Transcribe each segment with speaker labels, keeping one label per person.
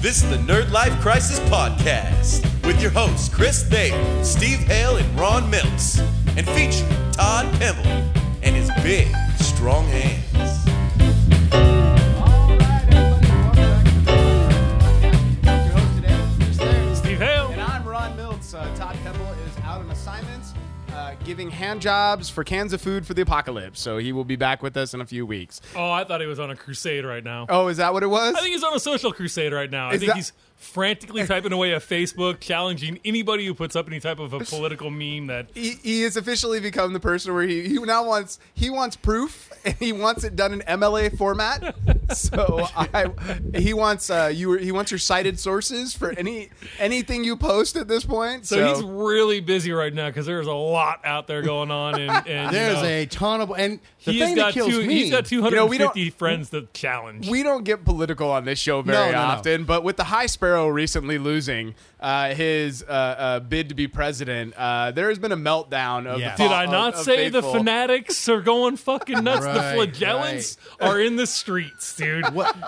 Speaker 1: This is the Nerd Life Crisis Podcast with your hosts, Chris Thayer, Steve Hale, and Ron Mills, and featuring Todd Pimble and his big, strong hands.
Speaker 2: Steve Hale.
Speaker 3: And I'm Ron Miltz. Uh, Todd Pebble is out on assignments, uh, giving hand jobs for cans of food for the apocalypse. So he will be back with us in a few weeks.
Speaker 2: Oh, I thought he was on a crusade right now.
Speaker 3: Oh, is that what it was?
Speaker 2: I think he's on a social crusade right now. I
Speaker 3: Is
Speaker 2: think
Speaker 3: that-
Speaker 2: he's frantically typing away at Facebook, challenging anybody who puts up any type of a political meme that.
Speaker 3: he, he has officially become the person where he, he now wants he wants proof and he wants it done in MLA format. So I, he wants uh, you he wants your cited sources for any anything you post at this point.
Speaker 2: So,
Speaker 3: So,
Speaker 2: he's really busy right now because there's a lot out there going on, and, and you
Speaker 4: There's
Speaker 2: know,
Speaker 4: a ton of and the
Speaker 2: he's
Speaker 4: thing
Speaker 2: got
Speaker 4: that kills
Speaker 2: two,
Speaker 4: me.
Speaker 2: He's got
Speaker 3: we don't-
Speaker 2: 250 friends to challenge.
Speaker 3: We don't get political on this show
Speaker 4: No,
Speaker 3: very
Speaker 4: no, no.
Speaker 3: often, but with the High Sparrow recently losing uh, his uh, uh, bid to be president, uh, there has been a meltdown of.
Speaker 4: Yeah.
Speaker 3: The
Speaker 2: Did
Speaker 3: fa-
Speaker 2: I not
Speaker 3: of- of
Speaker 2: say
Speaker 3: faithful.
Speaker 2: the fanatics are going fucking nuts? the
Speaker 4: Right,
Speaker 2: flagellants are in the streets, dude.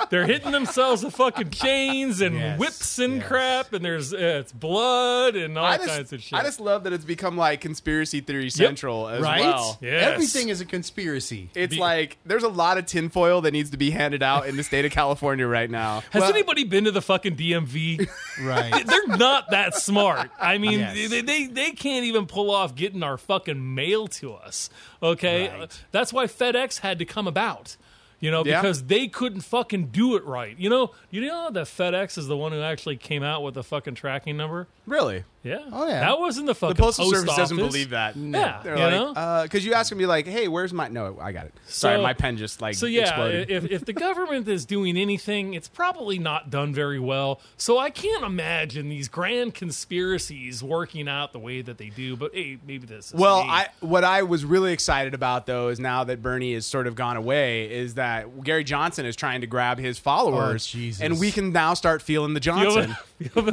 Speaker 2: They're hitting themselves with fucking chains and
Speaker 4: Yes,
Speaker 2: whips and
Speaker 4: yes.
Speaker 2: crap, and there's uh, it's blood and all
Speaker 3: I
Speaker 2: kinds
Speaker 3: just,
Speaker 2: of shit.
Speaker 3: I just love that it's become like conspiracy theory central as
Speaker 4: right.
Speaker 3: well.
Speaker 2: Yes.
Speaker 4: Everything is a conspiracy.
Speaker 3: It's
Speaker 2: Be-
Speaker 3: like there's a lot of tinfoil that needs to be handed out in the state of California right now.
Speaker 2: Has
Speaker 4: well-
Speaker 2: anybody been to the fucking DMV?
Speaker 4: right.
Speaker 2: They're not that smart. I mean,
Speaker 4: Yes.
Speaker 2: they, they they can't even pull off getting our fucking mail to us. Okay, Uh,
Speaker 4: Right.
Speaker 2: that's why FedEx had to come about. You know,
Speaker 3: Yeah.
Speaker 2: because they couldn't fucking do it right. You know, you know that FedEx is the one who actually came out with the fucking tracking number.
Speaker 3: Really?
Speaker 2: Yeah.
Speaker 4: Oh, yeah.
Speaker 2: That wasn't the
Speaker 3: The
Speaker 2: fucking
Speaker 3: Postal
Speaker 2: post
Speaker 3: Service doesn't
Speaker 2: office.
Speaker 3: believe that.
Speaker 2: Yeah,
Speaker 3: They're
Speaker 2: you know?
Speaker 3: like, because you ask them, be like, hey, where's my? No, I got it. Sorry, my pen just like
Speaker 2: so yeah
Speaker 3: exploded.
Speaker 2: if, if the government is doing anything it's probably not done very well so i can't imagine these grand conspiracies working out the way that they do but hey maybe this is
Speaker 3: Well,
Speaker 2: me.
Speaker 3: I what I was really excited about though is now that Bernie has sort of gone away, is that Gary Johnson is trying to grab his followers,
Speaker 4: Oh, Jesus.
Speaker 3: and we can now start feeling the
Speaker 2: feel
Speaker 3: Johnson.
Speaker 2: the, feel the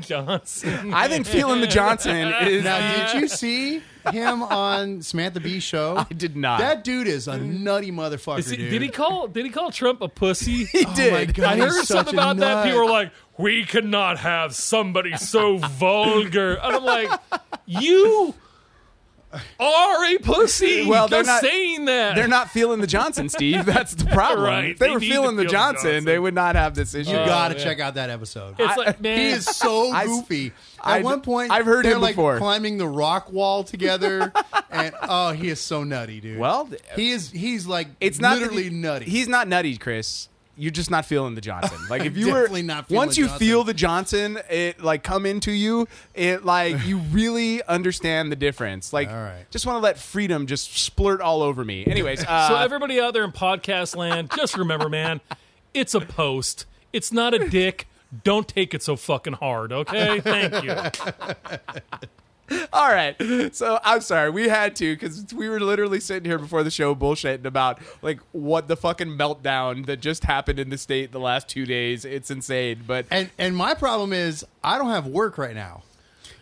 Speaker 2: johnson
Speaker 3: I think feeling the Johnson is.
Speaker 4: now, did you see him on Samantha Bee show? I
Speaker 3: did not.
Speaker 4: That dude is a nutty motherfucker.
Speaker 2: Is he-
Speaker 4: dude.
Speaker 2: did he call did he call trump a pussy he
Speaker 4: Oh my
Speaker 3: did.
Speaker 4: God,
Speaker 2: I
Speaker 4: he's
Speaker 2: heard
Speaker 4: such
Speaker 2: something
Speaker 4: a
Speaker 2: about that.
Speaker 4: nut.
Speaker 2: People were like, "We could not have somebody so vulgar," and I'm like, "You are a pussy."
Speaker 3: Well, they're
Speaker 2: Just
Speaker 3: not-
Speaker 2: saying that.
Speaker 3: They're not feeling the Johnson, Steve. That's the problem.
Speaker 2: Right.
Speaker 3: If they,
Speaker 2: They
Speaker 3: were
Speaker 2: need to
Speaker 3: feeling the
Speaker 2: feel the
Speaker 3: Johnson,
Speaker 2: Johnson.
Speaker 3: they would not have this issue.
Speaker 4: You got to
Speaker 2: yeah.
Speaker 4: check out that episode.
Speaker 2: It's like, man,
Speaker 4: Oh, he is so
Speaker 3: I-
Speaker 4: goofy.
Speaker 3: I-
Speaker 4: At one point,
Speaker 3: I've heard
Speaker 4: they're
Speaker 3: him
Speaker 4: like
Speaker 3: before.
Speaker 4: climbing the rock wall together, and oh, he is so nutty, dude.
Speaker 3: Well,
Speaker 4: he is. He's like
Speaker 3: It's not that
Speaker 4: literally
Speaker 3: he-
Speaker 4: nutty.
Speaker 3: He's not nutty, Chris. You're just not feeling the Johnson. Like if you
Speaker 4: Definitely
Speaker 3: were
Speaker 4: not feeling
Speaker 3: once you
Speaker 4: Johnson.
Speaker 3: feel the Johnson, it like come into you. It like you really understand the difference. Like
Speaker 4: All right.
Speaker 3: just want to let freedom just splurt all over me. Anyways, uh,
Speaker 2: So everybody out there in podcast land, just remember, man, it's a post. It's not a dick. Don't take it so fucking hard, okay? Thank you.
Speaker 3: all right. So I'm sorry we had to because we were literally sitting here before the show bullshitting about like what the fucking meltdown that just happened in the state the last two days. It's insane. But
Speaker 4: and and my problem is I don't have work right now.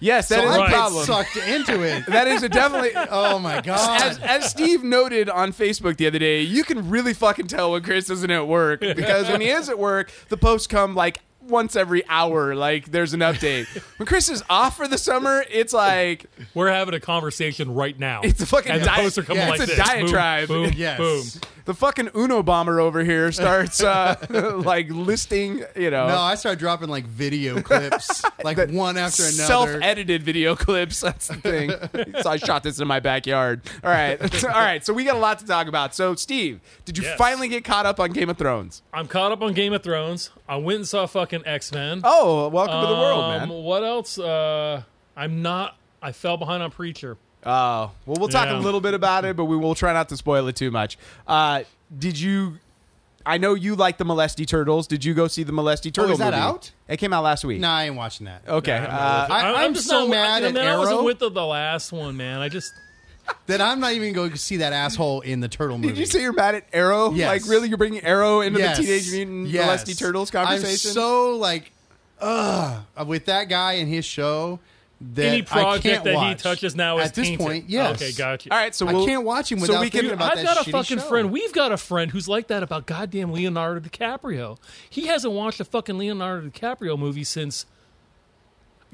Speaker 3: yes, that
Speaker 4: so
Speaker 3: is
Speaker 4: I
Speaker 3: a
Speaker 2: Right.
Speaker 4: get
Speaker 3: problem.
Speaker 4: sucked into it.
Speaker 3: That is a definitely.
Speaker 4: oh my
Speaker 3: as,
Speaker 4: god!
Speaker 3: as Steve noted on Facebook the other day, you can really fucking tell when Chris isn't at work because when he is at work, the posts come like once every hour. Like there's an update. When Chris is off for the summer, it's like
Speaker 2: We're having a conversation right now.
Speaker 3: It's a fucking
Speaker 2: and
Speaker 3: dia-
Speaker 2: the posts are coming
Speaker 4: yeah,
Speaker 2: like
Speaker 3: it's a
Speaker 2: this.
Speaker 3: diatribe.
Speaker 2: Boom, boom,
Speaker 4: Yes.
Speaker 2: boom.
Speaker 3: the fucking Uno bomber over here starts uh, like listing, you know.
Speaker 4: no, I started dropping like video clips, like one after another.
Speaker 3: Self-edited video clips. That's the thing. so I shot this in my backyard. All right, all right. So we got a lot to talk about. So Steve, did you
Speaker 2: Yes.
Speaker 3: finally get caught up on Game of Thrones?
Speaker 2: I'm caught up on Game of Thrones. I went and saw fucking X Men.
Speaker 3: Oh, welcome to the
Speaker 2: Um,
Speaker 3: world, man.
Speaker 2: What else? Uh, I'm not. I fell behind on Preacher.
Speaker 3: Oh, well, we'll talk
Speaker 2: Yeah.
Speaker 3: a little bit about it, but we will try not to spoil it too much. Uh, did you? I know you like the Molesty Turtles. Did you go see the Molesty Turtle?
Speaker 4: Oh, is that
Speaker 3: movie?
Speaker 4: out?
Speaker 3: It came out last week.
Speaker 4: No, I ain't watching that.
Speaker 3: Okay. uh,
Speaker 4: I,
Speaker 2: I'm,
Speaker 4: I'm,
Speaker 2: just
Speaker 4: so
Speaker 2: not,
Speaker 4: mad
Speaker 2: I,
Speaker 4: at
Speaker 2: man, I
Speaker 4: Arrow
Speaker 2: wasn't with the, the last one, man. I just
Speaker 4: that I'm not even going to see that asshole in the turtle movie.
Speaker 3: did you say you're mad at Arrow?
Speaker 4: Yes.
Speaker 3: Like, really, you're bringing Arrow into
Speaker 4: Yes.
Speaker 3: the Teenage Mutant
Speaker 4: Yes.
Speaker 3: Molesty Turtles conversation?
Speaker 4: I'm so like, ugh, with that guy and his show. that
Speaker 2: Any
Speaker 4: I
Speaker 2: project
Speaker 4: can't
Speaker 2: that he
Speaker 4: watch.
Speaker 2: touches now is
Speaker 4: at this
Speaker 2: tainted.
Speaker 4: point. Yes.
Speaker 2: Okay, gotcha.
Speaker 3: All right, so
Speaker 4: I
Speaker 3: we'll,
Speaker 4: can't watch him
Speaker 3: so
Speaker 4: without
Speaker 3: we can-
Speaker 4: thinking
Speaker 2: Dude,
Speaker 4: about
Speaker 2: I've
Speaker 4: that
Speaker 2: got a
Speaker 4: shitty
Speaker 2: fucking
Speaker 4: show.
Speaker 2: friend. We've got a friend who's like that about goddamn Leonardo DiCaprio. He hasn't watched a fucking Leonardo DiCaprio movie since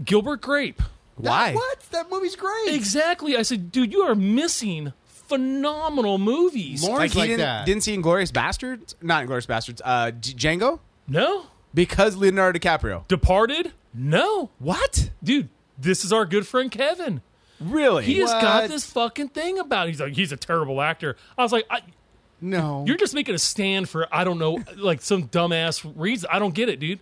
Speaker 2: Gilbert Grape.
Speaker 3: Why?
Speaker 4: What? That movie's great.
Speaker 2: Exactly. I said, dude, you are missing phenomenal movies.
Speaker 3: Like,
Speaker 4: Lauren's like,
Speaker 3: he didn't,
Speaker 4: that.
Speaker 3: didn't see Inglorious Bastards? Not Inglorious Bastards. Uh, D- Django?
Speaker 2: no.
Speaker 3: Because Leonardo DiCaprio.
Speaker 2: Departed? No.
Speaker 3: What?
Speaker 2: Dude, this is our good friend Kevin.
Speaker 3: Really?
Speaker 2: He has got
Speaker 4: What?
Speaker 2: this fucking thing about. He's like, he's a terrible actor. I was like, I,
Speaker 4: no,
Speaker 2: you're just making a stand for I don't know, like some dumbass reason. I don't get it, dude.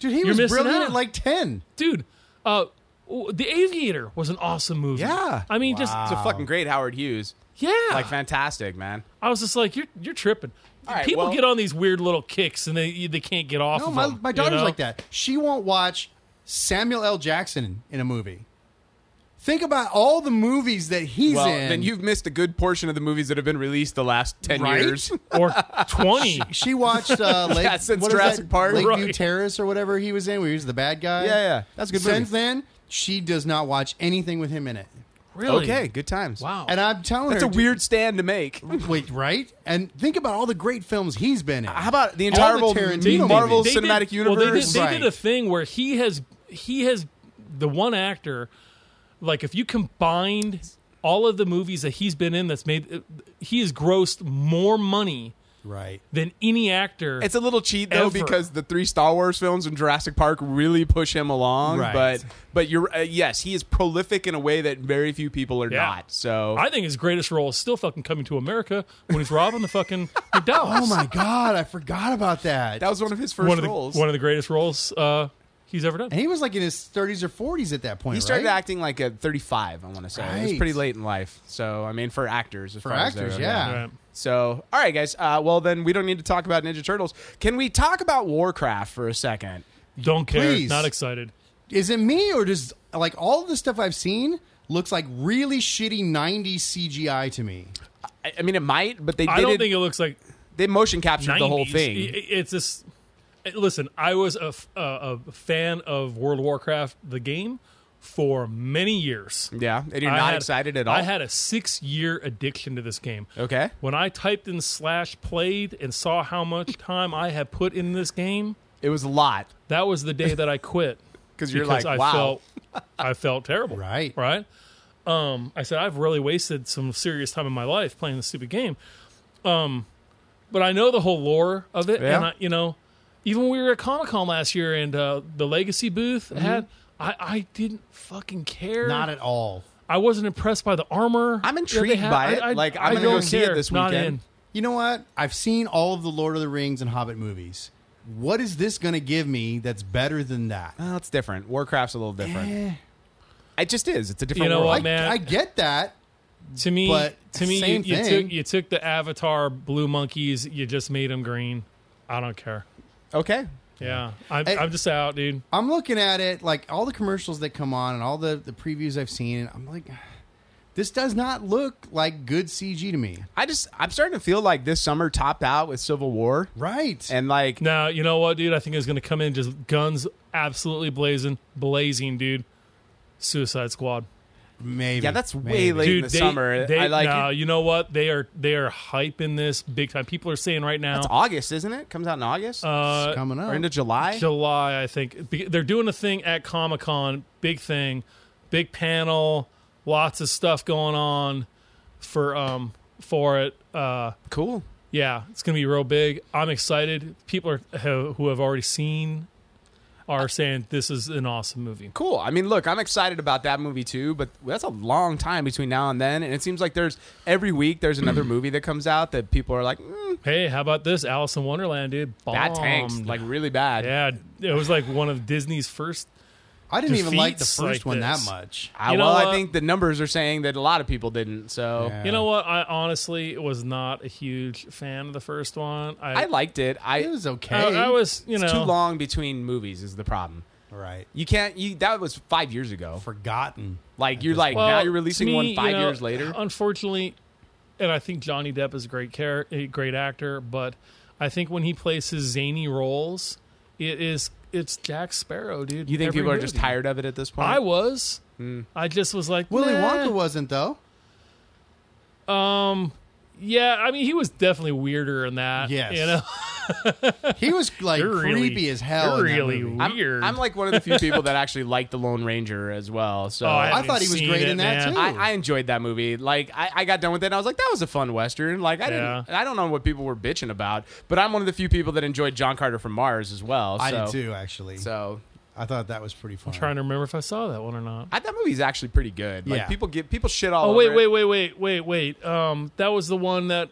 Speaker 4: dude. He
Speaker 2: you're
Speaker 4: was
Speaker 2: missing
Speaker 4: brilliant
Speaker 2: out.
Speaker 4: at like ten.
Speaker 2: Dude, uh, w- The Aviator was an awesome movie.
Speaker 3: Yeah.
Speaker 2: I mean,
Speaker 3: It's
Speaker 2: just
Speaker 3: a fucking great Howard Hughes.
Speaker 2: yeah.
Speaker 3: Like fantastic, man.
Speaker 2: I was just like, you're you're tripping.
Speaker 3: right,
Speaker 2: People
Speaker 3: well-
Speaker 2: get on these weird little kicks and they they can't get off.
Speaker 4: No,
Speaker 2: of
Speaker 4: my,
Speaker 2: them,
Speaker 4: my
Speaker 2: you
Speaker 4: daughter's
Speaker 2: know?
Speaker 4: like that. She won't watch Samuel L. Jackson in a movie. Think about all the movies that he's
Speaker 3: Well,
Speaker 4: in.
Speaker 3: then you've missed a good portion of the movies that have been released the last ten
Speaker 4: Right?
Speaker 3: years.
Speaker 2: or twenty.
Speaker 4: She watched uh, Lake,
Speaker 3: Yeah, since
Speaker 4: what is that?
Speaker 3: Jurassic Park.
Speaker 4: Lakeview
Speaker 2: Right.
Speaker 4: Terrace or whatever he was in, where he was the bad guy.
Speaker 3: Yeah, yeah. That's a good movie.
Speaker 4: Since then, she does not watch anything with him in it.
Speaker 2: Really?
Speaker 3: Okay, good times.
Speaker 2: Wow.
Speaker 4: And I'm telling
Speaker 3: Oh. That's a
Speaker 4: her,
Speaker 3: weird stand to make.
Speaker 4: dude, wait, right? And think about all the great films he's been in.
Speaker 3: How about the entire
Speaker 4: All the Tarantino
Speaker 3: Marvel
Speaker 4: movies.
Speaker 2: They did-
Speaker 3: Cinematic
Speaker 2: well,
Speaker 3: Universe?
Speaker 2: they did, they
Speaker 4: Right.
Speaker 2: did a thing where he has he has the one actor. Like if you combined all of the movies that he's been in, that's made he has grossed more money
Speaker 4: right?
Speaker 2: than any actor.
Speaker 3: It's a little cheat though
Speaker 2: Ever.
Speaker 3: because the three Star Wars films and Jurassic Park really push him along.
Speaker 4: Right.
Speaker 3: But but you're uh, yes, he is prolific in a way that very few people are
Speaker 2: Yeah.
Speaker 3: not. So
Speaker 2: I think his greatest role is still fucking coming to America when he's robbing the fucking McDonald's.
Speaker 4: Oh my god, I forgot about that.
Speaker 3: that was one of his first
Speaker 2: one of the
Speaker 3: roles.
Speaker 2: one of the greatest roles uh, he's ever done.
Speaker 4: and he was like in his 30s or 40s at that point.
Speaker 3: he started
Speaker 4: right?
Speaker 3: acting like at 35, I want to say. It was
Speaker 4: Right.
Speaker 3: pretty late in life. So, I mean, for actors. As
Speaker 4: for
Speaker 3: far as
Speaker 4: actors.
Speaker 3: they're-
Speaker 4: Yeah.
Speaker 2: Right.
Speaker 3: So, all right, guys. Uh, well, then we don't need to talk about Ninja Turtles. Can we talk about Warcraft for a second?
Speaker 2: Don't care.
Speaker 4: Please.
Speaker 2: Not excited.
Speaker 4: Is it me or does like all the stuff I've seen looks like really shitty 90s CGI to me?
Speaker 3: I, I mean, it might, but they
Speaker 2: I
Speaker 3: did
Speaker 2: don't
Speaker 3: it,
Speaker 2: think it looks like
Speaker 3: they motion captured
Speaker 2: 90s.
Speaker 3: the whole thing.
Speaker 2: It- it- It's this. it- Listen, I was a, f- a- a fan of World of Warcraft, the game, for many years.
Speaker 3: yeah, and you're
Speaker 2: I
Speaker 3: not
Speaker 2: had-
Speaker 3: excited at all.
Speaker 2: I had a six year addiction to this game.
Speaker 3: Okay.
Speaker 2: When I typed in slash played and saw how much time I had put in this game,
Speaker 3: it was a lot.
Speaker 2: that was the day that I quit.
Speaker 3: 'Cause you're
Speaker 2: because
Speaker 3: like,
Speaker 2: I
Speaker 3: wow.
Speaker 2: felt, I felt terrible.
Speaker 4: Right.
Speaker 2: Right. Um, I said, I've really wasted some serious time in my life playing this stupid game. Um, but I know the whole lore of it.
Speaker 3: Yeah.
Speaker 2: And I, you know, even when we were at Comic Con last year and uh, the Legacy booth
Speaker 3: Mm-hmm.
Speaker 2: had, I, I didn't fucking care.
Speaker 4: Not at all.
Speaker 2: I wasn't impressed by the armor.
Speaker 3: I'm
Speaker 2: that they
Speaker 3: intrigued
Speaker 2: had.
Speaker 3: by it. Like, I'm
Speaker 2: I
Speaker 3: gonna go
Speaker 2: don't
Speaker 3: see it
Speaker 2: care.
Speaker 3: this
Speaker 2: Not
Speaker 3: weekend.
Speaker 2: in.
Speaker 4: You know what? I've seen all of the Lord of the Rings and Hobbit movies. What is this going to give me that's better than that?
Speaker 3: Well, it's different. Warcraft's a little different.
Speaker 4: Eh,
Speaker 3: It just is. It's a different
Speaker 2: You know
Speaker 3: world.
Speaker 2: what,
Speaker 4: I,
Speaker 2: Oh, man?
Speaker 4: I get that.
Speaker 2: To me,
Speaker 4: But
Speaker 2: to me, you,
Speaker 4: same
Speaker 2: you
Speaker 4: thing.
Speaker 2: took you took the Avatar blue monkeys. You just made them green. I don't care.
Speaker 3: Okay.
Speaker 2: Yeah, I'm,
Speaker 4: Hey.
Speaker 2: I'm just out, dude.
Speaker 4: I'm looking at it like all the commercials that come on and all the, the previews I've seen. And I'm like, this does not look like good CG to me.
Speaker 3: I just I'm starting to feel like this summer topped out with Civil War
Speaker 4: Right.
Speaker 3: and like
Speaker 2: Now you know what, dude. I think it's gonna come in just guns absolutely blazing, blazing, dude. Suicide Squad,
Speaker 4: maybe.
Speaker 3: yeah, that's way
Speaker 4: Maybe.
Speaker 3: late in
Speaker 2: dude.
Speaker 3: the
Speaker 2: they,
Speaker 3: summer.
Speaker 2: they-
Speaker 3: I like
Speaker 2: nah,
Speaker 3: it.
Speaker 2: you know what? They are they are hyping this big time. People are saying right now,
Speaker 3: It's August, isn't it? Comes out in
Speaker 2: Uh,
Speaker 3: August
Speaker 4: It's coming up.
Speaker 3: or into July.
Speaker 2: July, I think. Be- They're doing a thing at Comic Con, big thing, big panel, lots of stuff going on for um for it. Uh,
Speaker 3: cool.
Speaker 2: yeah, it's gonna be real big. I'm excited. People are have, who have already seen are saying this is an awesome movie.
Speaker 3: Cool. I mean, look, I'm excited about that movie too, but that's a long time between now and then, and it seems like there's every week there's another movie that comes out that people are like, mm,
Speaker 2: Hey, how about this Alice in Wonderland, dude? Bombed.
Speaker 3: that tanks like really bad.
Speaker 2: yeah, it was like one of Disney's first.
Speaker 4: I didn't even like the
Speaker 2: defeats
Speaker 4: first
Speaker 2: like
Speaker 4: one
Speaker 2: this.
Speaker 4: that much.
Speaker 3: I,
Speaker 2: You know
Speaker 3: well, I
Speaker 2: what?
Speaker 3: think the numbers are saying that a lot of people didn't. So
Speaker 4: Yeah.
Speaker 2: You know what? I honestly was not a huge fan of the first one. I
Speaker 3: I liked it. I
Speaker 4: It was okay.
Speaker 2: I, I was you know
Speaker 3: it's too long between movies is the problem.
Speaker 4: Right.
Speaker 3: You can't. You that was five years ago.
Speaker 4: Forgotten.
Speaker 3: Like you're
Speaker 4: this
Speaker 3: like
Speaker 2: Well,
Speaker 3: now
Speaker 2: to
Speaker 3: you're releasing
Speaker 2: me,
Speaker 3: one five
Speaker 2: you know,
Speaker 3: years later.
Speaker 2: Unfortunately, and I think Johnny Depp is a great character, a great actor, but I think when he plays his zany roles, it is it's Jack Sparrow, dude.
Speaker 3: You think
Speaker 2: every
Speaker 3: people are just
Speaker 2: movie.
Speaker 3: tired of Hmm. it at this point?
Speaker 2: I was. I just was like,
Speaker 4: Willy
Speaker 2: nah.
Speaker 4: Wonka wasn't though.
Speaker 2: Yeah, I mean, he was definitely weirder in that.
Speaker 4: Yes.
Speaker 2: you know,
Speaker 4: He was like
Speaker 2: You're really-
Speaker 4: creepy as hell.
Speaker 2: you're
Speaker 4: in that
Speaker 2: really
Speaker 4: movie.
Speaker 3: I'm,
Speaker 2: Weird.
Speaker 3: I'm like one of the few people that actually liked the Lone Ranger as well. So
Speaker 2: Oh,
Speaker 3: I,
Speaker 2: haven't
Speaker 4: thought he was
Speaker 2: seen
Speaker 4: great
Speaker 2: it,
Speaker 4: in
Speaker 2: man.
Speaker 4: that, too.
Speaker 3: I, I enjoyed that movie. Like I, I got done with it, and I was like, that was a fun western. Like I didn't,
Speaker 2: Yeah.
Speaker 3: I don't know what people were bitching about, but I'm one of the few people that enjoyed John Carter from Mars as well.
Speaker 4: I did
Speaker 3: so-
Speaker 4: too, actually.
Speaker 3: So
Speaker 4: I thought that was pretty fun.
Speaker 2: I'm trying to remember if I saw that one or not.
Speaker 3: I, that movie's actually pretty good. Like
Speaker 4: Yeah.
Speaker 3: people get people shit all.
Speaker 2: Oh wait,
Speaker 3: over
Speaker 2: wait,
Speaker 3: it.
Speaker 2: wait, wait, wait, wait. Um, that was the one that.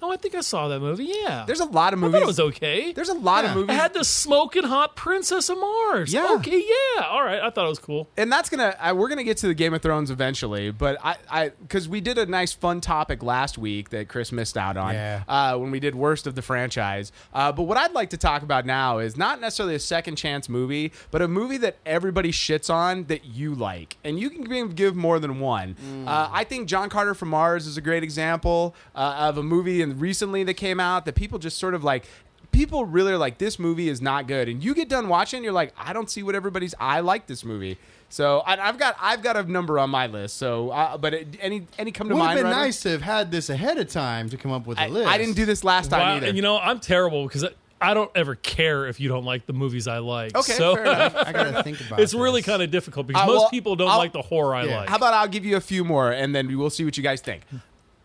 Speaker 2: Oh, I think I saw that movie. Yeah,
Speaker 3: There's a lot of
Speaker 2: I thought
Speaker 3: movies.
Speaker 2: it was okay.
Speaker 3: There's a lot
Speaker 4: Yeah.
Speaker 3: of
Speaker 2: I
Speaker 3: movies,
Speaker 2: had the smoking hot Princess of Mars.
Speaker 3: Mm. Yeah.
Speaker 2: Okay. Yeah. All right. I thought it was cool.
Speaker 3: and that's gonna. I, we're gonna get to the Game of Thrones eventually, but I, I, because we did a nice fun topic last week that Chris missed out on
Speaker 4: Yeah.
Speaker 3: uh, when we did worst of the franchise. Uh, but what I'd like to talk about now is not necessarily a second chance movie, but a movie that everybody shits on that you like, and you can give- give more than one.
Speaker 4: Mm.
Speaker 3: Uh, I think John Carter from Mars is a great example uh, of a movie and recently that came out that people just sort of like people really are like this movie is not good and you get done watching you're like i don't see what everybody's i like this movie so I, i've got i've got a number on my list so uh, but it, any any come to
Speaker 4: Would have
Speaker 3: mind
Speaker 4: been
Speaker 3: Ryder?
Speaker 4: nice to have had this ahead of time to come up with a
Speaker 3: I,
Speaker 4: list.
Speaker 3: I didn't do this last time
Speaker 2: Wow,
Speaker 3: either
Speaker 2: and you know, I'm terrible because I, I don't ever care if you don't like the movies I like.
Speaker 3: okay
Speaker 2: So
Speaker 3: fair enough
Speaker 4: I gotta think about.
Speaker 2: it's really
Speaker 4: this.
Speaker 2: kind of difficult because
Speaker 3: Uh,
Speaker 2: most
Speaker 3: well,
Speaker 2: people don't
Speaker 3: I'll-
Speaker 2: like the horror I
Speaker 4: Yeah.
Speaker 2: like.
Speaker 3: how about i'll give you a few more and then we will see what you guys think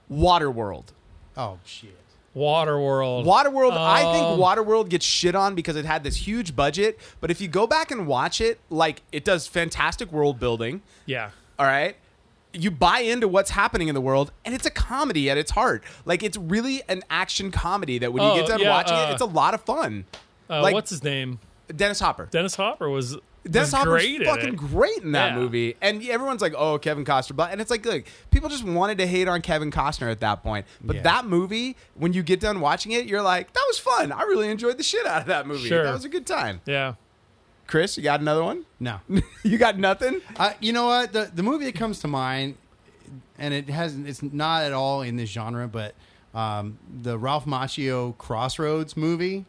Speaker 3: waterworld
Speaker 4: Oh shit.
Speaker 2: Waterworld.
Speaker 3: Waterworld, I think
Speaker 2: Um,
Speaker 3: Waterworld gets shit on because it had this huge budget. But if you go back and watch it, like it does fantastic world building.
Speaker 2: Yeah.
Speaker 3: all right you buy into what's happening in the world and it's a comedy at its heart like it's really an action comedy that when
Speaker 2: Oh,
Speaker 3: you get done
Speaker 2: yeah,
Speaker 3: watching
Speaker 2: uh,
Speaker 3: it it's a lot of fun
Speaker 2: Uh,
Speaker 3: Like-
Speaker 2: what's his name?
Speaker 3: dennis hopper
Speaker 2: Dennis Hopper was
Speaker 3: dennis
Speaker 2: was
Speaker 3: hopper's
Speaker 2: great in
Speaker 3: fucking
Speaker 2: it.
Speaker 3: great in that
Speaker 2: Yeah.
Speaker 3: movie and everyone's like oh kevin costner but and it's like look people just wanted to hate on kevin costner at that point but
Speaker 4: Yeah.
Speaker 3: that movie when you get done watching it you're like that was fun i really enjoyed the shit out of that movie
Speaker 2: Sure.
Speaker 3: that was a good time
Speaker 2: Yeah.
Speaker 3: chris you got another one
Speaker 4: No.
Speaker 3: you got nothing
Speaker 4: I, you know what? The the movie that comes to mind, and it hasn't. It's not at all in this genre, but um, the Ralph Macchio Crossroads movie,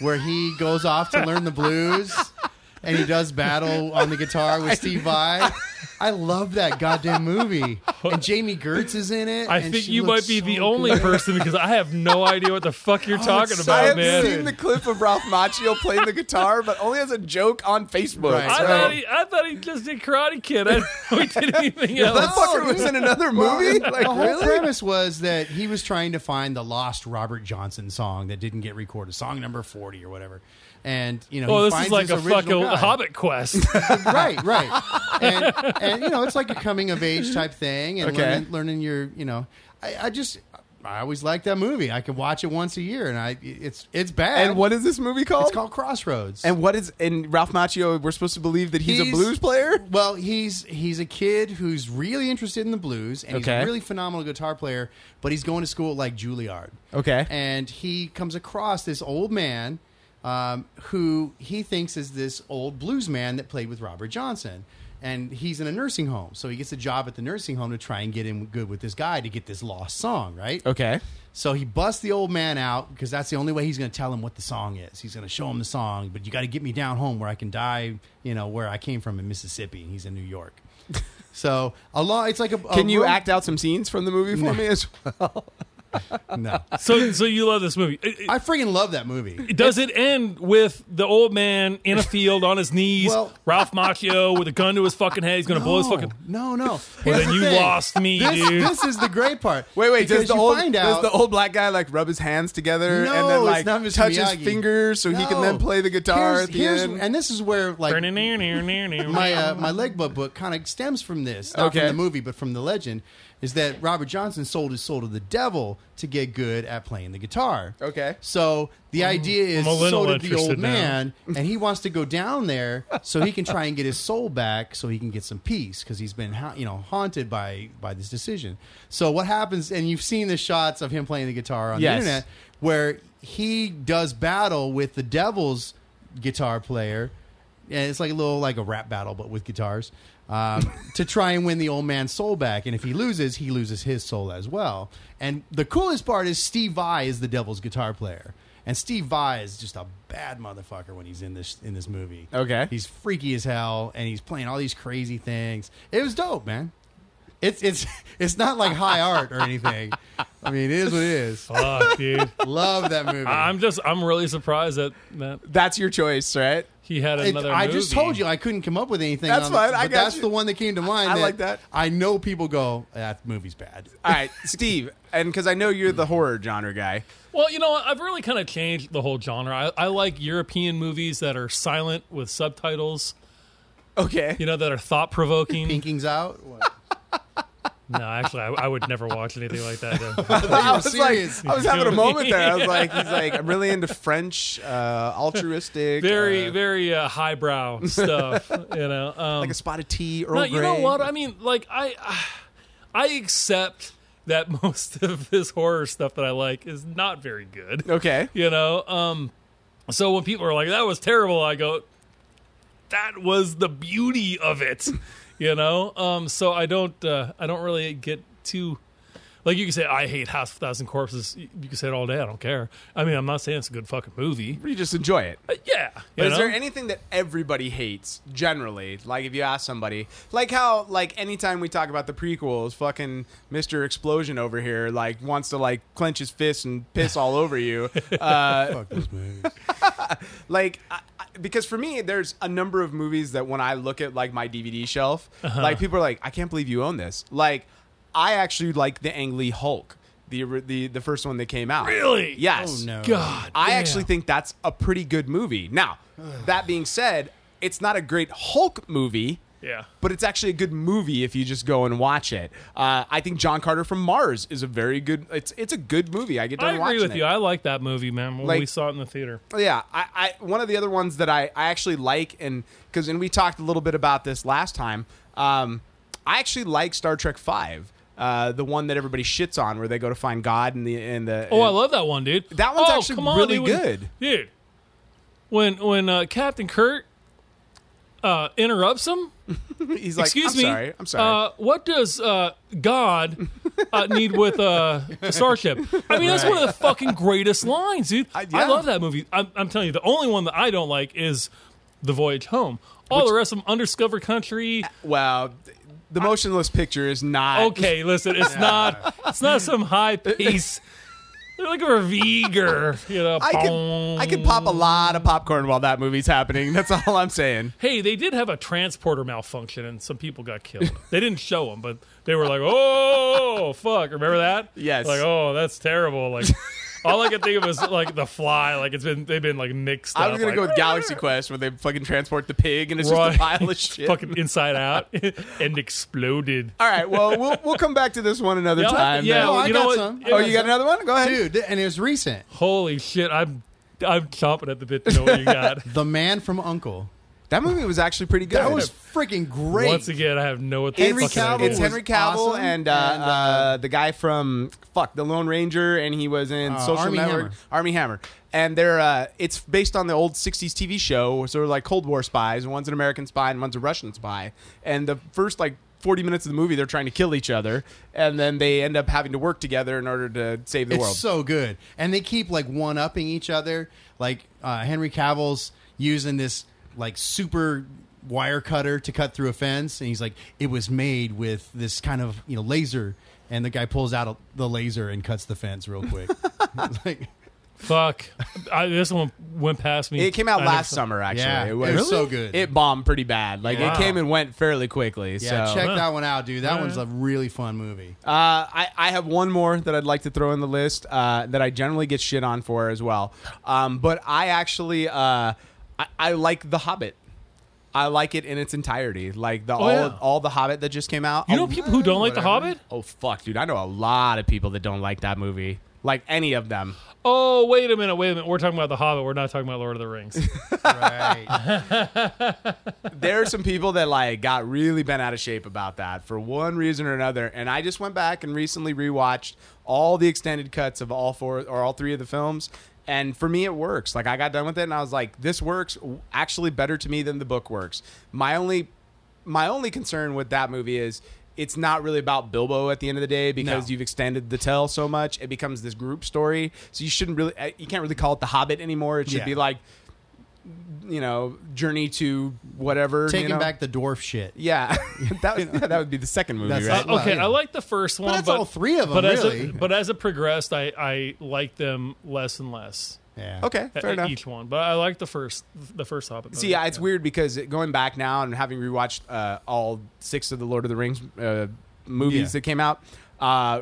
Speaker 4: where he goes off to learn the blues, and he does battle on the guitar with Steve Vai. I love that goddamn movie, and Jamie Gertz is in it.
Speaker 2: I
Speaker 4: and
Speaker 2: think
Speaker 4: she
Speaker 2: you
Speaker 4: looks
Speaker 2: might be
Speaker 4: so
Speaker 2: the
Speaker 4: good.
Speaker 2: only person because I have no idea what the fuck you're talking
Speaker 4: so
Speaker 2: about,
Speaker 3: Oh, I have
Speaker 2: man.
Speaker 3: seen the clip of Ralph Macchio playing the guitar, but only as a joke on Facebook.
Speaker 4: Right.
Speaker 2: I
Speaker 4: So-
Speaker 2: thought, he, I thought he just did Karate Kid. I didn't know he did anything
Speaker 3: that
Speaker 2: else.
Speaker 3: fucker was in another movie. like
Speaker 4: the whole
Speaker 3: really?
Speaker 4: premise was that he was trying to find the lost Robert Johnson song that didn't get recorded, song number forty or whatever. And you know,
Speaker 2: Well,
Speaker 4: he
Speaker 2: Oh, this is
Speaker 4: finds
Speaker 2: like
Speaker 4: his
Speaker 2: a fucking
Speaker 4: original guy.
Speaker 2: Hobbit quest.
Speaker 4: right, right. And, and you know, it's like a coming of age type thing, and
Speaker 3: Okay.
Speaker 4: learning, learning your, you know, I, I just, I always like that movie. I can watch it once a year, and I, it's, it's bad.
Speaker 3: And what is this movie called?
Speaker 4: it's called Crossroads.
Speaker 3: and what is and Ralph Macchio? We're supposed to believe that he's, a blues player.
Speaker 4: Well, he's he's a kid who's really interested in the blues, and he's
Speaker 3: Okay.
Speaker 4: a really phenomenal guitar player. But he's going to school at, like Juilliard.
Speaker 3: Okay.
Speaker 4: and he comes across this old man um, who he thinks is this old blues man that played with Robert Johnson. And he's in a nursing home, so he gets a job at the nursing home to try and get in good with this guy to get this lost song, right?
Speaker 3: Okay.
Speaker 4: So he busts the old man out because that's the only way he's going to tell him what the song is. He's going to show him the song, but you got to get me down home where I can die, you know, where I came from in Mississippi. And he's in New York. So a lot, it's like a. a
Speaker 3: Can you
Speaker 4: real-
Speaker 3: act out some scenes from the movie for me as well?
Speaker 4: No,
Speaker 2: so, so you love this movie. It- it-
Speaker 4: I freaking love that movie.
Speaker 2: does it end with the old man in a field on his knees,
Speaker 4: Well-
Speaker 2: Ralph Macchio with a gun to his fucking head? He's gonna blow his
Speaker 4: No,
Speaker 2: fucking.
Speaker 4: no, no.
Speaker 2: Well,
Speaker 4: Here's
Speaker 2: then
Speaker 4: the
Speaker 2: you
Speaker 4: thing.
Speaker 2: lost me,
Speaker 4: This,
Speaker 2: dude.
Speaker 4: this is the great part.
Speaker 3: Wait, wait.
Speaker 4: Because
Speaker 3: does the
Speaker 4: you
Speaker 3: old
Speaker 4: find
Speaker 3: does
Speaker 4: out
Speaker 3: the old black guy like rub his hands together and
Speaker 4: No,
Speaker 3: then
Speaker 4: it's
Speaker 3: like
Speaker 4: not Mr.
Speaker 3: touch his
Speaker 4: Miyagi.
Speaker 3: fingers so he can then
Speaker 4: No.
Speaker 3: play the guitar
Speaker 4: Here's-
Speaker 3: at the
Speaker 4: here's-
Speaker 3: end?
Speaker 4: And this is where like my
Speaker 2: My,
Speaker 4: uh, my Legba book kind of stems from this, not
Speaker 3: Okay.
Speaker 4: from the movie, but from the legend, is that Robert Johnson sold his soul to the devil to get good at playing the guitar.
Speaker 3: Okay.
Speaker 4: So the idea is
Speaker 2: Mm. I'm a little
Speaker 4: so did the
Speaker 2: interested
Speaker 4: old
Speaker 2: now.
Speaker 4: man, and he wants to go down there so he can try and get his soul back, so he can get some peace because he's been ha- you know haunted by by this decision. So what happens? And you've seen the shots of him playing the guitar on
Speaker 3: Yes.
Speaker 4: the internet where he does battle with the devil's guitar player and it's like a little like a rap battle but with guitars um, to try and win the old man's soul back and if he loses he loses his soul as well and the coolest part is steve vai is the devil's guitar player And Steve Vai is just a bad motherfucker when he's in this in this movie.
Speaker 3: Okay.
Speaker 4: he's freaky as hell, and he's playing all these crazy things. It was dope, man. It's it's it's not like high art or anything. I mean, it is what it is.
Speaker 2: Fuck, dude.
Speaker 4: Love that movie.
Speaker 2: I'm just I'm really surprised that that
Speaker 3: That's your choice, right?
Speaker 2: he had
Speaker 4: It-
Speaker 2: another.
Speaker 4: I just
Speaker 2: movie.
Speaker 4: told you I couldn't come up with anything.
Speaker 3: That's
Speaker 4: on-
Speaker 3: fine,
Speaker 4: But
Speaker 3: I got
Speaker 4: that's
Speaker 3: you.
Speaker 4: the one that came to mind.
Speaker 3: I like that.
Speaker 4: I know people go that movie's bad.
Speaker 3: All right, Steve, and because I know you're the horror genre guy.
Speaker 2: Well, you know, what? I've really kind of changed the whole genre. I, I like European movies that are silent with subtitles.
Speaker 3: Okay.
Speaker 2: You know, that are thought provoking.
Speaker 4: Pinking's out. What?
Speaker 2: no, actually, I, I would never watch anything like that. though.
Speaker 3: I
Speaker 4: were
Speaker 3: was
Speaker 4: serious.
Speaker 3: like, uh, I was having a moment there. I was like, he's like, I'm really into French, uh, altruistic,
Speaker 2: Very,
Speaker 3: uh,
Speaker 2: very uh, highbrow stuff. You know, um,
Speaker 3: like a spot of tea. Earl
Speaker 2: No, you know
Speaker 3: Grey.
Speaker 2: what I mean. Like I, I accept that most of this horror stuff that I like is not very good.
Speaker 3: Okay.
Speaker 2: You know, um, so when people are like, "That was terrible," I go, "That was the beauty of it." You know, um, so I don't, uh, I don't really get too. Like you can say, I hate House of Thousand Corpses. You you can say it all day. I don't care. I mean, I'm not saying it's a good fucking movie.
Speaker 3: You just enjoy it.
Speaker 2: But yeah, you
Speaker 3: But is
Speaker 2: know?
Speaker 3: there anything that everybody hates generally? Like if you ask somebody, like how like anytime we talk about the prequels, fucking Mister Explosion over here like wants to like clench his fist and piss all over you. Uh,
Speaker 4: Fuck those movies.
Speaker 3: like I, I- because for me there's a number of movies that when i look at like my dvd shelf
Speaker 2: Uh-huh.
Speaker 3: like people are like i can't believe you own this like i actually like the ang lee hulk the ori- the the first one that came out
Speaker 2: Really?
Speaker 3: yes
Speaker 4: Oh, no.
Speaker 2: God,
Speaker 3: i
Speaker 2: damn.
Speaker 3: actually think that's a pretty good movie now that being said it's not a great hulk movie
Speaker 2: yeah.
Speaker 3: but it's actually a good movie if you just go and watch it. Uh, I think John Carter from Mars is a very good. It's it's a good movie. I get done
Speaker 2: I agree
Speaker 3: watching
Speaker 2: with
Speaker 3: it.
Speaker 2: you. I like that movie, man. When we
Speaker 3: Like-
Speaker 2: saw it in the theater,
Speaker 3: yeah I, I one of the other ones that i, I actually like and because and we talked a little bit about this last time um, i actually like star trek 5 uh, the one that everybody shits on where they go to find god in the in the
Speaker 2: Oh, I love that one, dude.
Speaker 3: That one's
Speaker 2: Oh,
Speaker 3: actually
Speaker 2: come on,
Speaker 3: really
Speaker 2: dude. When-
Speaker 3: good.
Speaker 2: dude. When when uh, Captain Kurt uh, interrupts him,
Speaker 3: he's like
Speaker 2: excuse
Speaker 3: i'm
Speaker 2: me,
Speaker 3: sorry i'm sorry
Speaker 2: Uh, what does uh, God uh, need with uh, a starship? I mean, that's one of the fucking greatest lines, dude. I,
Speaker 3: yeah.
Speaker 2: love that movie. I'm, I'm telling you, the only one that I don't like is The Voyage Home. All the rest of them, Undiscovered Country.
Speaker 3: well th- the motionless picture is not
Speaker 2: Okay, listen, it's not it's not some high piece. They're like a Viger, you know.
Speaker 3: I could, I could pop a lot of popcorn while that movie's happening. That's all I'm saying.
Speaker 2: Hey, they did have a transporter malfunction, and some people got killed. they didn't show them, but they were like, "Oh fuck!" Remember that?
Speaker 3: Yes.
Speaker 2: Like, oh, that's terrible. Like, all I could think of was like the fly. Like it's been they've been like mixed.
Speaker 3: I
Speaker 2: up,
Speaker 3: was gonna
Speaker 2: like,
Speaker 3: go with Galaxy Quest where they fucking transport the pig and it's
Speaker 2: Right.
Speaker 3: just a pile of shit.
Speaker 2: fucking inside out and exploded.
Speaker 3: All right, well we'll we'll come back to this one another
Speaker 2: Yeah,
Speaker 3: time.
Speaker 2: yeah,
Speaker 3: then.
Speaker 4: No,
Speaker 2: well,
Speaker 4: I
Speaker 2: you
Speaker 4: got
Speaker 2: know what?
Speaker 4: some.
Speaker 2: It
Speaker 3: Oh,
Speaker 2: was-
Speaker 3: you got another one? Go ahead.
Speaker 4: dude. And it was recent.
Speaker 2: Holy shit! I'm I'm chomping at the bit to know what you got.
Speaker 4: The Man from Uncle.
Speaker 3: That movie was actually pretty good.
Speaker 4: That was freaking great.
Speaker 2: Once again, I have no.
Speaker 4: Henry
Speaker 2: fucking
Speaker 4: Cavill
Speaker 2: idea.
Speaker 3: it's Henry Cavill
Speaker 4: awesome,
Speaker 3: and, uh,
Speaker 4: and,
Speaker 3: uh,
Speaker 4: uh,
Speaker 3: the guy from fuck the Lone Ranger, and he was in
Speaker 4: Uh,
Speaker 3: Social
Speaker 4: Armie
Speaker 3: Network,
Speaker 4: Hammer.
Speaker 3: Army Hammer. And they're uh, it's based on the old '60s TV show, sort of like Cold War spies. One's an American spy and one's a Russian spy. And the first like 40 minutes of the movie, they're trying to kill each other, and then they end up having to work together in order to save the
Speaker 4: It's
Speaker 3: world.
Speaker 4: so good, and they keep like one upping each other. Like uh, Henry Cavill's using this like super wire cutter to cut through a fence, and he's like, "It was made with this kind of you know laser," and the guy pulls out a, the laser and cuts the fence real quick. like,
Speaker 2: Fuck, I, this one went past me.
Speaker 3: it came out
Speaker 2: I
Speaker 3: last
Speaker 2: never-
Speaker 3: summer, actually.
Speaker 4: yeah, it was, so good.
Speaker 3: It bombed pretty bad. Like
Speaker 2: Wow.
Speaker 3: it came and went fairly quickly.
Speaker 4: yeah,
Speaker 3: so.
Speaker 4: check that one out, dude. That one's a really fun movie.
Speaker 3: Uh, I, I have one more that I'd like to throw in the list uh, that I generally get shit on for as well. Um, but I actually uh, I, I like The Hobbit. I like it in its entirety, like the all
Speaker 2: Oh, yeah.
Speaker 3: all the Hobbit that just came out.
Speaker 2: You know
Speaker 3: Oh,
Speaker 2: people who don't like The
Speaker 4: whatever.
Speaker 2: Hobbit?
Speaker 3: oh fuck, dude! I know a lot of people that don't like that movie, like any of them.
Speaker 2: Oh, wait a minute, wait a minute. We're talking about The Hobbit. We're not talking about Lord of the Rings.
Speaker 4: right.
Speaker 3: there are some people that like got really bent out of shape about that for one reason or another. And I just went back and recently rewatched all the extended cuts of all four or all three of the films. And for me, it works. Like I got done with it, and I was like, "This works w- actually better to me than the book works." My only, my only concern with that movie is it's not really about Bilbo at the end of the day because
Speaker 4: No.
Speaker 3: you've extended the tale so much. It becomes this group story. So you shouldn't really, uh, you can't really call it The Hobbit anymore. It should
Speaker 4: Yeah.
Speaker 3: be like, you know, Journey to whatever. you
Speaker 4: Taking
Speaker 3: know?
Speaker 4: back the dwarf shit.
Speaker 3: Yeah, that would, that would be the second movie,
Speaker 4: That's-
Speaker 3: right?
Speaker 4: Well,
Speaker 2: Uh, okay,
Speaker 4: yeah.
Speaker 2: I like the first one,
Speaker 4: that's
Speaker 2: but
Speaker 4: all three of 'em,
Speaker 2: But as
Speaker 4: really.
Speaker 2: it, but as it progressed, I I liked them less and less.
Speaker 4: Yeah.
Speaker 3: okay,
Speaker 2: at-
Speaker 3: fair
Speaker 2: at
Speaker 3: enough.
Speaker 2: Each one, but I like the first the first Hobbit. Movie.
Speaker 3: See, yeah, it's weird because it- going back now and having rewatched uh, all six of the Lord of the Rings uh, movies
Speaker 4: Yeah.
Speaker 3: that came out, uh,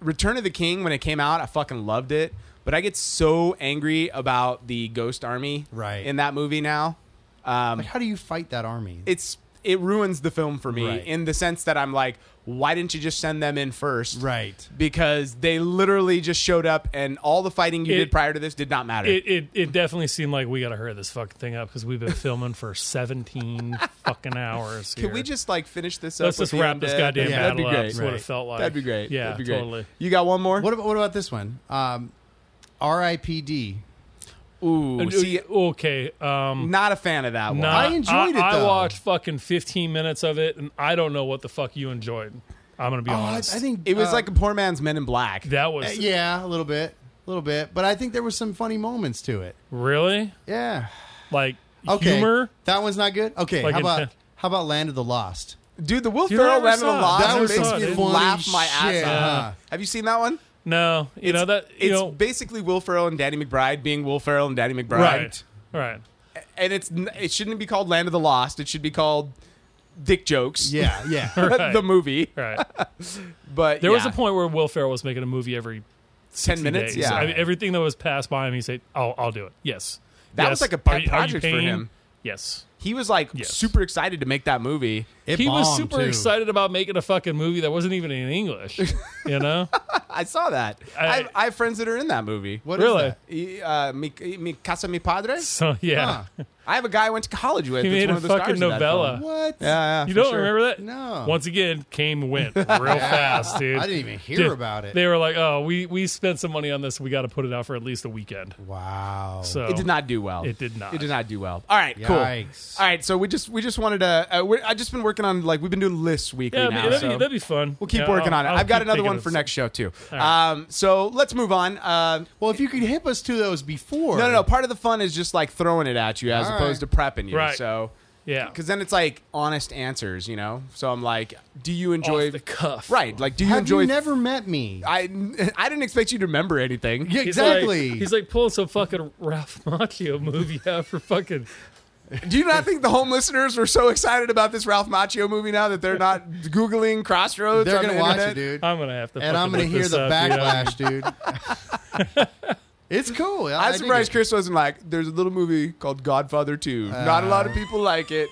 Speaker 3: Return of the King when it came out, I fucking loved it. But I get so angry about the Ghost Army
Speaker 4: Right.
Speaker 3: in that movie now.
Speaker 4: Like, how do you fight that army?
Speaker 3: Um, It's it ruins the film for me
Speaker 4: Right.
Speaker 3: in the sense that I'm like, why didn't you just send them in first?
Speaker 4: right.
Speaker 3: Because they literally just showed up and all the fighting you
Speaker 2: It-
Speaker 3: did prior to this did not matter.
Speaker 2: It, it it definitely seemed like we got to hurry this fucking thing up because we've been filming for seventeen fucking hours.
Speaker 3: Can
Speaker 2: here.
Speaker 3: we just like finish this
Speaker 2: let's
Speaker 3: up? with
Speaker 2: just wrap
Speaker 3: Liam
Speaker 2: this
Speaker 3: Neeson?
Speaker 2: goddamn
Speaker 4: Yeah,
Speaker 2: battle
Speaker 4: that'd be
Speaker 2: up?
Speaker 4: great.
Speaker 2: Is what it
Speaker 4: Right.
Speaker 2: felt like.
Speaker 3: That'd be great.
Speaker 2: Yeah,
Speaker 3: That'd be great.
Speaker 2: totally.
Speaker 3: You got one more?
Speaker 4: What about, what about this one? Um, R.I.P.D.
Speaker 3: Ooh,
Speaker 2: And, uh,
Speaker 3: see,
Speaker 2: okay, um,
Speaker 3: not a fan of that one.
Speaker 2: Nah,
Speaker 4: I enjoyed it,
Speaker 2: I
Speaker 4: though.
Speaker 2: watched fucking 15 minutes of it, and I don't know what the fuck you enjoyed. I'm gonna be
Speaker 4: Oh, I, I
Speaker 2: honest.
Speaker 4: think
Speaker 3: It was
Speaker 4: uh,
Speaker 3: like a poor man's Men in Black.
Speaker 2: that
Speaker 4: uh,
Speaker 2: was
Speaker 4: yeah, a little bit, a little bit, but I think there were some funny moments to it.
Speaker 2: really
Speaker 4: Yeah.
Speaker 2: like
Speaker 4: Okay.
Speaker 2: humor.
Speaker 4: That one's not good. Okay.
Speaker 2: Like
Speaker 4: how
Speaker 2: in-
Speaker 4: about how about Land of the Lost?
Speaker 3: Dude, the Will
Speaker 2: Dude, I
Speaker 3: Ferrell
Speaker 2: never
Speaker 3: Land of the
Speaker 2: saw it.
Speaker 3: Lost
Speaker 2: That was
Speaker 3: makes
Speaker 2: funny
Speaker 3: me
Speaker 4: shit. Uh-huh.
Speaker 3: laugh my ass
Speaker 4: Yeah.
Speaker 3: off. Have you seen that one?
Speaker 2: No, you know that you
Speaker 3: it's
Speaker 2: know
Speaker 3: basically Will Ferrell and Danny McBride being Will Ferrell and Danny McBride,
Speaker 2: right, right.
Speaker 3: and it's n- it shouldn't be called Land of the Lost. It should be called Dick Jokes.
Speaker 4: Yeah, yeah.
Speaker 2: Right.
Speaker 3: the movie.
Speaker 2: Right.
Speaker 3: But
Speaker 2: There was
Speaker 3: yeah.
Speaker 2: a point where Will Ferrell was making a movie every
Speaker 3: ten minutes.
Speaker 2: days.
Speaker 3: Yeah,
Speaker 2: I mean, everything that was passed by him, he said, "Oh, I'll do it." Yes,
Speaker 3: That
Speaker 2: Yes.
Speaker 3: was like a
Speaker 2: Are you-
Speaker 3: pet
Speaker 2: are you
Speaker 3: project for
Speaker 2: paying?
Speaker 3: him.
Speaker 2: Yes,
Speaker 3: he was like
Speaker 2: Yes.
Speaker 3: super excited to make that movie.
Speaker 4: It
Speaker 2: he was
Speaker 4: bombed,
Speaker 2: super
Speaker 4: too.
Speaker 2: excited about making a fucking movie that wasn't even in English. You know,
Speaker 3: I saw that. I,
Speaker 2: I-
Speaker 3: I, have friends that are in that movie.
Speaker 4: What is
Speaker 2: really.
Speaker 4: that?
Speaker 3: Y- Uh, mi, mi casa mi padre.
Speaker 2: So yeah,
Speaker 4: Huh.
Speaker 3: I have a guy I went to college with.
Speaker 2: He
Speaker 3: that's
Speaker 2: made
Speaker 3: one
Speaker 2: a
Speaker 3: of the
Speaker 2: fucking
Speaker 3: stars of that
Speaker 2: novella.
Speaker 3: film.
Speaker 4: What?
Speaker 3: Yeah, yeah,
Speaker 2: you
Speaker 3: for
Speaker 2: don't
Speaker 3: sure.
Speaker 2: remember that?
Speaker 4: No.
Speaker 2: Once again, came went real fast, dude.
Speaker 4: I didn't even hear
Speaker 2: Dude,
Speaker 4: about it.
Speaker 2: They were like, "Oh, we we spent some money on this. We got to put it out for at least a weekend."
Speaker 4: Wow.
Speaker 2: So
Speaker 3: It did not do well.
Speaker 2: It did not.
Speaker 3: It did not do well. All right,
Speaker 4: Yikes.
Speaker 3: cool. All right, so we just we just wanted to. Uh, we're, I just been working on like we've been doing lists weekly
Speaker 2: Yeah, I mean,
Speaker 3: now.
Speaker 2: that'd,
Speaker 3: so
Speaker 2: be, that'd be fun.
Speaker 3: we'll keep working on it. i have got another one for next show too. Um, so let's move on. Uh,
Speaker 4: Well, if you could hip us to those before.
Speaker 3: no, no, no. Part of the fun is just like throwing it at you as
Speaker 4: All
Speaker 3: opposed
Speaker 4: right.
Speaker 3: to prepping you.
Speaker 2: Right.
Speaker 3: So
Speaker 2: Yeah,
Speaker 3: because then it's like honest answers, you know. So I'm like, do you enjoy
Speaker 2: Off the cuff.
Speaker 3: Right, like do you
Speaker 4: Have
Speaker 3: enjoy?
Speaker 4: you never met me?
Speaker 3: I I didn't expect you to remember anything.
Speaker 4: Yeah,
Speaker 2: He's
Speaker 4: exactly.
Speaker 2: Like, he's like pulling some fucking Ralph Macchio movie out for fucking.
Speaker 3: Do you not think the home listeners were so excited about this Ralph Macchio movie now that they're not googling Crossroads?
Speaker 4: They're
Speaker 3: on the
Speaker 4: gonna watch
Speaker 3: internet?
Speaker 4: it, dude,
Speaker 2: I'm gonna have to.
Speaker 4: and
Speaker 2: fucking
Speaker 4: I'm gonna
Speaker 2: look
Speaker 4: hear
Speaker 2: this
Speaker 4: the
Speaker 2: up, you know?
Speaker 4: backlash, dude. it's cool. I, I
Speaker 3: I'm
Speaker 4: dig
Speaker 3: surprised
Speaker 4: it.
Speaker 3: Chris wasn't like, "There's a little movie called Godfather 2. not a lot of people like it."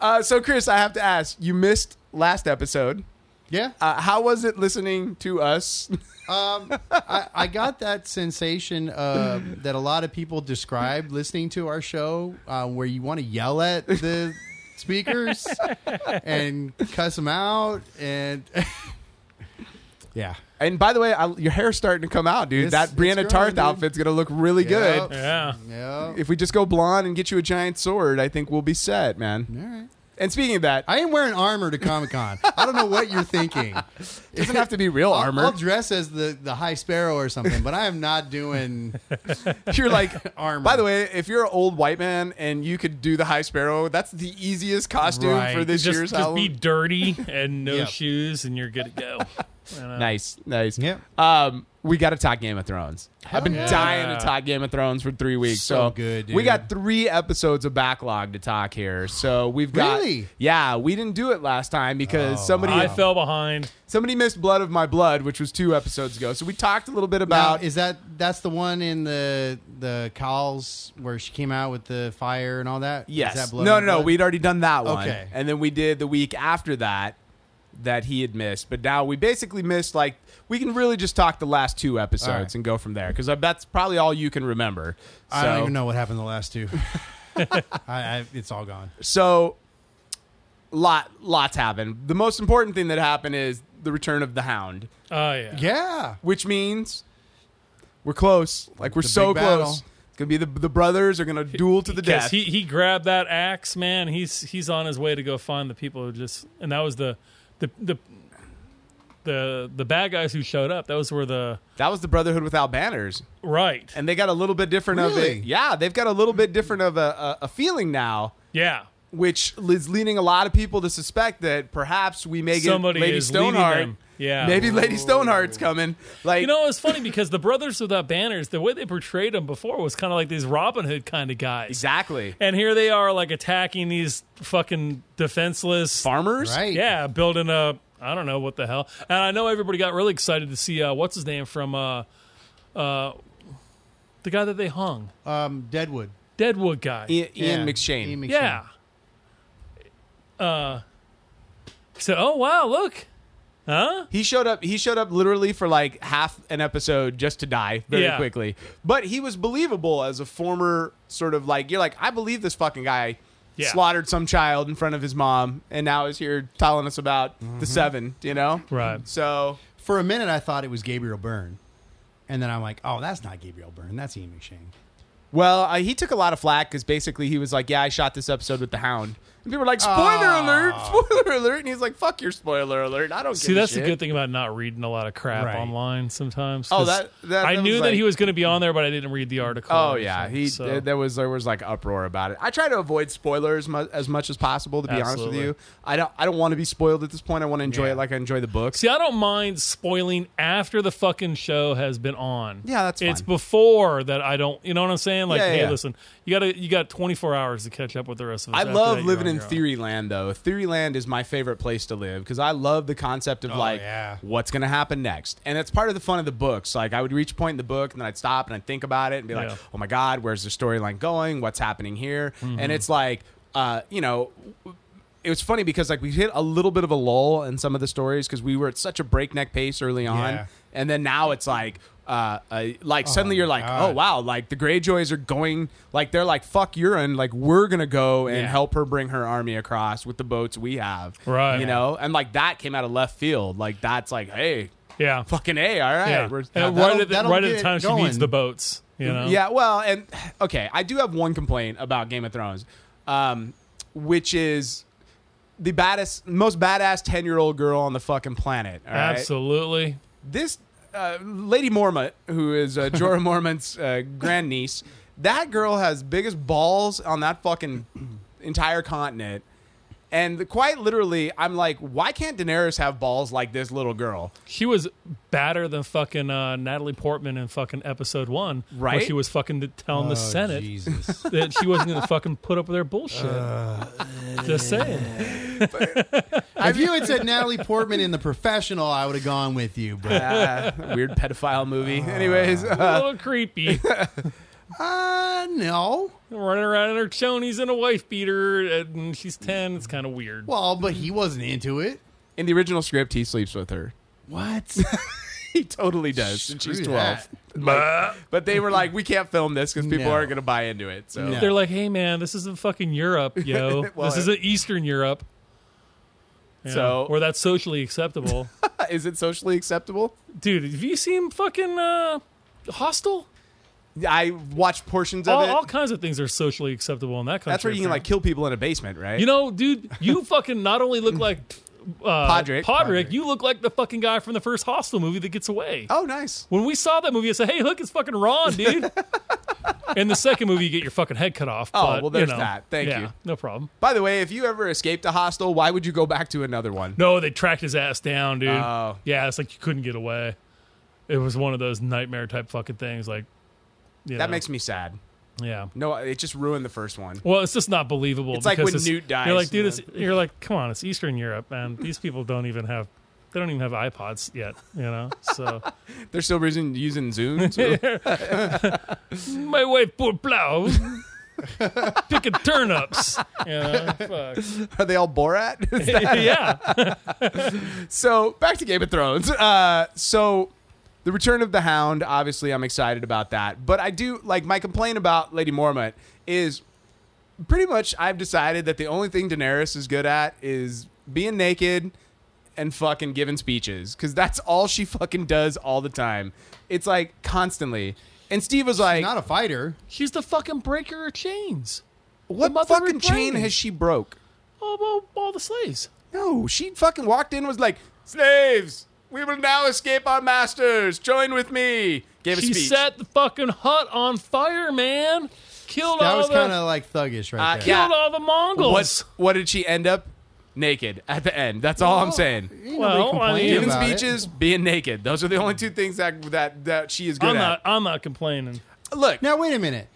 Speaker 3: uh, so, Chris, I have to ask: you missed last episode.
Speaker 4: Yeah.
Speaker 3: Uh, how was it listening to us?
Speaker 4: Um, I, I got that sensation uh, that a lot of people describe listening to our show, uh, where you want to yell at the speakers and cuss them out, and yeah,
Speaker 3: And by the way, I, your hair's starting to come out, dude.
Speaker 4: It's-
Speaker 3: that
Speaker 4: it's
Speaker 3: Brianna
Speaker 4: growing,
Speaker 3: Tarth
Speaker 4: dude.
Speaker 3: outfit's gonna look really
Speaker 4: Yeah.
Speaker 3: good.
Speaker 2: Yeah.
Speaker 4: yeah.
Speaker 3: If we just go blonde and get you a giant sword, I think we'll be set, man.
Speaker 4: All right.
Speaker 3: And speaking of that,
Speaker 4: I ain't wearing armor to Comic Con. I don't know what you're thinking.
Speaker 3: doesn't have to be real
Speaker 4: I'll-
Speaker 3: armor.
Speaker 4: I'll dress as the, the High Sparrow or something, but I am not doing
Speaker 3: You're like
Speaker 4: Armor.
Speaker 3: By the way, if you're an old white man and you could do the High Sparrow, that's the easiest costume
Speaker 4: Right.
Speaker 3: for this
Speaker 2: Just,
Speaker 3: year's
Speaker 2: just be
Speaker 3: Halloween.
Speaker 2: dirty and no
Speaker 4: Yeah.
Speaker 2: shoes, and you're good to go. You know?
Speaker 3: nice, nice.
Speaker 4: Yeah.
Speaker 3: Um, we got to talk Game of Thrones. I've been
Speaker 4: yeah.
Speaker 3: dying to talk Game of Thrones for three weeks.
Speaker 4: So
Speaker 3: So,
Speaker 4: good, dude.
Speaker 3: We got three episodes of backlog to talk here. So we've got.
Speaker 4: Really?
Speaker 3: Yeah, we didn't do it last time because
Speaker 4: Oh,
Speaker 3: somebody
Speaker 2: I fell behind.
Speaker 3: somebody missed Blood of My Blood, which was two episodes ago. So we talked a little bit
Speaker 4: Now,
Speaker 3: about.
Speaker 4: is that that's the one in the the cows where she came out with the fire and all that? Is
Speaker 3: Yes.
Speaker 4: that
Speaker 3: no,
Speaker 4: blood
Speaker 3: no,
Speaker 4: on
Speaker 3: no.
Speaker 4: blood?
Speaker 3: We'd already done that one.
Speaker 4: Okay.
Speaker 3: And then we did the week after that that he had missed. But now we basically missed like we can really just talk the last two episodes
Speaker 4: All right.
Speaker 3: and go from there because that's probably all you can remember. So,
Speaker 4: I don't even know what happened the last two. I, I, it's all gone.
Speaker 3: So lot lots happened. The most important thing that happened is the return of the Hound,
Speaker 2: Oh yeah.
Speaker 4: Yeah.
Speaker 3: which means we're close. Like we're
Speaker 4: The
Speaker 3: so
Speaker 4: big battle.
Speaker 3: close. It's gonna be the the brothers are gonna duel to the
Speaker 2: Yes,
Speaker 3: death.
Speaker 2: he he grabbed that axe, man. He's he's on his way to go find the people who just and that was the the the the the bad guys who showed up. Those were the
Speaker 3: that was the Brotherhood without banners,
Speaker 2: right.
Speaker 3: and they got a little bit different
Speaker 4: Really?
Speaker 3: of a yeah. They've got a little bit different of a, a, a feeling now,
Speaker 2: Yeah.
Speaker 3: which is leading a lot of people to suspect that perhaps we may get
Speaker 2: Somebody
Speaker 3: Lady
Speaker 2: is leading
Speaker 3: Stoneheart.
Speaker 2: them. Yeah.
Speaker 3: maybe Lady Stoneheart's coming. Like
Speaker 2: You know, it was funny because the brothers without banners, the way they portrayed them before was kind of like these Robin Hood kind of guys.
Speaker 3: exactly
Speaker 2: And here they are, like attacking these fucking defenseless.
Speaker 3: farmers,
Speaker 4: Right.
Speaker 2: Yeah, building a. I don't know what the hell. And I know everybody got really excited to see uh, what's his name from uh, uh, the guy that they hung,
Speaker 4: Um, Deadwood.
Speaker 2: Deadwood guy.
Speaker 3: I- Ian
Speaker 4: Yeah.
Speaker 3: McShane.
Speaker 4: Ian McShane.
Speaker 2: yeah. Uh. So, oh wow, look, huh?
Speaker 3: He showed up. He showed up literally for like half an episode just to die very
Speaker 2: Yeah.
Speaker 3: quickly. But he was believable as a former sort of like you're like I believe this fucking guy
Speaker 2: Yeah.
Speaker 3: slaughtered some child in front of his mom and now is here telling us about the seven. You know,
Speaker 2: Right.
Speaker 3: So
Speaker 4: For a minute, I thought it was Gabriel Byrne, and then I'm like, oh, that's not Gabriel Byrne. That's Ian McShane.
Speaker 3: well, uh, he took a lot of flack because basically he was like, yeah, I shot this episode with the Hound. And people were like, spoiler
Speaker 2: Ah.
Speaker 3: alert, spoiler alert, and he's like, fuck your spoiler alert. I don't
Speaker 2: See,
Speaker 3: give a
Speaker 2: that's the
Speaker 3: shit."
Speaker 2: good thing about not reading a lot of crap
Speaker 4: Right.
Speaker 2: online sometimes.
Speaker 3: Oh,
Speaker 2: 'cause
Speaker 3: that- that-
Speaker 2: I
Speaker 3: that
Speaker 2: knew
Speaker 3: was
Speaker 2: that he
Speaker 3: like-
Speaker 2: was going to be on there, but I didn't read the article.
Speaker 3: Oh
Speaker 2: or
Speaker 3: yeah,
Speaker 2: anything,
Speaker 3: he
Speaker 2: so-
Speaker 3: th- there was there was like uproar about it. I try to avoid spoilers mu- as much as possible. To be honest
Speaker 2: Absolutely.
Speaker 3: with you, I don't I don't want to be spoiled at this point. I want to enjoy
Speaker 4: Yeah.
Speaker 3: it like I enjoy the books.
Speaker 2: See, I don't mind spoiling after the fucking show has been on.
Speaker 3: Yeah, that's
Speaker 2: it's
Speaker 3: fine.
Speaker 2: before that I don't. You know what I'm saying? Like,
Speaker 3: Yeah, yeah,
Speaker 2: hey,
Speaker 3: yeah.
Speaker 2: listen, you gotta you got 24 hours to catch up with the rest of us.
Speaker 3: I
Speaker 2: After that,
Speaker 3: love
Speaker 2: you're
Speaker 3: living in
Speaker 2: on your own.
Speaker 3: theory land though. Theory land is my favorite place to live because I love the concept of like
Speaker 4: yeah.
Speaker 3: what's going to happen next. And it's part of the fun of the books. Like I would reach a point in the book and then I'd stop and I'd think about it and be
Speaker 2: Yeah.
Speaker 3: like, "Oh my god, where's the storyline going? What's happening here?" And it's like uh, you know, it was funny because like we hit a little bit of a lull in some of the stories because we were at such a breakneck pace early on,
Speaker 4: Yeah.
Speaker 3: and then now it's like, uh, uh like suddenly you're like,
Speaker 4: God.
Speaker 3: oh wow, like the Greyjoys are going, like they're like fuck urine, like we're gonna go and
Speaker 4: Yeah.
Speaker 3: help her bring her army across with the boats we have,
Speaker 2: Right.
Speaker 3: You know, and like that came out of left field, like that's like, hey,
Speaker 2: Yeah,
Speaker 3: fucking a, all right,
Speaker 2: yeah.
Speaker 3: we're,
Speaker 2: And
Speaker 4: that'll-
Speaker 2: right at the,
Speaker 4: that'll
Speaker 2: right at
Speaker 4: get
Speaker 2: the
Speaker 4: it
Speaker 2: time she
Speaker 4: going.
Speaker 2: needs the boats. You know?
Speaker 3: yeah, well, and okay, I do have one complaint about Game of Thrones, um, which is the baddest, most badass ten year old girl on the fucking planet. all right?
Speaker 2: absolutely.
Speaker 3: This uh, Lady Mormont, who is uh, Jorah Mormont's uh, grandniece, that girl has biggest balls on that fucking entire continent. And quite literally, I'm like, why can't Daenerys have balls like this little girl?
Speaker 2: She was badder than fucking uh, Natalie Portman in fucking episode one, Where
Speaker 3: Right?
Speaker 2: she was fucking telling
Speaker 4: Oh,
Speaker 2: the Senate
Speaker 4: Jesus.
Speaker 2: that she wasn't gonna fucking put up with their bullshit.
Speaker 4: Uh,
Speaker 2: Just saying.
Speaker 4: if you had said Natalie Portman in The Professional, I would have gone with you. But
Speaker 3: Uh, weird pedophile movie.
Speaker 4: Ah.
Speaker 3: Anyways,
Speaker 2: A
Speaker 3: uh,
Speaker 2: little creepy.
Speaker 4: uh, no.
Speaker 2: running around in her chonies and a wife beater, and she's ten. It's kind of weird.
Speaker 4: Well, but he wasn't into it.
Speaker 3: in the original script, he sleeps with her.
Speaker 4: What?
Speaker 3: He totally does. And she's
Speaker 4: Screw
Speaker 3: 12.
Speaker 4: that.
Speaker 2: Bah.
Speaker 3: But they were like, we can't film this because people
Speaker 4: No.
Speaker 3: aren't going to buy into it. So
Speaker 4: No.
Speaker 2: They're like, "Hey, man, this isn't fucking Europe, yo.
Speaker 3: Well,
Speaker 2: this isn't Eastern Europe." Yeah,
Speaker 3: So-
Speaker 2: where that's socially acceptable,
Speaker 3: is it socially acceptable?
Speaker 2: dude. Have you seen fucking uh, Hostel?
Speaker 3: I watched portions of
Speaker 2: All,
Speaker 3: it.
Speaker 2: all kinds of things are socially acceptable in that country.
Speaker 3: That's where you can like
Speaker 2: apparently.
Speaker 3: kill people in a basement, right?
Speaker 2: you know, dude, you fucking not only look like uh,
Speaker 3: Podrick.
Speaker 2: Podrick, you look like the fucking guy from the first Hostel movie that gets away.
Speaker 3: oh, nice.
Speaker 2: When we saw that movie, I said, "Hey, look, it's fucking Ron, dude." In the second movie, you get your fucking head cut off.
Speaker 3: Oh,
Speaker 2: but,
Speaker 3: well, there's
Speaker 2: you know,
Speaker 3: that. Thank
Speaker 2: yeah,
Speaker 3: you.
Speaker 2: No problem.
Speaker 3: By the way, if you ever escaped a hostel, why would you go back to another one?
Speaker 2: No, they tracked his ass down, dude.
Speaker 3: Oh.
Speaker 2: Yeah, it's like you couldn't get away. It was one of those nightmare type fucking things. Like, you
Speaker 3: That
Speaker 2: know,
Speaker 3: makes me sad.
Speaker 2: yeah.
Speaker 3: No, it just ruined the first one.
Speaker 2: Well, it's just not believable.
Speaker 3: It's like
Speaker 2: because
Speaker 3: when Newt dies,
Speaker 2: You're like, dude,
Speaker 3: you
Speaker 2: it's, you're like, come on, it's Eastern Europe, man. These people don't even have, they don't even have iPods yet, you know. So
Speaker 3: They're still using, using Zoom. too.
Speaker 2: my wife poor plow, picking turnips. You know, fuck.
Speaker 3: Are they all Borat?
Speaker 2: yeah.
Speaker 3: so back to Game of Thrones. Uh, so the return of the Hound. Obviously, I'm excited about that. But I do like my complaint about Lady Mormont is pretty much I've decided that the only thing Daenerys is good at is being naked and fucking giving speeches because that's all she fucking does all the time. It's like constantly. And Steve was like,
Speaker 4: Not a fighter.
Speaker 2: She's the fucking breaker of chains.
Speaker 3: "What
Speaker 2: the mother
Speaker 3: fucking
Speaker 2: of
Speaker 3: chain
Speaker 2: brains.
Speaker 3: has she broke?"
Speaker 2: All, all, all the slaves.
Speaker 3: No, she fucking walked in and was like, "Slaves, we will now escape our masters. Join with me." Gave a
Speaker 2: She
Speaker 3: speech.
Speaker 2: set the fucking hut on fire, man. Killed
Speaker 4: That
Speaker 2: all
Speaker 4: was
Speaker 2: the
Speaker 4: kind of like thuggish right
Speaker 3: Uh,
Speaker 4: there.
Speaker 3: yeah.
Speaker 2: killed all the Mongols.
Speaker 3: what? What did she end up? Naked at the end. That's all I'm saying.
Speaker 4: Ain't nobody
Speaker 2: Well, I
Speaker 4: complaining
Speaker 2: mean-
Speaker 3: Giving
Speaker 4: Oh. about it.
Speaker 3: speeches, being naked. Those are the only two things that that, that she is good
Speaker 2: I'm
Speaker 3: at.
Speaker 2: not. I'm not complaining.
Speaker 3: Look,
Speaker 4: Now wait a minute.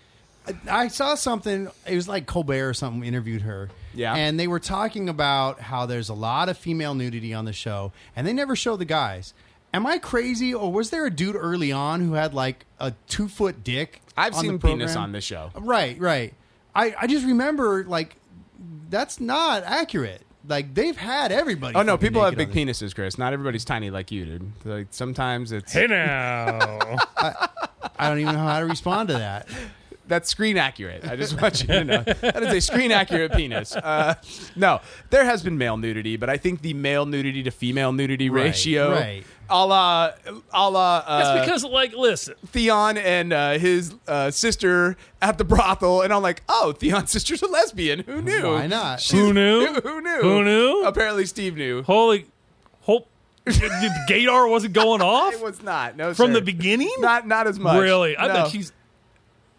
Speaker 4: I- I saw something. It was like Colbert or something interviewed her.
Speaker 3: Yeah.
Speaker 4: And they were talking about how there's a lot of female nudity on the show, and they never show the guys. Am I crazy, or was there a dude early on who had like a two foot dick?
Speaker 3: I've
Speaker 4: on the
Speaker 3: seen penis
Speaker 4: program?
Speaker 3: on this show.
Speaker 4: Right, right. I I just remember like that's not accurate. Like they've had everybody.
Speaker 3: Oh no,
Speaker 4: fucking
Speaker 3: people have
Speaker 4: naked
Speaker 3: big
Speaker 4: on this-
Speaker 3: penises, Chris. Not everybody's tiny like you, dude. Like sometimes it's
Speaker 2: Hey now.
Speaker 4: I don't even know how to respond to that.
Speaker 3: that's screen accurate. I just want you to know that is a screen accurate penis. Uh, no, there has been male nudity, but I think the male nudity to female nudity
Speaker 4: Right,
Speaker 3: ratio,
Speaker 4: right.
Speaker 3: a la a la
Speaker 2: That's
Speaker 3: uh,
Speaker 2: because, like, listen.
Speaker 3: Theon and uh, his uh, sister at the brothel, and I'm like, oh, Theon's sister's a lesbian. Who knew?
Speaker 4: Why not?
Speaker 2: Who knew?
Speaker 3: Who knew?
Speaker 2: Who knew?
Speaker 3: Apparently, Steve knew.
Speaker 2: Holy, hope the Gator wasn't going off
Speaker 3: It was not. No,
Speaker 2: from
Speaker 3: sir.
Speaker 2: the beginning.
Speaker 3: Not not as much.
Speaker 2: really. I
Speaker 3: No.
Speaker 2: bet she's.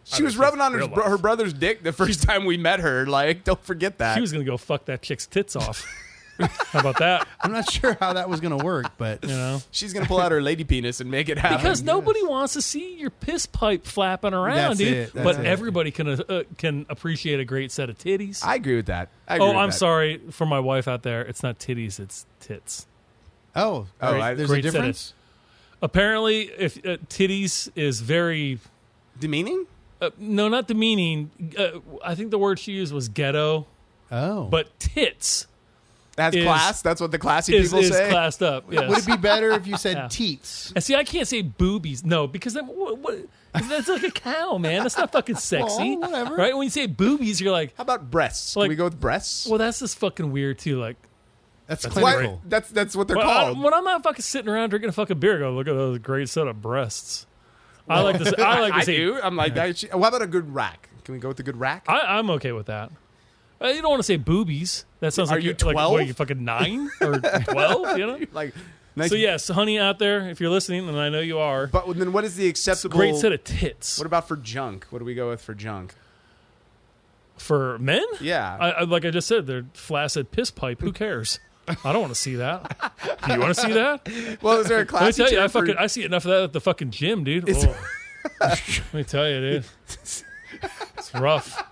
Speaker 3: She was
Speaker 2: she's
Speaker 3: rubbing on her,
Speaker 2: real life.
Speaker 3: her brother's dick the first time we met her. Like, don't forget that.
Speaker 2: She was gonna go fuck that chick's tits off. How about that?
Speaker 4: I'm not sure how that was going to work, but
Speaker 2: You know.
Speaker 3: She's gonna pull out her lady penis and make it happen.
Speaker 2: Because nobody wants to see your piss pipe flapping around,
Speaker 4: That's
Speaker 2: dude.
Speaker 4: it, that's
Speaker 2: but
Speaker 4: it.
Speaker 2: everybody can uh, can appreciate a great set of titties.
Speaker 3: I agree with that. I agree
Speaker 2: oh,
Speaker 3: with
Speaker 2: I'm
Speaker 3: that.
Speaker 2: sorry for my wife out there. It's not titties, it's tits.
Speaker 4: oh,
Speaker 3: Oh,
Speaker 4: there's-
Speaker 3: I-
Speaker 4: there's a
Speaker 2: great setup.
Speaker 4: difference.
Speaker 2: Apparently, if uh, titties is very
Speaker 3: Demeaning?
Speaker 2: uh, no, not demeaning. Uh, I think the word she used was ghetto,
Speaker 4: Oh,
Speaker 2: but tits
Speaker 3: That's
Speaker 2: Is-
Speaker 3: class. That's what the classy
Speaker 2: is,
Speaker 3: people
Speaker 2: is
Speaker 3: say.
Speaker 2: classed up. Yes.
Speaker 4: Would it be better if you said teats?
Speaker 2: And See, I can't say boobies. No, because I'm, what, what, 'cause that's like a cow, man. That's not fucking sexy.
Speaker 4: Well, whatever.
Speaker 2: Right? When you say boobies, you're like,
Speaker 3: How about breasts?
Speaker 2: Like-
Speaker 3: Can we go with breasts?
Speaker 2: well, that's just fucking weird, too. Like,
Speaker 4: That's,
Speaker 3: Why,
Speaker 4: clinical.
Speaker 3: that's that's what they're
Speaker 2: well, I-
Speaker 3: called.
Speaker 2: when I'm not fucking sitting around drinking a fucking beer, I go, look at those great set of breasts. I like to say, I like to
Speaker 3: I
Speaker 2: say,
Speaker 3: do. I'm like, that. How about a good rack? Can we go with a good rack?
Speaker 2: I, I'm okay with that. Uh, You don't want to say boobies. That sounds
Speaker 3: Are
Speaker 2: like
Speaker 3: you
Speaker 2: you're- like, what,
Speaker 3: 12?
Speaker 2: you fucking nine or 12, you know?
Speaker 3: like, nice.
Speaker 2: So, yes, honey out there, if you're listening, and I know you are,
Speaker 3: But then, what is the acceptable?
Speaker 2: great set of tits.
Speaker 3: what about for junk? What do we go with for junk?
Speaker 2: For men?
Speaker 3: Yeah.
Speaker 2: I, I, like I just said, they're flaccid piss pipe. Who cares? I don't want to see that. Do you want to see that?
Speaker 3: well, is there a
Speaker 2: Let me
Speaker 3: classy?
Speaker 2: tell you,
Speaker 3: term
Speaker 2: I
Speaker 3: for-
Speaker 2: fucking I see enough of that at the fucking gym, dude.
Speaker 3: It's-
Speaker 2: Whoa. Let me tell you, dude. It's rough,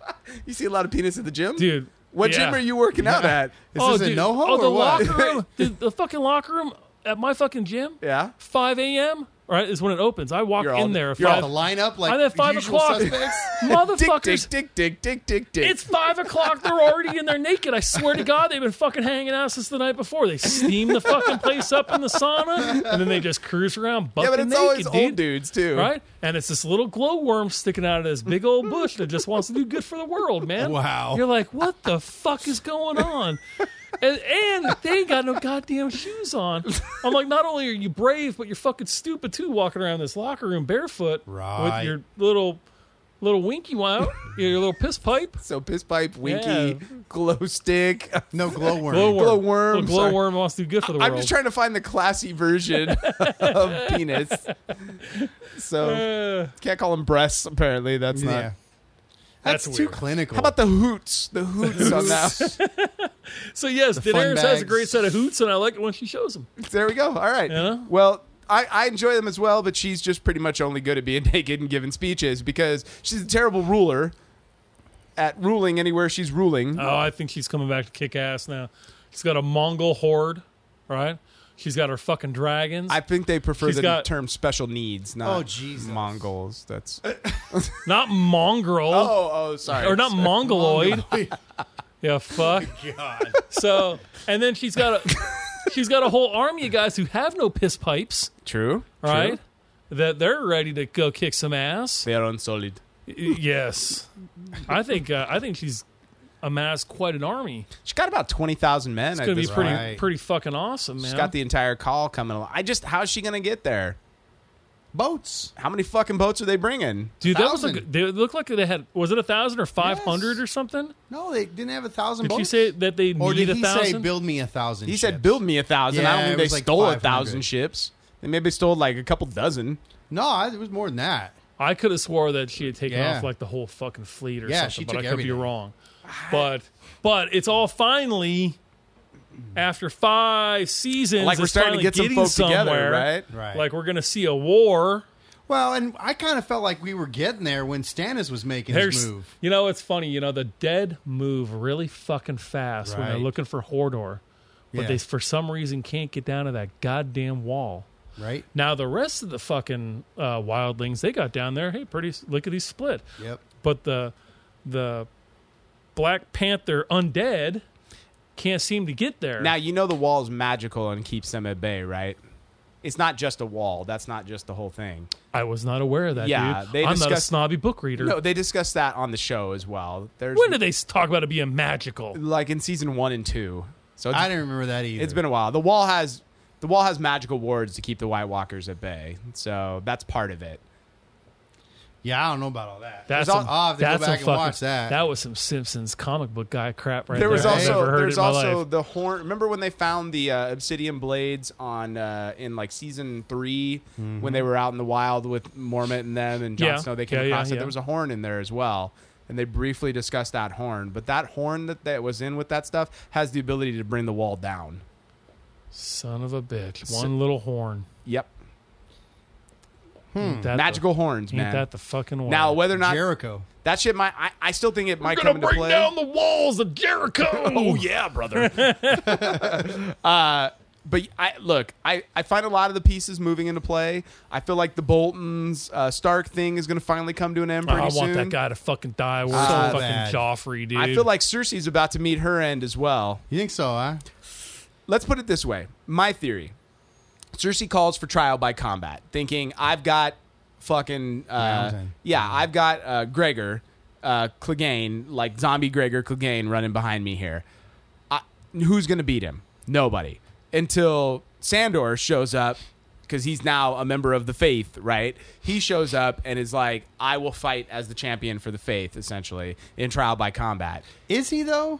Speaker 3: you see a lot of penis at the gym,
Speaker 2: dude.
Speaker 3: What
Speaker 2: yeah.
Speaker 3: gym are you working out at?
Speaker 4: Is this a
Speaker 2: dude.
Speaker 4: no
Speaker 2: Oh,
Speaker 4: ho
Speaker 2: the
Speaker 4: or what?
Speaker 2: locker room, dude, the fucking locker room at my fucking gym.
Speaker 3: Yeah.
Speaker 2: 5 a.m. Right is when it opens. I walk
Speaker 3: You're
Speaker 2: in
Speaker 3: all-
Speaker 2: there. at
Speaker 4: You're
Speaker 2: five,
Speaker 4: on the lineup like
Speaker 2: I'm at five
Speaker 4: usual
Speaker 2: o'clock.
Speaker 4: suspects.
Speaker 3: Dick,
Speaker 2: Motherfuckers,
Speaker 3: dick, dick, dick, dick, dick, dick.
Speaker 2: It's five o'clock. They're already in there naked. I swear to God, they've been fucking hanging out since the night before. They steam the fucking place up in the sauna, and then they just cruise around bucking
Speaker 3: yeah, but it's
Speaker 2: naked,
Speaker 3: always
Speaker 2: dude.
Speaker 3: old dudes too,
Speaker 2: Right? And it's this little glowworm sticking out of this big old bush that just wants to do good for the world, man.
Speaker 4: Wow.
Speaker 2: You're like, what the fuck is going on? And, and they ain't got no goddamn shoes on. I'm like, not only are you brave, but you're fucking stupid too, walking around this locker room barefoot
Speaker 4: Right.
Speaker 2: with your little little winky wow, your little piss pipe.
Speaker 3: So piss pipe, winky,
Speaker 2: Yeah.
Speaker 3: glow stick.
Speaker 4: No glowworm.
Speaker 2: Glowworm.
Speaker 3: Glowworm,
Speaker 2: Little
Speaker 3: sorry.
Speaker 2: glowworm wants to do good for the world.
Speaker 3: I'm just trying to find the classy version of penis. So
Speaker 2: Uh,
Speaker 3: can't call them breasts. Apparently, that's
Speaker 4: Yeah.
Speaker 3: not.
Speaker 4: That's,
Speaker 2: That's
Speaker 4: too
Speaker 2: weird.
Speaker 4: clinical.
Speaker 3: How about the hoots? The hoots on that.
Speaker 2: so yes, Daenerys has
Speaker 4: bags.
Speaker 2: a great set of hoots, and I like it when she shows them.
Speaker 3: there we go. All right.
Speaker 2: Yeah.
Speaker 3: Well. I, I enjoy them as well, but she's just pretty much only good at being naked and giving speeches because she's a terrible ruler at ruling anywhere she's ruling.
Speaker 2: Oh, I think she's coming back to kick ass now. She's got a Mongol horde, right? She's got her fucking dragons.
Speaker 3: I think they prefer
Speaker 2: She's
Speaker 3: the
Speaker 2: got-
Speaker 3: term special needs, not
Speaker 4: Oh, Jesus.
Speaker 3: Mongols. That's
Speaker 2: not mongrel
Speaker 3: Oh, oh, sorry.
Speaker 2: or not mongoloid. yeah, fuck.
Speaker 4: God.
Speaker 2: So, and then she's got a she's got a whole army of guys who have no piss pipes,
Speaker 3: True.
Speaker 2: right? That they're ready to go kick some ass.
Speaker 3: They are unsolid.
Speaker 2: Y- Yes, I think uh, I think she's amassed quite an army.
Speaker 3: She's got about 20,000 men.
Speaker 2: It's gonna be pretty
Speaker 4: Right.
Speaker 2: pretty fucking awesome, man.
Speaker 3: She's got the entire call coming along. I just, how's she going to get there?
Speaker 4: boats.
Speaker 3: How many fucking boats are they bringing?
Speaker 2: Dude, that was a
Speaker 4: Thousand.
Speaker 2: good, they looked like they had was it a thousand or five hundred
Speaker 4: Yes.
Speaker 2: or something?
Speaker 4: No, they didn't have a thousand
Speaker 2: Did
Speaker 4: boats.
Speaker 2: you say that they
Speaker 4: or
Speaker 2: need
Speaker 4: did
Speaker 2: a
Speaker 4: he say
Speaker 2: thousand?
Speaker 4: build me a thousand?
Speaker 3: He
Speaker 4: ships"?
Speaker 3: said, "Build me a thousand. I
Speaker 4: Yeah,
Speaker 3: don't
Speaker 4: it
Speaker 3: think they
Speaker 4: was like
Speaker 3: stole a
Speaker 4: 500.
Speaker 3: thousand ships. They maybe stole like a couple dozen.
Speaker 4: No, I- it was more than that.
Speaker 2: I could have swore that she had taken
Speaker 4: Yeah.
Speaker 2: off like the whole fucking fleet or
Speaker 4: Yeah,
Speaker 2: something,
Speaker 4: she
Speaker 2: but
Speaker 4: took
Speaker 2: I could
Speaker 4: everything.
Speaker 2: be wrong. But but it's all finally after five seasons.
Speaker 3: Like we're
Speaker 2: it's
Speaker 3: starting to
Speaker 2: finally
Speaker 3: get some
Speaker 2: getting
Speaker 3: folks together,
Speaker 2: somewhere.
Speaker 3: right?
Speaker 4: Right.
Speaker 2: Like we're gonna see a war.
Speaker 4: Well, and I kind of felt like we were getting there when Stannis was making
Speaker 2: There's,
Speaker 4: his move.
Speaker 2: you know, it's funny. You know, the dead move really fucking fast when they're
Speaker 4: Right.
Speaker 2: looking for Hordor, but
Speaker 4: Yeah.
Speaker 2: they for some reason can't get down to that goddamn wall.
Speaker 4: Right?
Speaker 2: Now the rest of the fucking uh, wildlings, they got down there. Hey, pretty lickety split.
Speaker 4: Yep.
Speaker 2: But the the Black Panther undead can't seem to get there.
Speaker 3: Now you know the wall is magical and keeps them at bay, right? It's not just a wall. That's not just the whole thing.
Speaker 2: I was not aware of that.
Speaker 3: Yeah,
Speaker 2: dude.
Speaker 3: they
Speaker 2: I'm not a
Speaker 3: discussed-
Speaker 2: snobby book reader.
Speaker 3: No, they discussed that on the show as well. There's
Speaker 2: when did they s- talk about it being magical?
Speaker 3: like in season one and two. So it's,
Speaker 4: I didn't remember that either.
Speaker 3: it's been a while. The wall has the wall has magical wards to keep the White Walkers at bay. So that's part of it.
Speaker 4: yeah, I don't know about all that.
Speaker 2: That's
Speaker 3: There's
Speaker 2: some,
Speaker 3: al-
Speaker 4: I'll have to go
Speaker 2: that's some
Speaker 4: back and
Speaker 2: fucking-
Speaker 4: watch that.
Speaker 2: was some Simpsons comic book guy crap right
Speaker 3: there
Speaker 2: there.
Speaker 3: was
Speaker 4: I've
Speaker 3: also
Speaker 2: never heard
Speaker 3: there's
Speaker 2: it in my
Speaker 3: also
Speaker 2: life.
Speaker 3: the horn. Remember when they found the uh, obsidian blades on uh, in like season 3 when they were out in the wild with Mormont and them and Jon
Speaker 2: Mm-hmm. Yeah.
Speaker 3: Snow? They came
Speaker 2: Yeah, yeah,
Speaker 3: across it.
Speaker 2: yeah.
Speaker 3: There was a horn in there as well, and they briefly discussed that horn. But that horn that, that was in with that stuff has the ability to bring the wall down.
Speaker 2: Son of a bitch. One little horn.
Speaker 3: Yep,
Speaker 2: Ain't that the-
Speaker 3: Hmm, magical horns,
Speaker 2: ain't
Speaker 3: man.
Speaker 2: that the fucking one?
Speaker 3: now whether or not
Speaker 4: Jericho.
Speaker 3: that shit might, I, I still think it might
Speaker 2: gonna
Speaker 3: come into
Speaker 2: break
Speaker 3: play.
Speaker 2: down the walls of Jericho. oh yeah, brother.
Speaker 3: but I look, I, I find a lot of the pieces moving into play. I feel like the Boltons uh, Stark thing is going to finally come to an end pretty
Speaker 2: Oh, I
Speaker 3: soon. Ah,
Speaker 2: want that guy to fucking die. We're
Speaker 4: So
Speaker 2: fucking
Speaker 4: bad.
Speaker 2: Joffrey, dude.
Speaker 3: I feel like Cersei's about to meet her end as well.
Speaker 4: You think so, huh?
Speaker 3: Let's put it this way: my theory, Cersei calls for trial by combat, thinking I've got fucking uh,
Speaker 4: Mountain.
Speaker 3: yeah, I've got uh, Gregor uh, Clegane, like zombie Gregor Clegane, running behind me here. I, who's going to beat him? Nobody. Until Sandor shows up, because he's now a member of the faith, right? He shows up and is like, I will fight as the champion for the faith, essentially, in trial by combat.
Speaker 4: Is he though?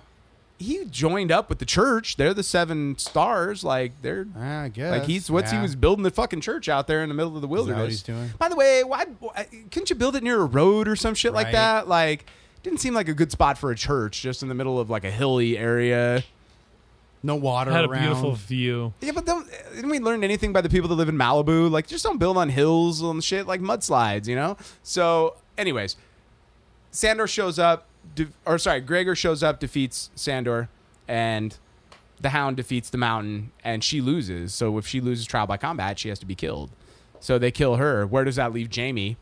Speaker 3: He joined up with the church. They're the seven stars. Like, they're.
Speaker 4: I guess.
Speaker 3: Like he's what's
Speaker 4: Yeah.
Speaker 3: he was building the fucking church out there in the middle of the
Speaker 4: that
Speaker 3: wilderness.
Speaker 4: what he's doing?
Speaker 3: By the way, why, why couldn't you build it near a road or some shit like
Speaker 4: Right.
Speaker 3: that? Like didn't seem like a good spot for a church, just in the middle of like a hilly area.
Speaker 4: no water
Speaker 2: had a
Speaker 4: around.
Speaker 2: beautiful view.
Speaker 3: Yeah, but don't, didn't we learn anything by the people that live in Malibu? Like, just don't build on hills and shit, like mudslides, you know? So, anyways, Sandor shows up, de- or sorry, Gregor shows up, defeats Sandor, and the hound defeats the mountain, and she loses. So, if she loses trial by combat, she has to be killed. So, they kill her. Where does that leave Jamie?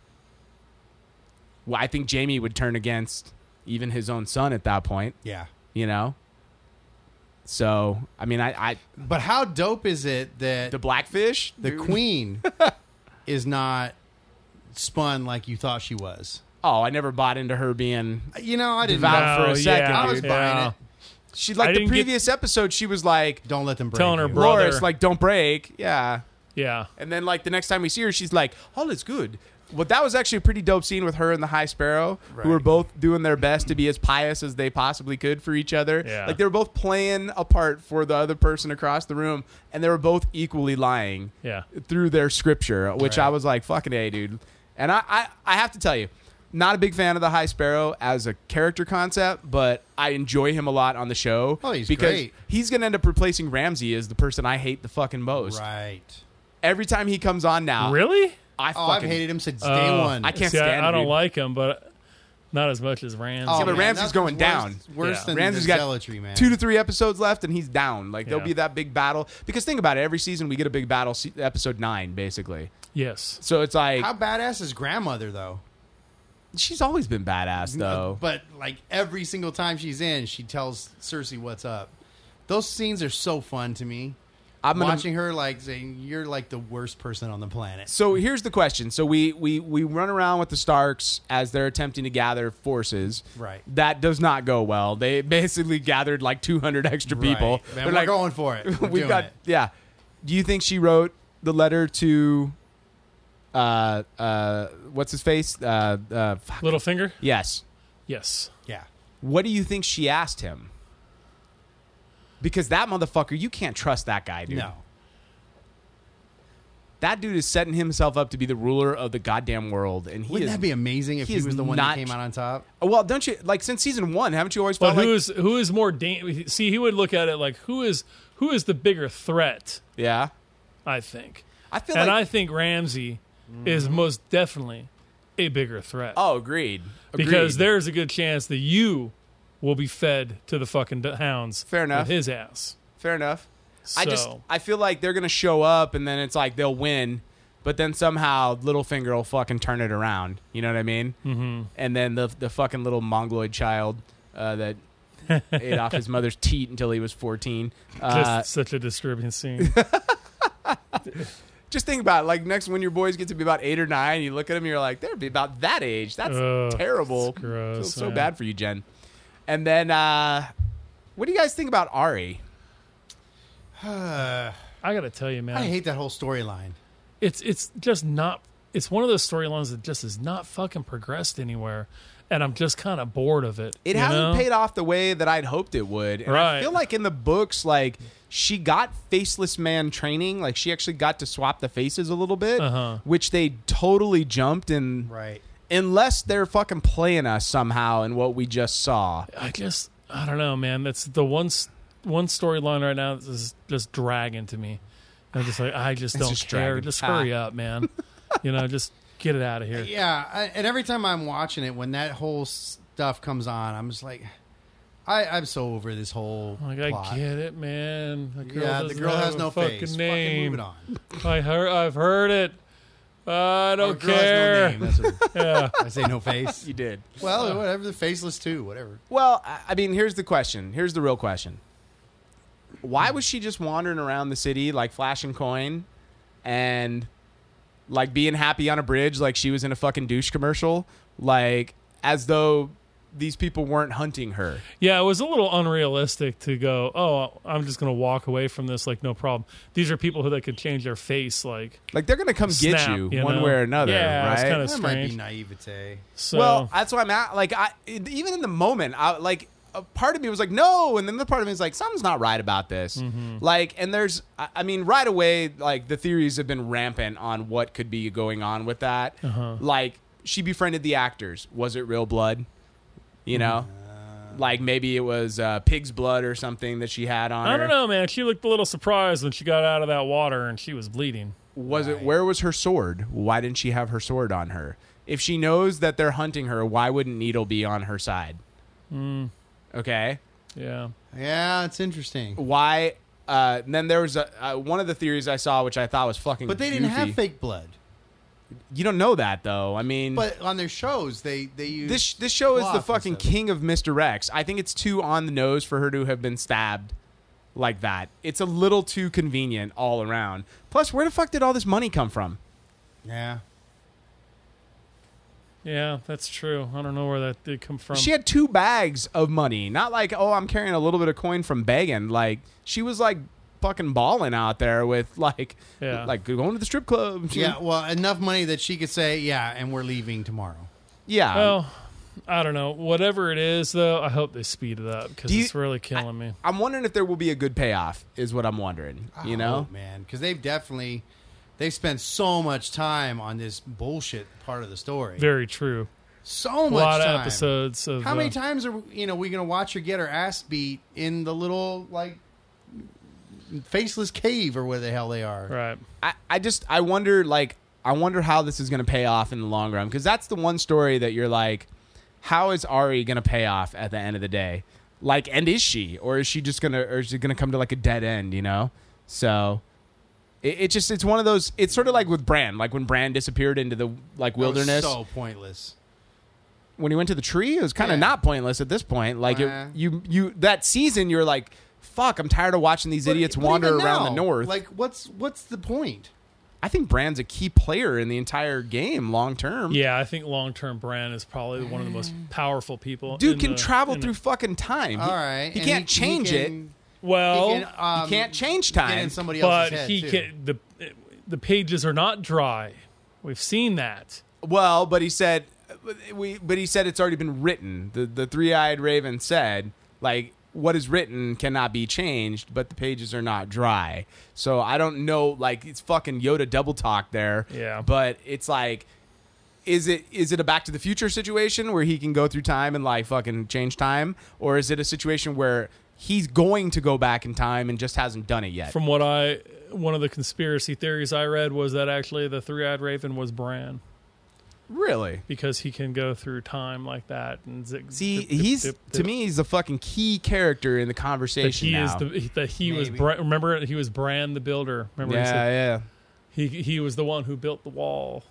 Speaker 3: Well, I think Jamie would turn against even his own son at that point,
Speaker 4: Yeah.
Speaker 3: you know? So, I mean, I. I
Speaker 4: But how dope is it that
Speaker 3: the
Speaker 4: the,
Speaker 3: Blackfish? Dude.
Speaker 4: queen is not spun like you thought she was?
Speaker 3: Oh, I never bought into her being.
Speaker 4: You know, I didn't.
Speaker 3: Devout.
Speaker 4: know.
Speaker 3: for a second,
Speaker 2: yeah,
Speaker 4: I was
Speaker 2: yeah.
Speaker 4: buying it.
Speaker 3: She
Speaker 2: I
Speaker 3: like the
Speaker 2: didn't get-
Speaker 3: previous episode. She was like,
Speaker 4: Don't let them break.
Speaker 2: Telling her
Speaker 4: you.
Speaker 2: bro- Brother.
Speaker 3: "Loris, like don't break." Yeah,
Speaker 2: Yeah.
Speaker 3: and then like the next time we see her, she's like, "All is good." Well, that was actually a pretty dope scene with her and the High Sparrow, who were
Speaker 4: Right.
Speaker 3: both doing their best to be as pious as they possibly could for each other.
Speaker 2: Yeah.
Speaker 3: Like they were both playing a part for the other person across the room, and they were both equally lying.
Speaker 2: Yeah.
Speaker 3: through their scripture, which
Speaker 4: Right.
Speaker 3: I was like, fucking A, dude. And I, I, I have to tell you, not a big fan of the High Sparrow as a character concept, but I enjoy him a lot on the show.
Speaker 4: Oh, he's
Speaker 3: because
Speaker 4: great.
Speaker 3: he's gonna end up replacing Ramsey as the person I hate the fucking most.
Speaker 4: Right.
Speaker 3: Every time he comes on now,
Speaker 2: Really?
Speaker 3: I fucking
Speaker 4: Oh, I've hated him since day
Speaker 2: Oh.
Speaker 4: one.
Speaker 3: Ah. I can't
Speaker 2: See,
Speaker 3: stand
Speaker 2: I, I
Speaker 3: it,
Speaker 2: don't
Speaker 3: dude.
Speaker 2: like him, but not as much as Rand.
Speaker 4: Oh,
Speaker 3: Yeah, but
Speaker 4: man,
Speaker 3: Ramsey's
Speaker 4: nothing's
Speaker 3: going
Speaker 4: worse-
Speaker 3: down.
Speaker 4: Worse
Speaker 2: Yeah.
Speaker 4: than
Speaker 3: Ramsey's
Speaker 4: the
Speaker 3: got
Speaker 4: zealotry, man.
Speaker 3: two to three episodes left, and he's down. Like there'll
Speaker 2: Yeah.
Speaker 3: be that big battle. Because think about it, every season we get a big battle, se- episode nine, basically.
Speaker 2: yes.
Speaker 3: So it's like
Speaker 4: How badass is grandmother though?
Speaker 3: she's always been badass, though.
Speaker 4: uh, But like every single time she's in, she tells Cersei what's up. Those scenes are so fun to me.
Speaker 3: I'm gonna-
Speaker 4: watching her like saying you're like the worst person on the planet.
Speaker 3: So here's the question. So we we we run around with the Starks as they're attempting to gather forces.
Speaker 4: Right.
Speaker 3: That does not go well. They basically gathered like 200 extra people.
Speaker 4: Right.
Speaker 3: They're
Speaker 4: Man, we're
Speaker 3: like,
Speaker 4: going for it. We're
Speaker 3: We've
Speaker 4: doing
Speaker 3: got
Speaker 4: it.
Speaker 3: yeah. Do you think she wrote the letter to uh, uh, what's his face? Uh, uh, fuck.
Speaker 2: Littlefinger?
Speaker 3: Yes.
Speaker 2: Yes.
Speaker 4: Yeah.
Speaker 3: What do you think she asked him? Because that motherfucker, you can't trust that guy, dude.
Speaker 4: No.
Speaker 3: That dude is setting himself up to be the ruler of the goddamn world, and he
Speaker 4: Wouldn't
Speaker 3: is
Speaker 4: that be amazing if
Speaker 3: he
Speaker 4: he,
Speaker 3: is
Speaker 4: was the one that
Speaker 3: not-
Speaker 4: came out on top?
Speaker 3: Well, don't you like since season one? Haven't you always
Speaker 2: But
Speaker 3: felt like
Speaker 2: who is who is more da- see he would look at it like who is who is the bigger threat,
Speaker 3: yeah?
Speaker 2: I think.
Speaker 3: I feel
Speaker 2: and I
Speaker 3: like
Speaker 2: think Ramsey is most definitely a bigger threat.
Speaker 3: oh, agreed. Agreed.
Speaker 2: because there's a good chance that you will be fed to the fucking d- hounds.
Speaker 3: Fair enough.
Speaker 2: With his ass.
Speaker 3: fair enough. I just
Speaker 2: So-
Speaker 3: I feel like they're gonna show up, and then it's like they'll win, but then somehow Littlefinger will fucking turn it around. You know what I mean? Mm-hmm. And then the the fucking little mongoloid child uh, that ate off his mother's teat until he was fourteen.
Speaker 2: Just
Speaker 3: Uh,
Speaker 2: such a disturbing scene.
Speaker 3: just think about it. like next when your boys get to be about eight or nine, you look at them, you're like, they'd be about that age. That's
Speaker 2: Ugh,
Speaker 3: terrible.
Speaker 2: it's gross,
Speaker 3: Feel so
Speaker 2: man.
Speaker 3: bad for you, Jen. And then, uh, what do you guys think about Ari?
Speaker 2: I gotta tell you, man,
Speaker 4: I hate that whole storyline.
Speaker 2: it's it's just not. It's one of those storylines that just is not fucking progressed anywhere, and I'm just kind of bored of it.
Speaker 3: It
Speaker 2: you
Speaker 3: hasn't
Speaker 2: know?
Speaker 3: paid off the way that I'd hoped it would. And I
Speaker 2: Right.
Speaker 3: feel like in the books, like she got faceless man training. Like she actually got to swap the faces a little bit,
Speaker 2: Uh-huh.
Speaker 3: which they totally jumped in.
Speaker 4: Right.
Speaker 3: Unless they're fucking playing us somehow in what we just saw.
Speaker 2: I just I don't know, man. That's the one s- one storyline right now that's just- just dragging to me. I'm just like I just don't
Speaker 3: just
Speaker 2: care.
Speaker 3: dragging.
Speaker 2: Just hurry up, man. you know, just get it out of here.
Speaker 4: Ah. Yeah, I, and every time I'm watching it, when that whole stuff comes on, I'm just like, I, I'm so over this whole.
Speaker 2: Like
Speaker 4: plot.
Speaker 2: I get it, man. The girl
Speaker 4: yeah, the
Speaker 2: doesn't
Speaker 4: girl
Speaker 2: have
Speaker 4: has
Speaker 2: a
Speaker 4: no
Speaker 2: fucking
Speaker 4: face. Fucking
Speaker 2: name.
Speaker 4: move it on.
Speaker 2: I heard. I've heard it. I
Speaker 4: The
Speaker 2: don't
Speaker 4: girl
Speaker 2: care.
Speaker 4: has no name. That's what
Speaker 2: yeah.
Speaker 4: I say no face.
Speaker 3: You did.
Speaker 4: well, whatever. The faceless too. Whatever.
Speaker 3: Well, I I mean, here's the question. Here's the real question. Why was she just wandering around the city like flashing coin and like being happy on a bridge like she was in a fucking douche commercial? Like as though these people weren't hunting her.
Speaker 2: Yeah, it was a little unrealistic to go, oh, I'm just going to walk away from this like no problem. These are people who that could change their face like
Speaker 3: Like they're gonna come
Speaker 2: Snap,
Speaker 3: get you,
Speaker 2: you
Speaker 3: one
Speaker 2: know?
Speaker 3: way or another,
Speaker 2: Yeah,
Speaker 3: right?
Speaker 2: it's kinda
Speaker 4: That might
Speaker 2: strange.
Speaker 4: be naivete.
Speaker 2: so
Speaker 3: Well, that's why I'm at. Like, I it- even in the moment, I like a part of me was like, no, and then the part of me is like, something's not right about this.
Speaker 2: Mm-hmm.
Speaker 3: Like, and there's, I I mean, right away, like the theories have been rampant on what could be going on with that.
Speaker 2: Uh-huh.
Speaker 3: Like, she befriended the actors. Was it real blood? You
Speaker 2: Mm-hmm.
Speaker 3: know, like maybe it was uh, pig's blood or something that she had on.
Speaker 2: I
Speaker 3: her.
Speaker 2: don't know, man. She looked a little surprised when she got out of that water and she was bleeding.
Speaker 3: Was it where was her sword? Why didn't she have her sword on her? If she knows that they're hunting her, why wouldn't Needle be on her side?
Speaker 4: Hmm.
Speaker 3: Okay.
Speaker 2: Yeah.
Speaker 4: Yeah, it's interesting.
Speaker 3: Why? Uh, and then there was a, uh, one of the theories I saw, which I thought was fucking.
Speaker 4: But they didn't
Speaker 3: goofy.
Speaker 4: have fake blood.
Speaker 3: You don't know that though. I mean,
Speaker 4: But on their shows, they they use
Speaker 3: this this show is
Speaker 4: cloth
Speaker 3: the
Speaker 4: and
Speaker 3: fucking
Speaker 4: stuff.
Speaker 3: king of Mr. Rex. I think it's too on the nose for her to have been stabbed like that. It's a little too convenient all around. Plus, where the fuck did all this money come from?
Speaker 4: Yeah.
Speaker 2: Yeah, that's true. I don't know where that did come from.
Speaker 3: She had two bags of money. Not like, oh, I'm carrying a little bit of coin from begging. Like she was like fucking balling out there with like,
Speaker 2: Yeah.
Speaker 3: like going to the strip club. She-
Speaker 4: Yeah. Well, enough money that she could say, yeah, and we're leaving tomorrow.
Speaker 3: yeah.
Speaker 2: well, I don't know. Whatever it is, though, I hope they speed it up because
Speaker 3: Do you-
Speaker 2: it's really killing me.
Speaker 3: I'm wondering if there will be a good payoff. Is what I'm wondering. you know,
Speaker 4: oh, man because they've definitely they spent so much time on this bullshit part of the story
Speaker 2: Very true.
Speaker 4: so
Speaker 2: A
Speaker 4: much
Speaker 2: lot
Speaker 4: time.
Speaker 2: of episodes of
Speaker 4: how many
Speaker 2: uh,
Speaker 4: times are you know we gonna watch her get her ass beat in the little like faceless cave or where the hell they are
Speaker 2: Right.
Speaker 3: I, I just I wonder like I wonder how this is going to pay off in the long run because that's the one story that you're like, how is Ari going to pay off at the end of the day? Like, and is she, or is she just gonna, or is she gonna come to like a dead end? You know, so it, it just it's one of those. It's sort of like with Bran, like when Bran disappeared into the like
Speaker 4: That was
Speaker 3: wilderness
Speaker 4: so pointless
Speaker 3: when he went to the tree, it was kind of
Speaker 4: Yeah.
Speaker 3: not pointless at this point. Like
Speaker 4: Uh.
Speaker 3: it, you you that season, you're like, fuck, I'm tired of watching these idiots
Speaker 4: But- but
Speaker 3: wander
Speaker 4: even
Speaker 3: around the
Speaker 4: now,
Speaker 3: north.
Speaker 4: like what's what's the point
Speaker 3: I think Bran's a key player in the entire game long term.
Speaker 2: Yeah, I think long term Brand is probably one of the most powerful people.
Speaker 3: Mm. Dude
Speaker 2: in
Speaker 3: can
Speaker 2: the-
Speaker 3: travel
Speaker 2: in the-
Speaker 3: through fucking time.
Speaker 4: all
Speaker 3: He-
Speaker 4: right
Speaker 3: He,
Speaker 4: and
Speaker 3: can't change
Speaker 4: he
Speaker 3: it.
Speaker 4: can-
Speaker 2: Well,
Speaker 4: he can, um,
Speaker 3: he can't change
Speaker 4: get in
Speaker 3: time.
Speaker 4: somebody else's
Speaker 2: but
Speaker 4: head
Speaker 2: he
Speaker 4: too.
Speaker 2: can the the pages are not dry We've seen that.
Speaker 3: Well, but he said we but he said it's already been written. The the three-eyed raven said like what is written cannot be changed, but the pages are not dry. So I don't know like it's fucking Yoda double talk there.
Speaker 2: Yeah.
Speaker 3: But it's like is it is it a back to the future situation where he can go through time and like fucking change time or is it a situation where he's going to go back in time and just hasn't done it yet?
Speaker 2: From what I, one of the conspiracy theories I read was that actually the three eyed raven was Bran
Speaker 3: really?
Speaker 2: because he can go through time like that and zig.
Speaker 3: See,
Speaker 2: zip, zip,
Speaker 3: he's
Speaker 2: zip,
Speaker 3: to
Speaker 2: zip.
Speaker 3: me he's the fucking key character in the
Speaker 2: That
Speaker 3: conversation
Speaker 2: he
Speaker 3: now.
Speaker 2: is the that he was
Speaker 4: Maybe.
Speaker 2: Bran, remember he was Bran the builder. Remember he,
Speaker 3: yeah,
Speaker 2: said,
Speaker 3: yeah.
Speaker 2: he he was the one who built the wall.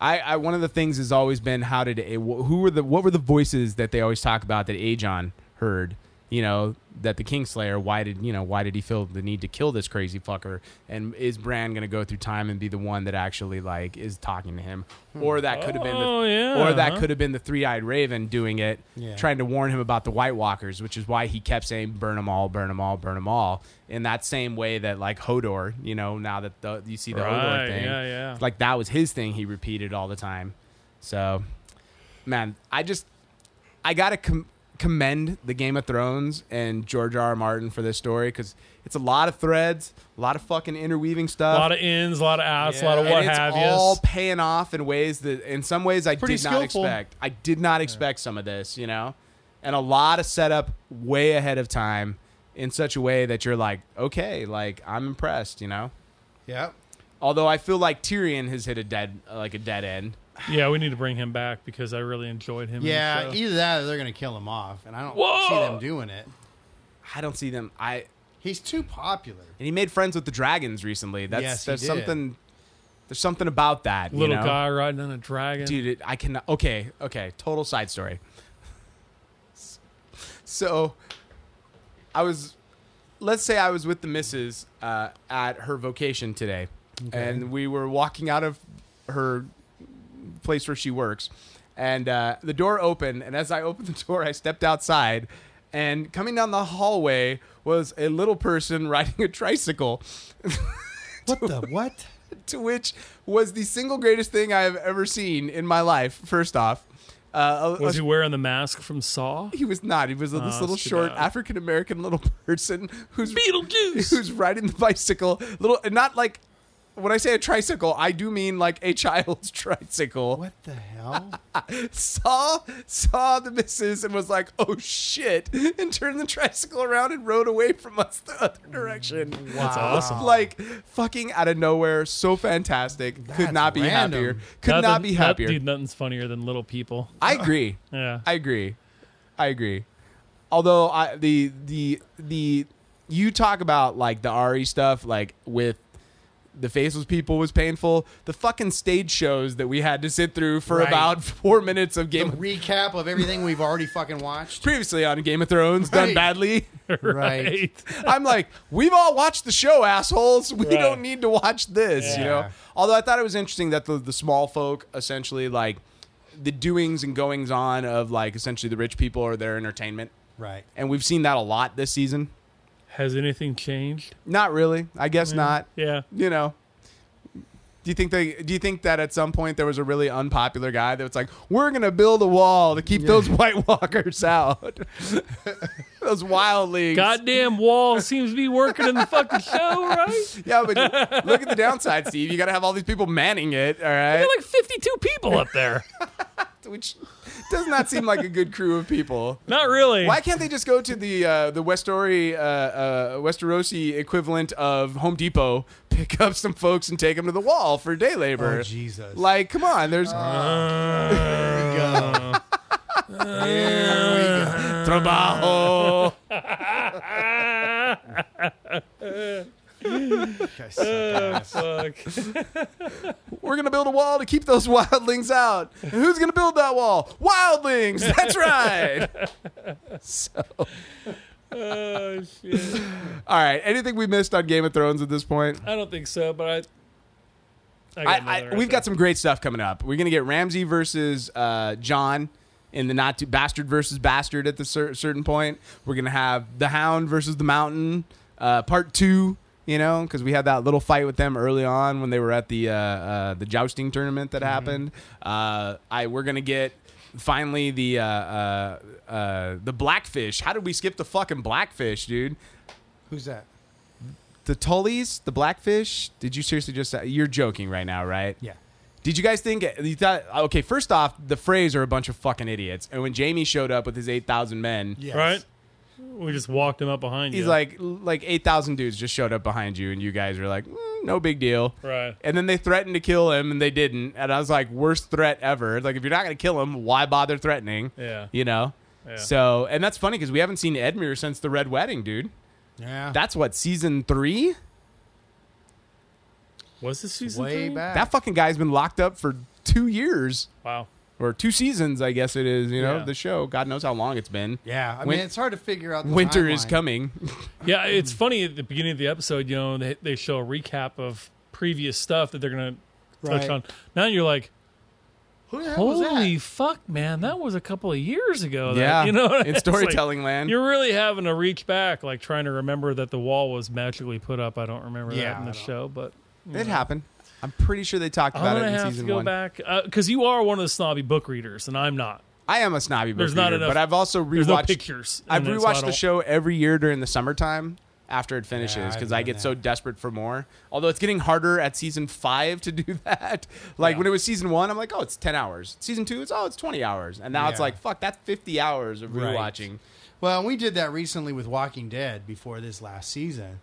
Speaker 3: I, I one of the things has always been how did a who were the what were the voices that they always talk about that Ajon heard? You know that the Kingslayer. Why did you know? Why did he feel the need to kill this crazy fucker? And is Bran gonna go through time and be the one that actually like is talking to him? Or that could have been,
Speaker 2: Oh,
Speaker 3: the,
Speaker 2: yeah,
Speaker 3: or that
Speaker 2: huh?
Speaker 3: could have been the three-eyed Raven doing it,
Speaker 4: Yeah.
Speaker 3: trying to warn him about the White Walkers, which is why he kept saying "burn them all, burn them all, burn them all." In that same way that like Hodor, you know, now that the, you see the Hodor
Speaker 2: Right,
Speaker 3: thing,
Speaker 2: yeah, yeah.
Speaker 3: like that was his thing he repeated all the time so man i just i gotta com- commend the game of thrones and george r. r martin for this story because it's a lot of threads a lot of fucking interweaving
Speaker 2: A
Speaker 3: stuff
Speaker 2: lot of ins, a lot of outs, a lot of
Speaker 3: and
Speaker 2: what
Speaker 3: it's
Speaker 2: have
Speaker 3: all
Speaker 2: you.
Speaker 3: paying off in ways that in some ways i
Speaker 4: Pretty
Speaker 3: did
Speaker 4: skillful.
Speaker 3: not expect i did not expect some of this you know and a lot of setup way ahead of time in such a way that you're like okay like i'm impressed you know Mm,
Speaker 4: Yep.
Speaker 3: although i feel like tyrion has hit a dead like a dead end
Speaker 2: Yeah, we need to bring him back because I really enjoyed him. in the
Speaker 4: Yeah,
Speaker 2: show.
Speaker 4: either that or they're going to kill him off, and I don't
Speaker 2: Whoa!
Speaker 4: see them doing it.
Speaker 3: I don't see them. I
Speaker 4: He's too popular.
Speaker 3: and he made friends with the dragons recently. That's
Speaker 4: Yes, he
Speaker 3: there's
Speaker 4: did.
Speaker 3: something. There's something about that
Speaker 2: little
Speaker 3: you know?
Speaker 2: guy riding on a dragon.
Speaker 3: dude. It, I cannot. Okay, okay. Total side story. So, I was, let's say I was with the missus uh, at her vocation today, and we were walking out of her place where she works, and uh, the door opened. And as I opened the door, I stepped outside, and coming down the hallway was a little person riding a tricycle.
Speaker 4: What the what?
Speaker 3: to which was the single greatest thing I have ever seen in my life. First off, uh, a-
Speaker 2: was he
Speaker 3: a-
Speaker 2: wearing the mask from Saw?
Speaker 3: he was not. He was this
Speaker 2: that's
Speaker 3: little
Speaker 2: too
Speaker 3: short
Speaker 2: bad.
Speaker 3: African American little person who's
Speaker 2: Beetlejuice.
Speaker 3: who's riding the bicycle. Little, and not like when I say a tricycle, I do mean like a child's tricycle.
Speaker 4: What the hell?
Speaker 3: Saw saw the missus and was like, "Oh shit!" and turned the tricycle around and rode away from us the other direction.
Speaker 2: That's awesome.
Speaker 3: Like fucking out of nowhere, so fantastic. Could
Speaker 4: That's
Speaker 3: not be
Speaker 4: random.
Speaker 3: happier. Could
Speaker 2: Nothing-
Speaker 3: not be
Speaker 2: not-
Speaker 3: happier.
Speaker 2: dude, nothing's funnier than little people.
Speaker 3: I agree.
Speaker 2: Yeah.
Speaker 3: I agree. I agree. Although I the the the you talk about like the Ari stuff like with the faceless people was painful. The fucking stage shows that we had to sit through for
Speaker 4: Right.
Speaker 3: about four minutes of
Speaker 4: A
Speaker 3: Game of
Speaker 4: recap of everything we've already fucking watched.
Speaker 3: previously on Game of Thrones done
Speaker 4: Right.
Speaker 3: badly.
Speaker 4: Right.
Speaker 3: I'm like, we've all watched the show, assholes. We
Speaker 2: Right.
Speaker 3: don't need to watch this, you know.
Speaker 4: Yeah.
Speaker 3: Although I thought it was interesting that the the small folk essentially like the doings and goings on of like essentially the rich people or their entertainment,
Speaker 4: Right.
Speaker 3: and we've seen that a lot this season.
Speaker 2: Has anything changed?
Speaker 3: Not really, I guess not.
Speaker 2: Yeah.
Speaker 3: You know. Do you think they? Do you think that at some point there was a really unpopular guy that was like, "We're gonna build a wall to keep those White Walkers out, those wildlings."
Speaker 2: Goddamn wall seems to be working in the fucking show, right?
Speaker 3: Yeah, but look at the downside, Steve. You got to have all these people manning it, all right?
Speaker 2: There are like 52 people up there.
Speaker 3: Which does not seem like a good crew of people.
Speaker 2: Not really.
Speaker 3: Why can't they just go to the uh, the Westori uh, uh, Westerosi equivalent of Home Depot, pick up some folks and take them to the wall for day labor?
Speaker 4: Oh, Jesus.
Speaker 3: Like, come on, there's
Speaker 2: Uh,
Speaker 4: Here we go. Here we go.
Speaker 3: trabajo.
Speaker 4: Okay, uh, suck ass.
Speaker 2: Fuck.
Speaker 3: We're gonna build a wall to keep those wildlings out. And who's gonna build that wall? Wildlings. That's right.
Speaker 2: Oh, shit.
Speaker 3: All right. Anything we missed on Game of Thrones at this point?
Speaker 2: I don't think so, but I. I, got another
Speaker 3: I, I,
Speaker 2: right
Speaker 3: we've
Speaker 2: there.
Speaker 3: got some great stuff coming up. We're gonna get Ramsey versus uh, John in the not too bastard versus bastard at the cer- certain point. We're gonna have the Hound versus the Mountain uh, part two. You you know, because we had that little fight with them early on when they were at the uh, uh, the jousting tournament that happened. Uh, I we're gonna get finally the uh, uh, uh, the blackfish. How did we skip the fucking blackfish, dude?
Speaker 4: Who's that?
Speaker 3: The Tullies, the blackfish. Did you seriously just? You're joking right now, right?
Speaker 4: Yeah.
Speaker 3: Did you guys think you thought okay? First off, the Freys are a bunch of fucking idiots, and when Jamie showed up with his eight thousand men,
Speaker 4: Yes.
Speaker 2: right? We just walked him up behind you.
Speaker 3: he's like like eight thousand dudes just showed up behind you, and you guys were like, "Mm, no big deal,
Speaker 2: Right.
Speaker 3: And then they threatened to kill him, and they didn't, and I was like, worst threat ever. It's Like if you're not gonna kill him, why bother threatening?
Speaker 2: Yeah.
Speaker 3: you know.
Speaker 2: Yeah.
Speaker 3: So, and that's funny because we haven't seen Edmure since the Red Wedding, dude.
Speaker 4: Yeah.
Speaker 3: That's what season three.
Speaker 2: was this season
Speaker 4: way
Speaker 2: three?
Speaker 4: back.
Speaker 3: That fucking guy's been locked up for two years.
Speaker 2: Wow.
Speaker 3: or two seasons, I guess it is. You know,
Speaker 2: Yeah.
Speaker 3: the show. God knows how long it's been.
Speaker 4: yeah. I
Speaker 3: Win-
Speaker 4: mean, it's hard to figure out. The
Speaker 3: Winter is
Speaker 4: timeline.
Speaker 3: coming.
Speaker 2: Yeah, it's funny at the beginning of the episode, you know, they, they show a recap of previous stuff that they're going to touch
Speaker 4: Right.
Speaker 2: on. Now you're like,
Speaker 4: Who the hell was
Speaker 2: holy
Speaker 4: that?
Speaker 2: fuck, man, that was a couple of years ago. that-
Speaker 3: yeah,
Speaker 2: you know,
Speaker 3: in
Speaker 2: It's
Speaker 3: storytelling
Speaker 2: like,
Speaker 3: land.
Speaker 2: you're really having to reach back, like trying to remember that the wall was magically put up. I don't remember
Speaker 4: Yeah,
Speaker 2: that in the
Speaker 4: I don't-
Speaker 2: show, but
Speaker 3: It happened. I'm pretty sure they talked
Speaker 2: I'm
Speaker 3: about it
Speaker 2: gonna
Speaker 3: in
Speaker 2: have to
Speaker 3: season
Speaker 2: go
Speaker 3: one.
Speaker 2: back because you are one of the snobby book readers, and I'm not.
Speaker 3: I am a snobby book
Speaker 2: There's not
Speaker 3: reader,
Speaker 2: enough-
Speaker 3: but I've also
Speaker 2: There's
Speaker 3: rewatched.
Speaker 2: no pictures. in
Speaker 3: I've
Speaker 2: it, so I
Speaker 3: rewatched the
Speaker 2: don't-
Speaker 3: show every year during the summertime after it finishes
Speaker 4: I've
Speaker 3: because I
Speaker 4: done
Speaker 3: get
Speaker 4: that.
Speaker 3: so desperate for more. Although it's getting harder at season five to do that. Like
Speaker 4: Yeah.
Speaker 3: when it was season one, I'm like, oh, it's ten hours. Season two, it's oh, it's twenty hours, and now it's
Speaker 4: Yeah.
Speaker 3: like, fuck, that's fifty hours of
Speaker 4: Right.
Speaker 3: rewatching.
Speaker 4: Well, we did that recently with Walking Dead before this last season,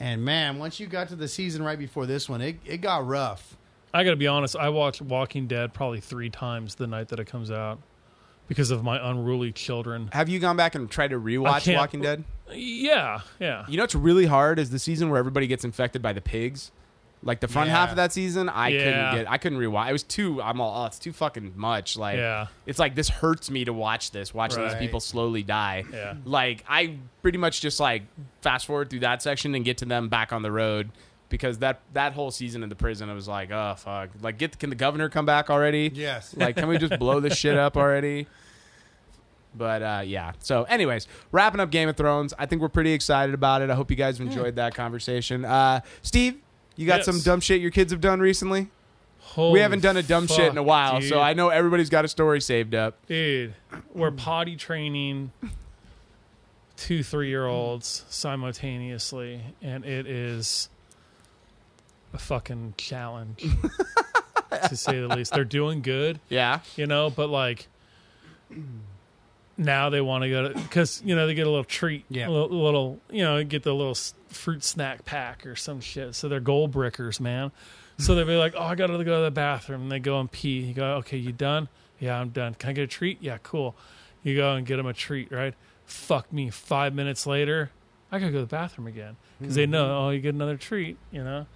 Speaker 4: and man, once you got to the season right before this one, it it got rough.
Speaker 2: I gotta be honest. I watched Walking Dead probably three times the night that it comes out because of my unruly children.
Speaker 3: Have you gone back and tried to rewatch
Speaker 2: can't-
Speaker 3: Walking Dead?
Speaker 2: Yeah, yeah.
Speaker 3: You know what's really hard is the season where everybody gets infected by the pigs. Like the front
Speaker 4: Yeah.
Speaker 3: half of that season, I
Speaker 2: Yeah.
Speaker 3: couldn't get, I couldn't rewatch. It was too, I'm all, oh, it's too fucking much. Like,
Speaker 2: Yeah.
Speaker 3: it's like this hurts me to watch this, watching these
Speaker 4: Right.
Speaker 3: people slowly die.
Speaker 2: Yeah.
Speaker 3: Like, I pretty much just like fast forward through that section and get to them back on the road because that that whole season in the prison, I was like, oh fuck, like get can the governor come back already?
Speaker 4: Yes.
Speaker 3: Like, can we just blow this shit up already? But uh, yeah. So, anyways, wrapping up Game of Thrones. I think we're pretty excited about it. I hope you
Speaker 4: Hmm.
Speaker 3: guys enjoyed that conversation. Uh, Steve, you got
Speaker 2: Yes.
Speaker 3: some dumb shit your kids have done recently.
Speaker 2: Holy
Speaker 3: we haven't done a dumb shit in a
Speaker 2: fuck,
Speaker 3: while,
Speaker 2: dude.
Speaker 3: so I know everybody's got a story saved up.
Speaker 2: dude, we're potty training two three year olds simultaneously, and it is a fucking challenge to say the least. They're doing good,
Speaker 3: Yeah.
Speaker 2: you know, but like now they want to go to because you know they get a little treat,
Speaker 4: Yeah.
Speaker 2: a little, little, you know, get the little s- fruit snack pack or some shit. So they're goal brickers, man. So they'll be like, "Oh, I gotta go to the bathroom." And they go and pee. You go, "Okay, you done? Yeah, I'm done. Can I get a treat? Yeah, cool." You go and get them a treat, right? Fuck me. Five minutes later, I gotta go to the bathroom again because they know, oh, you get another treat, you know.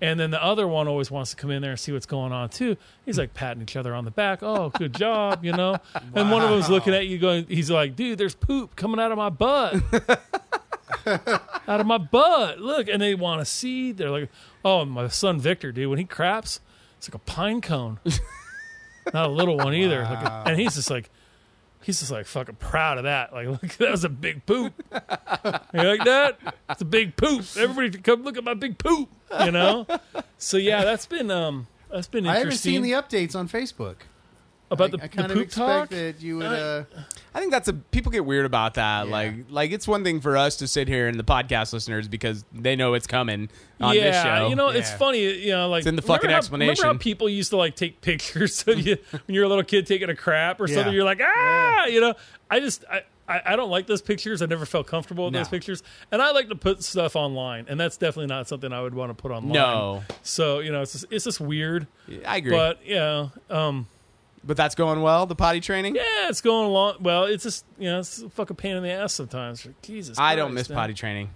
Speaker 2: And then the other one always wants to come in there and see what's going on too. He's like patting each other on the back. Oh, good job, you know. And one of them's looking at you, going, he's like, dude, there's poop coming out of my butt, out of my butt. Look, and they want to see. They're like, oh, and my son Victor, dude, when he craps, it's like a pine cone, not a little one either. Like a- and he's just like, he's just like fucking proud of that. Like, look, that was a big poop. You like that? It's a big poop. Everybody come look at my big poop. You know. So yeah, that's been um that's been
Speaker 4: I
Speaker 2: interesting.
Speaker 4: haven't seen the updates on Facebook.
Speaker 2: about
Speaker 4: I,
Speaker 2: the,
Speaker 4: I
Speaker 2: the
Speaker 4: kind of
Speaker 2: poop talk.
Speaker 4: expected you would. Uh,
Speaker 3: I think that's a people get weird about that.
Speaker 4: Yeah.
Speaker 3: Like like it's one thing for us to sit here and the podcast listeners because they know it's coming on
Speaker 2: yeah,
Speaker 3: this show.
Speaker 2: you know it's
Speaker 4: Yeah.
Speaker 2: funny. You know, like
Speaker 3: It's in the
Speaker 2: remember
Speaker 3: fucking
Speaker 2: how- Remember
Speaker 3: explanation.
Speaker 2: how people used to like take pictures of you when you're a little kid taking a crap or something?
Speaker 4: Yeah.
Speaker 2: You're like, ah, you know. I just I, I I don't like those pictures. I never felt comfortable with those
Speaker 4: No.
Speaker 2: pictures, and I like to put stuff online, and that's definitely not something I would want to put online.
Speaker 3: No.
Speaker 2: So you know, it's just, it's just weird.
Speaker 3: I agree. But,
Speaker 2: But you know, um,
Speaker 3: that's going well, the potty training?
Speaker 2: Yeah, it's going along. Well, it's just you know, it's a fucking pain in the ass sometimes. Like, Jesus,
Speaker 3: I don't miss
Speaker 2: Christ, man.
Speaker 3: potty training.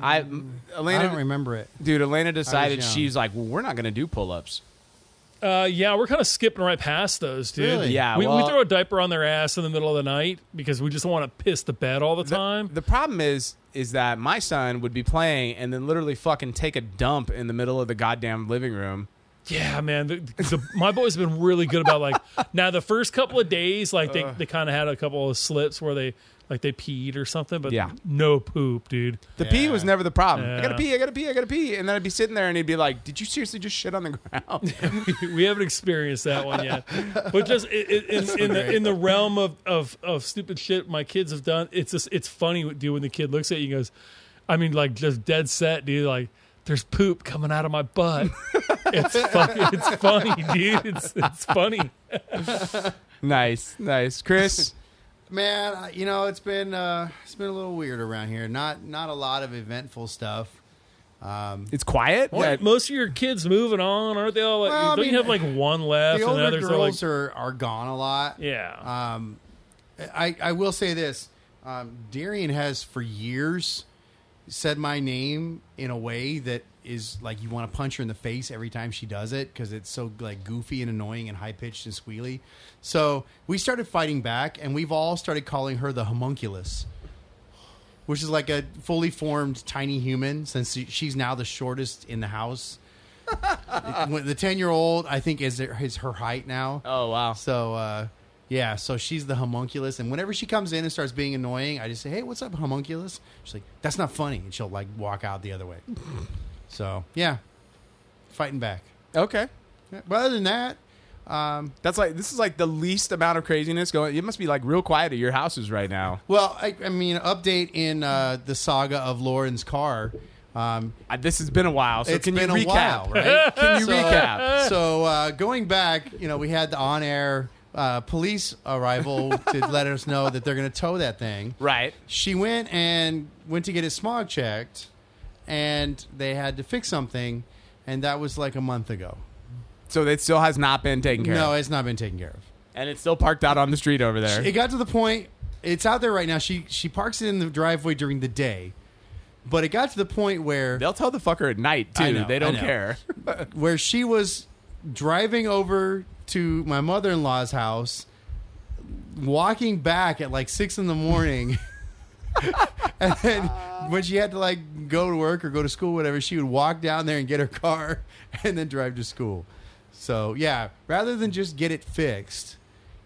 Speaker 3: I
Speaker 4: I don't
Speaker 3: Elena
Speaker 4: remember it.
Speaker 3: Dude, Elena decided
Speaker 4: young.
Speaker 3: she's like, well, we're not going to do pull ups.
Speaker 2: Uh, yeah, we're kind of skipping right past those, dude.
Speaker 4: Really?
Speaker 3: Yeah,
Speaker 2: we,
Speaker 3: well-
Speaker 2: we throw a diaper on their ass in the middle of the night because we just want to piss the bed all the time.
Speaker 3: The problem is, is that my son would be playing and then literally fucking take a dump in the middle of the goddamn living room.
Speaker 2: Yeah, man. The, the, my boys have been really good about like now the first couple of days, like they, they kind of had a couple of slips where they like they peed or something, but
Speaker 3: Yeah.
Speaker 2: no poop, dude.
Speaker 3: The pee was never the problem. I
Speaker 2: Yeah.
Speaker 3: gotta pee, I gotta pee, I gotta pee. And then I'd be sitting there and he'd be like, Did you seriously just shit on the ground?
Speaker 2: we haven't experienced that one yet, but just i- i- in, in, in the in the realm of, of of stupid shit my kids have done, it's just it's funny, what- dude. When the kid looks at you, and goes, I mean, like just dead set, dude. Like there's poop coming out of my butt. it's fucking, it's funny, dude. It's it's funny.
Speaker 3: nice, nice. Chris,
Speaker 4: Man, I- you know it's been uh, it's been a little weird around here. Not not a lot of eventful stuff.
Speaker 3: it's quiet.
Speaker 2: Aren't
Speaker 3: Yeah.
Speaker 2: most of your kids moving on, aren't they all? Like,
Speaker 4: Well, I
Speaker 2: don't
Speaker 4: mean,
Speaker 2: you have like one left,
Speaker 4: the
Speaker 2: and the
Speaker 4: older
Speaker 2: others are like,
Speaker 4: girls are, are gone a lot.
Speaker 2: yeah,
Speaker 4: Um, I I will say this: um, Darian has for years said my name in a way that is like you want to punch her in the face every time she does it because it's so like goofy and annoying and high pitched and squealy. So we started fighting back, and we've all started calling her the homunculus. Which is like a fully formed tiny human, since she- she's now the shortest in the house. When the ten year old, I think, is is her height now.
Speaker 3: Oh wow.
Speaker 4: So uh, yeah, so she's the homunculus, and whenever she comes in and starts being annoying, I just say, "Hey, what's up, homunculus?" She's like, "That's not funny," and she'll like walk out the other way. so yeah, fighting back.
Speaker 3: Okay.
Speaker 4: Yeah, But other than that, um,
Speaker 3: That's like this is like the least amount of craziness going. It must be like real quiet at your houses right now.
Speaker 4: well, I, I mean, update in uh, the saga of Lauren's car. Um,
Speaker 3: Uh, this has been a while. So
Speaker 4: it's
Speaker 3: can
Speaker 4: been
Speaker 3: you
Speaker 4: a
Speaker 3: recap?
Speaker 4: while, right?
Speaker 3: Can you
Speaker 4: So-
Speaker 3: recap?
Speaker 4: so uh, going back, you know, we had the on-air uh, police arrival to let us know that they're going to tow that thing.
Speaker 3: Right.
Speaker 4: she went and went to get his smog checked and they had to fix something and that was like a month ago
Speaker 3: So it still has not been taken care
Speaker 4: no
Speaker 3: of,
Speaker 4: it's not been taken care of
Speaker 3: and it's still parked out on the street over there.
Speaker 4: it got to the point it's out there right now she she parks it in the driveway during the day but it got to the point where
Speaker 3: They'll tell the fucker at night
Speaker 4: I
Speaker 3: too.
Speaker 4: know,
Speaker 3: they
Speaker 4: I
Speaker 3: don't
Speaker 4: know.
Speaker 3: care.
Speaker 4: where she was driving over to my mother-in-law's house walking back at like six in the morning and then when she had to like go to work or go to school whatever she would walk down there and get her car and then drive to school so yeah rather than just get it fixed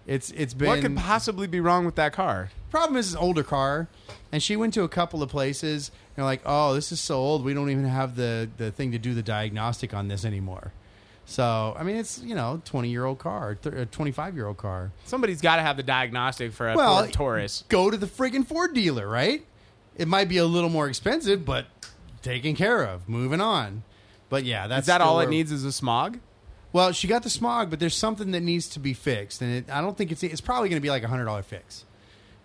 Speaker 4: it's it's been
Speaker 3: What could possibly be wrong with that car?
Speaker 4: problem is it's an older car and she went to a couple of places and they're like oh this is so old we don't even have the, the thing to do the diagnostic on this anymore so i mean it's you know 20 year old car 25 year old car
Speaker 3: Somebody's got to have the diagnostic for a
Speaker 4: Well,
Speaker 3: Ford Taurus.
Speaker 4: go to the friggin ford dealer right it might be a little more expensive but taken care of moving on but yeah that's
Speaker 3: Is that
Speaker 4: still
Speaker 3: all it
Speaker 4: where-
Speaker 3: needs? Is a smog?
Speaker 4: well she got the smog but there's something that needs to be fixed and it, i don't think it's it's probably going to be like a hundred dollar fix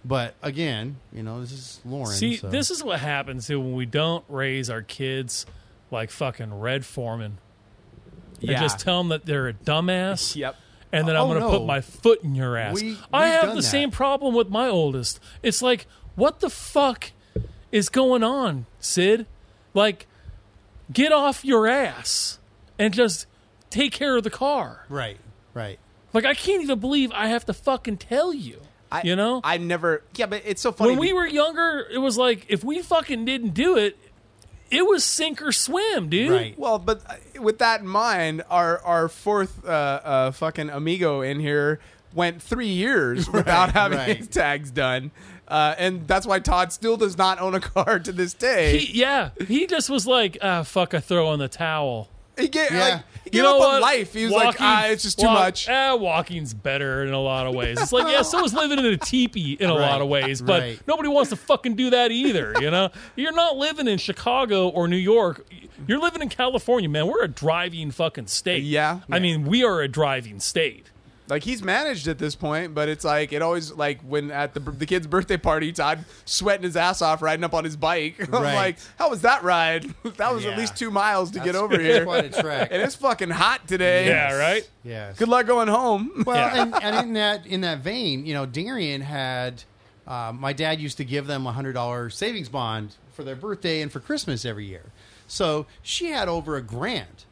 Speaker 4: but again, you know, this is Lauren.
Speaker 2: See,
Speaker 4: so.
Speaker 2: this is what happens to when we don't raise our kids like fucking Red Foreman.
Speaker 3: Yeah.
Speaker 2: And just tell them that they're a dumbass.
Speaker 3: Yep.
Speaker 2: And then
Speaker 4: Oh,
Speaker 2: I'm going to
Speaker 4: no.
Speaker 2: put my foot in your ass.
Speaker 4: We-
Speaker 2: I
Speaker 4: we've
Speaker 2: have
Speaker 4: done
Speaker 2: the
Speaker 4: that.
Speaker 2: same problem with my oldest. It's like, what the fuck is going on, Sid? Like, get off your ass and just take care of the car.
Speaker 4: Right, right.
Speaker 2: Like, I can't even believe I have to fucking tell you.
Speaker 3: I,
Speaker 2: you know?
Speaker 3: I never. Yeah, but it's so funny.
Speaker 2: when
Speaker 4: e-
Speaker 2: we were younger, it was like if we fucking didn't do it, it was sink or swim, dude.
Speaker 4: Right.
Speaker 3: Well, but uh, with that in mind, our our fourth uh, uh, fucking amigo in here went three years without having
Speaker 4: right.
Speaker 3: his tags done, uh, and that's why Todd still does not own a car to this day.
Speaker 2: He, yeah, he just was like, ah, fuck, I throw in the towel.
Speaker 3: He gave,
Speaker 4: Yeah.
Speaker 3: like, he
Speaker 2: You
Speaker 3: gave
Speaker 2: know
Speaker 3: up
Speaker 2: what?
Speaker 3: on life. He was like,
Speaker 2: Walking-
Speaker 3: ah, it's just too
Speaker 2: walk-
Speaker 3: much.
Speaker 2: Ah, walking's better in a lot of ways. It's like, yeah, so is living in a teepee in a lot of ways, but
Speaker 4: right.
Speaker 2: nobody wants to fucking do that either. You know, you're not living in Chicago or New York. You're living in California, man. We're a driving fucking state.
Speaker 3: Yeah.
Speaker 2: I mean, we are a driving state.
Speaker 3: Like he's managed at this point, but it's like it always like when at the the kid's birthday party, Todd sweating his ass off riding up on his bike. I'm
Speaker 4: Right.
Speaker 3: like, how was that ride? that was at
Speaker 4: Yeah.
Speaker 3: least two miles to get
Speaker 4: That's
Speaker 3: over here,
Speaker 4: Quite a track.
Speaker 3: and it's fucking hot today.
Speaker 2: Yeah, right.
Speaker 4: Yes.
Speaker 3: Good luck going home.
Speaker 4: Well, and, and in that in that vein, you know, Darien had uh, my dad used to give them a hundred dollar savings bond for their birthday and for Christmas every year. So she had over a grand,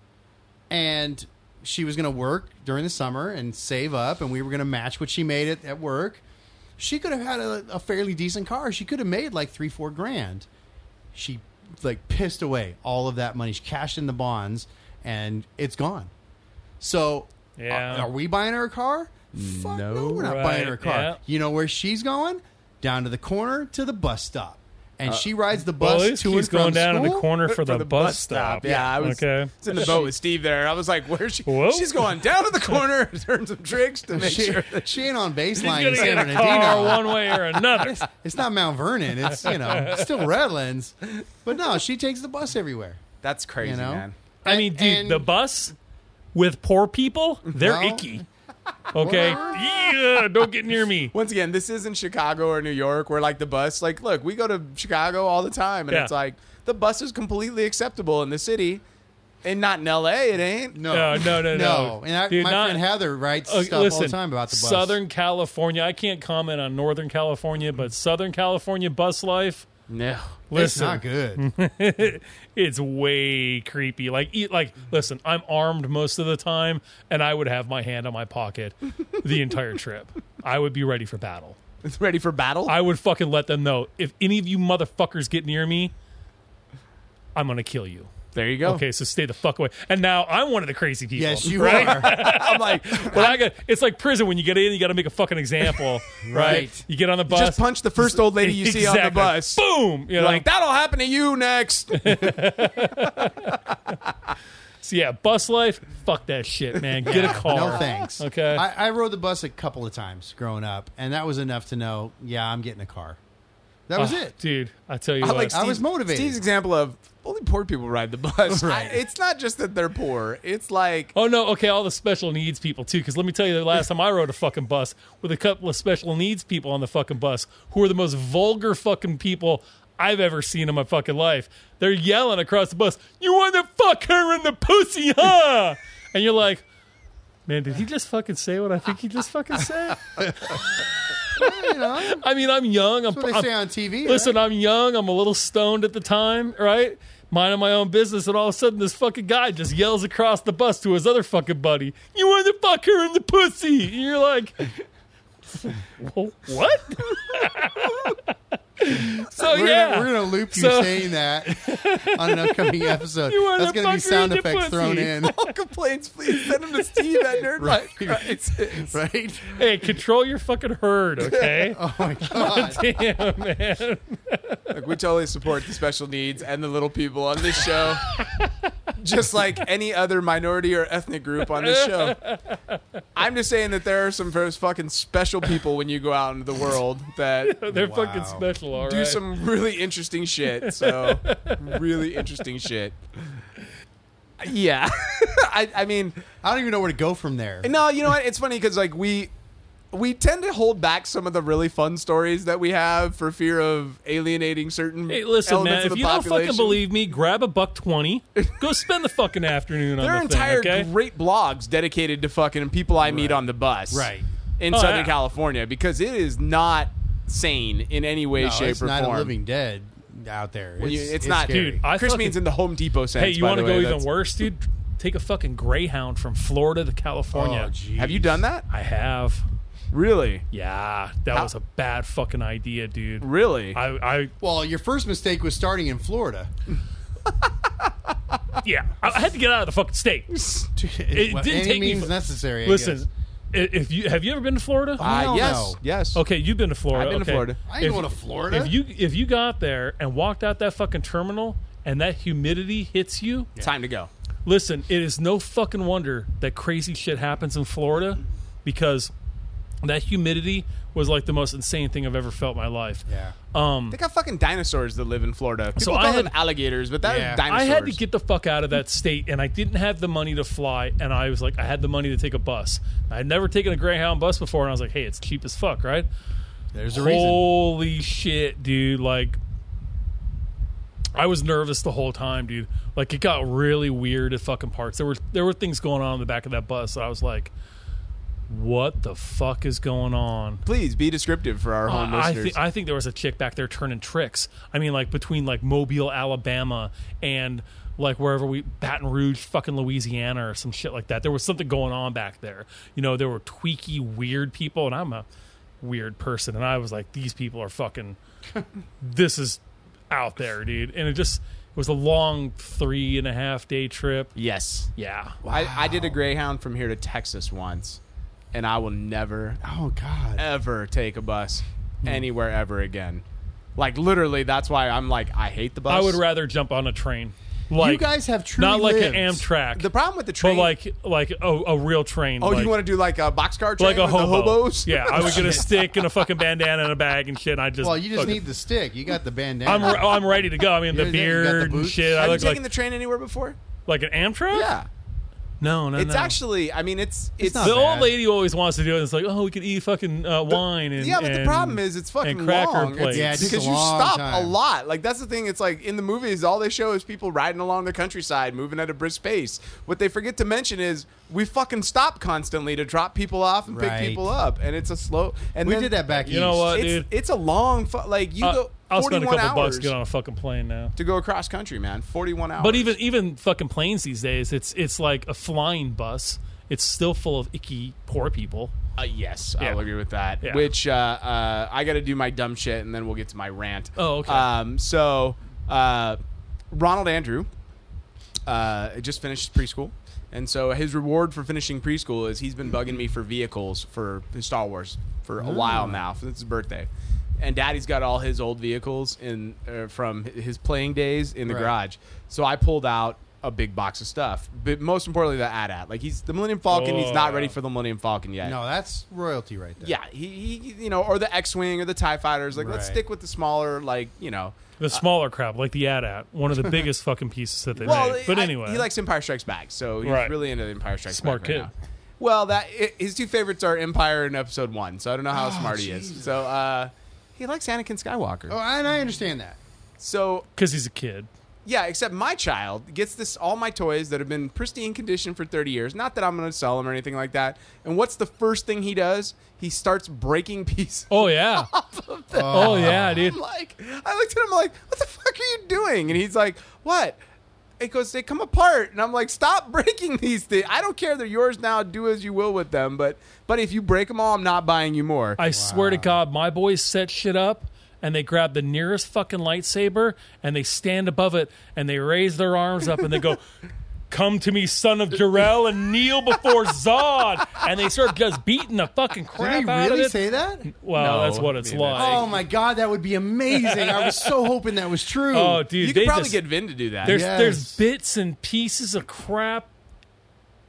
Speaker 4: and she was going to work during the summer and save up, and we were going to match what she made at, at work. She could have had a, a fairly decent car. She could have made like three, four grand. She like pissed away all of that money. She cashed in the bonds, and it's gone. So,
Speaker 2: Yeah.
Speaker 4: are, are we buying her a car? Fuck no, we're not buying her a
Speaker 2: Right,
Speaker 4: car.
Speaker 2: yeah.
Speaker 4: You know where she's going? Down to the corner to the bus stop, and she rides the
Speaker 2: Well,
Speaker 4: bus
Speaker 2: at least
Speaker 4: to
Speaker 2: he's
Speaker 4: and from
Speaker 2: going down to the
Speaker 4: school.
Speaker 2: corner for, the, bus, stop.
Speaker 3: Yeah, I was
Speaker 2: okay.
Speaker 3: it's in the boat with Steve there. I was like, where's she?
Speaker 2: Whoa.
Speaker 3: She's going down to the corner, turn some tricks to make
Speaker 4: She,
Speaker 3: sure.
Speaker 4: she ain't on
Speaker 2: He's
Speaker 4: baseline
Speaker 2: gonna
Speaker 4: in San
Speaker 2: get a car
Speaker 4: Bernardino.
Speaker 2: one way or another.
Speaker 4: It's not Mount Vernon. It's you know still Redlands, but no, she takes the bus everywhere.
Speaker 3: That's crazy,
Speaker 4: You know?
Speaker 3: man.
Speaker 2: I mean, dude,
Speaker 4: And-
Speaker 2: the bus with poor people, they're
Speaker 4: Well-
Speaker 2: icky. Okay, yeah, don't get near me.
Speaker 3: Once again, this isn't Chicago or New York where like the bus, like, look, we go to Chicago all the time, and
Speaker 2: Yeah.
Speaker 3: it's like the bus is completely acceptable in the city, and not in L.A. It ain't.
Speaker 4: No,
Speaker 2: No, no, no, no.
Speaker 4: And I,
Speaker 2: Dude,
Speaker 4: my
Speaker 2: not-
Speaker 4: friend Heather writes
Speaker 2: Uh,
Speaker 4: stuff all the time about the bus.
Speaker 2: Southern California. I can't comment on Northern California, but Southern California bus life.
Speaker 3: No.
Speaker 4: it's
Speaker 2: Listen,
Speaker 4: not good.
Speaker 2: it's way creepy. Like, eat, like, listen, I'm armed most of the time, and I would have my hand on my pocket the entire trip. I would be ready for battle.
Speaker 3: It's ready for battle.
Speaker 2: I would fucking let them know if any of you motherfuckers get near me, I'm gonna kill you.
Speaker 3: there you go.
Speaker 2: Okay, so stay the fuck away. And now I'm one of the crazy people.
Speaker 4: Yes, you
Speaker 2: right?
Speaker 4: are.
Speaker 3: I'm like,
Speaker 2: But I got it's like prison when you get in, you got to make a fucking example, right?
Speaker 4: Right.
Speaker 2: You get on the bus,
Speaker 3: just punch the first old lady you see on the
Speaker 2: Exactly.
Speaker 3: bus.
Speaker 2: Boom! You know?
Speaker 3: Like that'll happen to you next.
Speaker 2: So yeah, bus life. Fuck that shit, man. Get a car.
Speaker 4: No thanks.
Speaker 2: Okay.
Speaker 4: I, I rode the bus a couple of times growing up, and that was enough to know. Yeah, I'm getting a car. That was
Speaker 2: Ah,
Speaker 4: it.
Speaker 2: dude? I tell you
Speaker 3: I
Speaker 2: what.
Speaker 3: like
Speaker 4: I was
Speaker 3: Steve-
Speaker 4: motivated.
Speaker 3: Steve's example of only poor people ride the bus. I-
Speaker 4: Right.
Speaker 3: it's not just that they're poor. It's like
Speaker 2: Oh no! Okay, all the special needs people too. Because let me tell you, the last time I rode a fucking bus with a couple of special needs people on the fucking bus, who are the most vulgar fucking people I've ever seen in my fucking life. They're yelling across the bus, "You want to fuck her in the pussy, huh?" And you're like, "Man, did he just fucking say what I think he just fucking said?"
Speaker 4: You know, that's
Speaker 2: I mean, I'm young. I'm,
Speaker 4: what they
Speaker 2: I'm-
Speaker 4: say on TV.
Speaker 2: Listen, I'm young. I'm a little stoned at the time, right? Minding my own business, and all of a sudden, this fucking guy just yells across the bus to his other fucking buddy, "You want to fuck her in the pussy?" And you're like, "Wh- "What?" so
Speaker 4: We're,
Speaker 2: yeah,
Speaker 4: gonna, we're gonna loop you
Speaker 2: So-
Speaker 4: saying that on an upcoming episode.
Speaker 2: You are
Speaker 4: That's
Speaker 2: the
Speaker 4: gonna be
Speaker 2: fucker
Speaker 4: sound
Speaker 2: in the
Speaker 4: effects
Speaker 2: pussy.
Speaker 4: thrown in,
Speaker 3: all complaints, please send them to Steve at Nerd
Speaker 4: Right.
Speaker 3: Crisis.
Speaker 4: right?
Speaker 2: hey, control your fucking herd, okay?
Speaker 4: Oh my god!
Speaker 2: Damn, man.
Speaker 3: Like, we totally support the special needs and the little people on this show, just like any other minority or ethnic group on this show. I'm just saying that there are some very fucking special people when you go out into the world that
Speaker 2: They're
Speaker 4: Wow.
Speaker 2: fucking special, all right.
Speaker 3: do some really interesting shit. So, really interesting shit. Yeah, I, I mean.
Speaker 4: I don't even know where to go from there.
Speaker 3: No, you know what? It's funny because like we we tend to hold back some of the really fun stories that we have for fear of alienating certain
Speaker 2: Hey, listen,
Speaker 3: elements
Speaker 2: man.
Speaker 3: of
Speaker 2: If
Speaker 3: the
Speaker 2: you don't
Speaker 3: population.
Speaker 2: fucking believe me, grab a buck twenty. Go spend the fucking afternoon on
Speaker 3: there are
Speaker 2: the thing,
Speaker 3: entire
Speaker 2: okay?
Speaker 3: great blogs dedicated to fucking people I meet on the bus,
Speaker 4: Right.
Speaker 3: in
Speaker 2: Oh,
Speaker 3: Southern
Speaker 2: yeah.
Speaker 3: California, because it is not sane in any way,
Speaker 4: No,
Speaker 3: shape,
Speaker 4: it's
Speaker 3: or
Speaker 4: not
Speaker 3: form.
Speaker 4: a living dead out there.
Speaker 3: You-
Speaker 4: It's,
Speaker 3: it's, not,
Speaker 4: scary.
Speaker 2: Dude, I
Speaker 3: Chris
Speaker 2: fucking-
Speaker 3: means in the Home Depot sense.
Speaker 2: Hey, you
Speaker 3: want to
Speaker 2: go even
Speaker 3: that's-
Speaker 2: worse, dude? Take a fucking Greyhound from Florida to California.
Speaker 4: Oh, jeez.
Speaker 3: Have you done that?
Speaker 2: I have.
Speaker 3: Really,
Speaker 2: Yeah, that was a bad fucking idea, dude.
Speaker 3: really?
Speaker 2: I, I
Speaker 4: Well, your first mistake was starting in Florida.
Speaker 2: yeah, I I had to get out of the fucking state.
Speaker 4: it
Speaker 2: did take me
Speaker 4: means
Speaker 2: fu-
Speaker 4: necessary. I guess.
Speaker 2: Listen, i- if you have you ever been to Florida?
Speaker 3: Uh,
Speaker 4: Hell
Speaker 3: yes,
Speaker 4: no.
Speaker 3: yes.
Speaker 2: okay, you've been to Florida.
Speaker 3: I've been to
Speaker 2: okay.
Speaker 3: Florida.
Speaker 4: I ain't
Speaker 2: If-
Speaker 4: going to Florida.
Speaker 2: If you if you got there and walked out that fucking terminal and that humidity hits you,
Speaker 3: Time to go.
Speaker 2: Listen, it is no fucking wonder that crazy shit happens in Florida because that humidity was like the most insane thing I've ever felt in my life.
Speaker 4: yeah.
Speaker 2: Uh,
Speaker 3: They got fucking dinosaurs that live in Florida. People
Speaker 2: Hmm. So
Speaker 3: call
Speaker 2: I
Speaker 3: them
Speaker 2: had-
Speaker 3: alligators, but that
Speaker 4: Yeah.
Speaker 3: are dinosaurs.
Speaker 2: I had to get the fuck out of that state, and I didn't have the money to fly. And I was like, I had the money to take a bus. I had never taken a Greyhound bus before, and I was like, hey, it's cheap as fuck, right?
Speaker 4: There's a reason.
Speaker 2: Holy shit, dude! Like, I was nervous the whole time, dude. Like, it got really weird at fucking parts. There were there were things going on in the back of that bus. that I was like, "What the fuck is going on?"
Speaker 3: Please be descriptive for our home
Speaker 2: Uh, I,
Speaker 3: listeners.
Speaker 2: think I think there was a chick back there turning tricks. I mean, like between like Mobile, Alabama, and like wherever we Baton Rouge, fucking Louisiana, or some shit like that. There was something going on back there. You know, there were tweaky, weird people, and I'm a weird person, and I was like, these people are fucking. this is out there, dude, and it just was a long three and a half day trip.
Speaker 3: Yes.
Speaker 2: Yeah.
Speaker 3: I, I did a Greyhound from here to Texas once, and I will never,
Speaker 4: Oh God.
Speaker 3: ever take a bus
Speaker 2: Hmm.
Speaker 3: anywhere ever again. Like literally, that's why I'm like, I hate the bus.
Speaker 2: I would rather jump on a train. Like
Speaker 4: you guys have truly
Speaker 2: not like
Speaker 4: lived.
Speaker 2: an Amtrak,
Speaker 3: The problem with the
Speaker 2: but
Speaker 3: train,
Speaker 2: like like a, a real train.
Speaker 5: Oh,
Speaker 2: like,
Speaker 5: you want to do like a boxcar train
Speaker 2: like a
Speaker 5: with
Speaker 2: hobo.
Speaker 5: the hobos?
Speaker 2: Yeah, I would get a stick and a fucking bandana and a bag and shit. And I just
Speaker 4: Well, you just
Speaker 2: fucking-
Speaker 4: need the stick. You got the bandana.
Speaker 2: I'm re- oh, I'm ready to go. I mean, the
Speaker 4: You got the
Speaker 2: beard and
Speaker 4: boots?
Speaker 2: shit. I
Speaker 3: have you
Speaker 2: look
Speaker 3: taken
Speaker 2: like
Speaker 3: the train anywhere before?
Speaker 2: like an Amtrak.
Speaker 3: Yeah,
Speaker 2: No, no,
Speaker 3: it's
Speaker 2: no.
Speaker 3: actually. I mean, it's it's,
Speaker 4: not
Speaker 2: the
Speaker 4: bad.
Speaker 2: old lady always wants to do it. It's like, oh, we could eat fucking uh, wine and
Speaker 3: yeah, but the
Speaker 2: and-
Speaker 3: problem is it's fucking
Speaker 2: and cracker
Speaker 3: long. It's-
Speaker 2: plates.
Speaker 4: Yeah, it takes a
Speaker 3: because you
Speaker 4: long
Speaker 3: stop
Speaker 4: time.
Speaker 3: a lot. Like that's the thing. It's like in the movies, all they show is people riding along the countryside, moving at a brisk pace. What they forget to mention is we fucking stop constantly to drop people off and
Speaker 4: Right.
Speaker 3: pick people up, and it's a slow. And
Speaker 4: we
Speaker 3: then
Speaker 4: did that back.
Speaker 2: You know
Speaker 4: east.
Speaker 2: what,
Speaker 3: It's,
Speaker 2: dude?
Speaker 3: it's a long fu- like you
Speaker 2: Uh,
Speaker 3: go.
Speaker 2: I'll spend a
Speaker 3: 41
Speaker 2: couple bucks
Speaker 3: hours
Speaker 2: to get on a fucking plane now.
Speaker 3: to go across country, man. Forty-one hours.
Speaker 2: But even even fucking planes these days, it's it's like a flying bus. It's still full of icky poor people.
Speaker 3: Uh, yes,
Speaker 2: Yeah.
Speaker 3: I'll agree with that.
Speaker 2: Yeah.
Speaker 3: Which uh, uh, I got to do my dumb shit, and then we'll get to my rant.
Speaker 2: Oh, okay.
Speaker 3: Um, so uh, Ronald Andrew uh, just finished preschool, and so his reward for finishing preschool is he's been bugging me for vehicles for Star Wars for a while now. Since his birthday. And Daddy's got all his old vehicles in uh, from his playing days in the
Speaker 4: Right.
Speaker 3: garage. So I pulled out a big box of stuff, but most importantly, the AT-AT. Like he's the Millennium Falcon. he's not
Speaker 2: Oh.
Speaker 3: ready for the Millennium Falcon yet.
Speaker 4: No, that's royalty right there.
Speaker 3: Yeah, he, he you know, or the X-wing or the Tie fighters. Like, let's
Speaker 4: Right.
Speaker 3: stick with the smaller, like you know.
Speaker 2: The smaller crap, like the AT-AT, one of the biggest fucking pieces that they
Speaker 3: Well,
Speaker 2: made. But
Speaker 3: I-
Speaker 2: anyway,
Speaker 3: he likes Empire Strikes Back, so he's
Speaker 2: Right.
Speaker 3: really into the Empire Strikes
Speaker 2: Smart
Speaker 3: Back.
Speaker 2: kid.
Speaker 3: Right now. Well, that i his two favorites are Empire and Episode One, so I don't know
Speaker 2: Oh,
Speaker 3: how smart he is. So uh, he likes Anakin Skywalker.
Speaker 4: Oh, and I understand that.
Speaker 3: So
Speaker 2: because he's a kid.
Speaker 3: Yeah, except my child gets this all my toys that have been in pristine condition for 30 years. Not that I'm going to sell them or anything like that. And what's the first thing he does? He starts breaking pieces.
Speaker 2: Oh yeah, oh yeah, dude.
Speaker 3: I'm like, I looked at him like, what the fuck are you doing? And he's like, what? It goes, they come apart. And I'm like, stop breaking these things. I don't care. They're yours now. Do as you will with them. But, but if you break them all, I'm not buying you more.
Speaker 2: I swear to God, my boys set shit up and they grab the nearest fucking lightsaber and they stand above it and they raise their arms up and they go, Come to me, son of Jarrell, and kneel before Zod. And they start just beating the fucking
Speaker 4: Did
Speaker 2: crap
Speaker 4: they
Speaker 2: out
Speaker 4: really
Speaker 2: of it.
Speaker 4: say that?
Speaker 2: well,
Speaker 3: No,
Speaker 2: that's what it's
Speaker 3: I mean,
Speaker 2: like.
Speaker 4: Oh my God, that would be amazing. I was so hoping that was true.
Speaker 2: Oh, dude,
Speaker 3: you
Speaker 2: they
Speaker 3: could probably
Speaker 2: just,
Speaker 3: get Vin to do that.
Speaker 2: there's
Speaker 4: Yes.
Speaker 2: there's bits and pieces of crap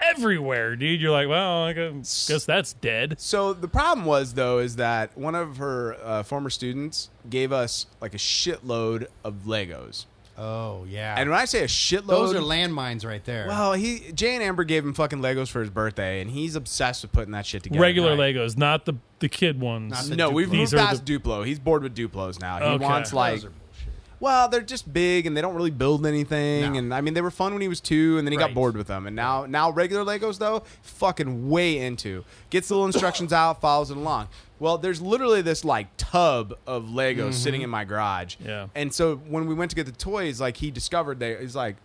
Speaker 2: everywhere, dude. You're like, well, I guess guess that's dead.
Speaker 3: So the problem was though is that one of her uh, former students gave us like a shitload of Legos,
Speaker 4: Oh, yeah.
Speaker 3: and when I say a shitload,
Speaker 4: Those are landmines right there.
Speaker 3: well, he Jay and Amber gave him fucking Legos for his birthday, and he's obsessed with putting that shit together.
Speaker 2: Regular
Speaker 3: Right.
Speaker 2: Legos, not the the kid ones.
Speaker 4: Not the-
Speaker 3: No, we've
Speaker 4: Duplos.
Speaker 3: moved
Speaker 2: These are
Speaker 3: past Duplo. He's bored with Duplos now. He
Speaker 2: Okay.
Speaker 3: wants like,
Speaker 4: Those are bullshit.
Speaker 3: well, they're just big and they don't really build anything.
Speaker 4: No.
Speaker 3: And I mean, they were fun when he was two, and then he
Speaker 4: Right.
Speaker 3: got bored with them. And now, now regular Legos though, fucking way into. Gets the little instructions out, follows it along. Well, there's literally this like tub of Legos sitting in my garage.
Speaker 2: Mm-hmm. Yeah.
Speaker 3: And so when we went to get the toys, like he discovered they, he's like,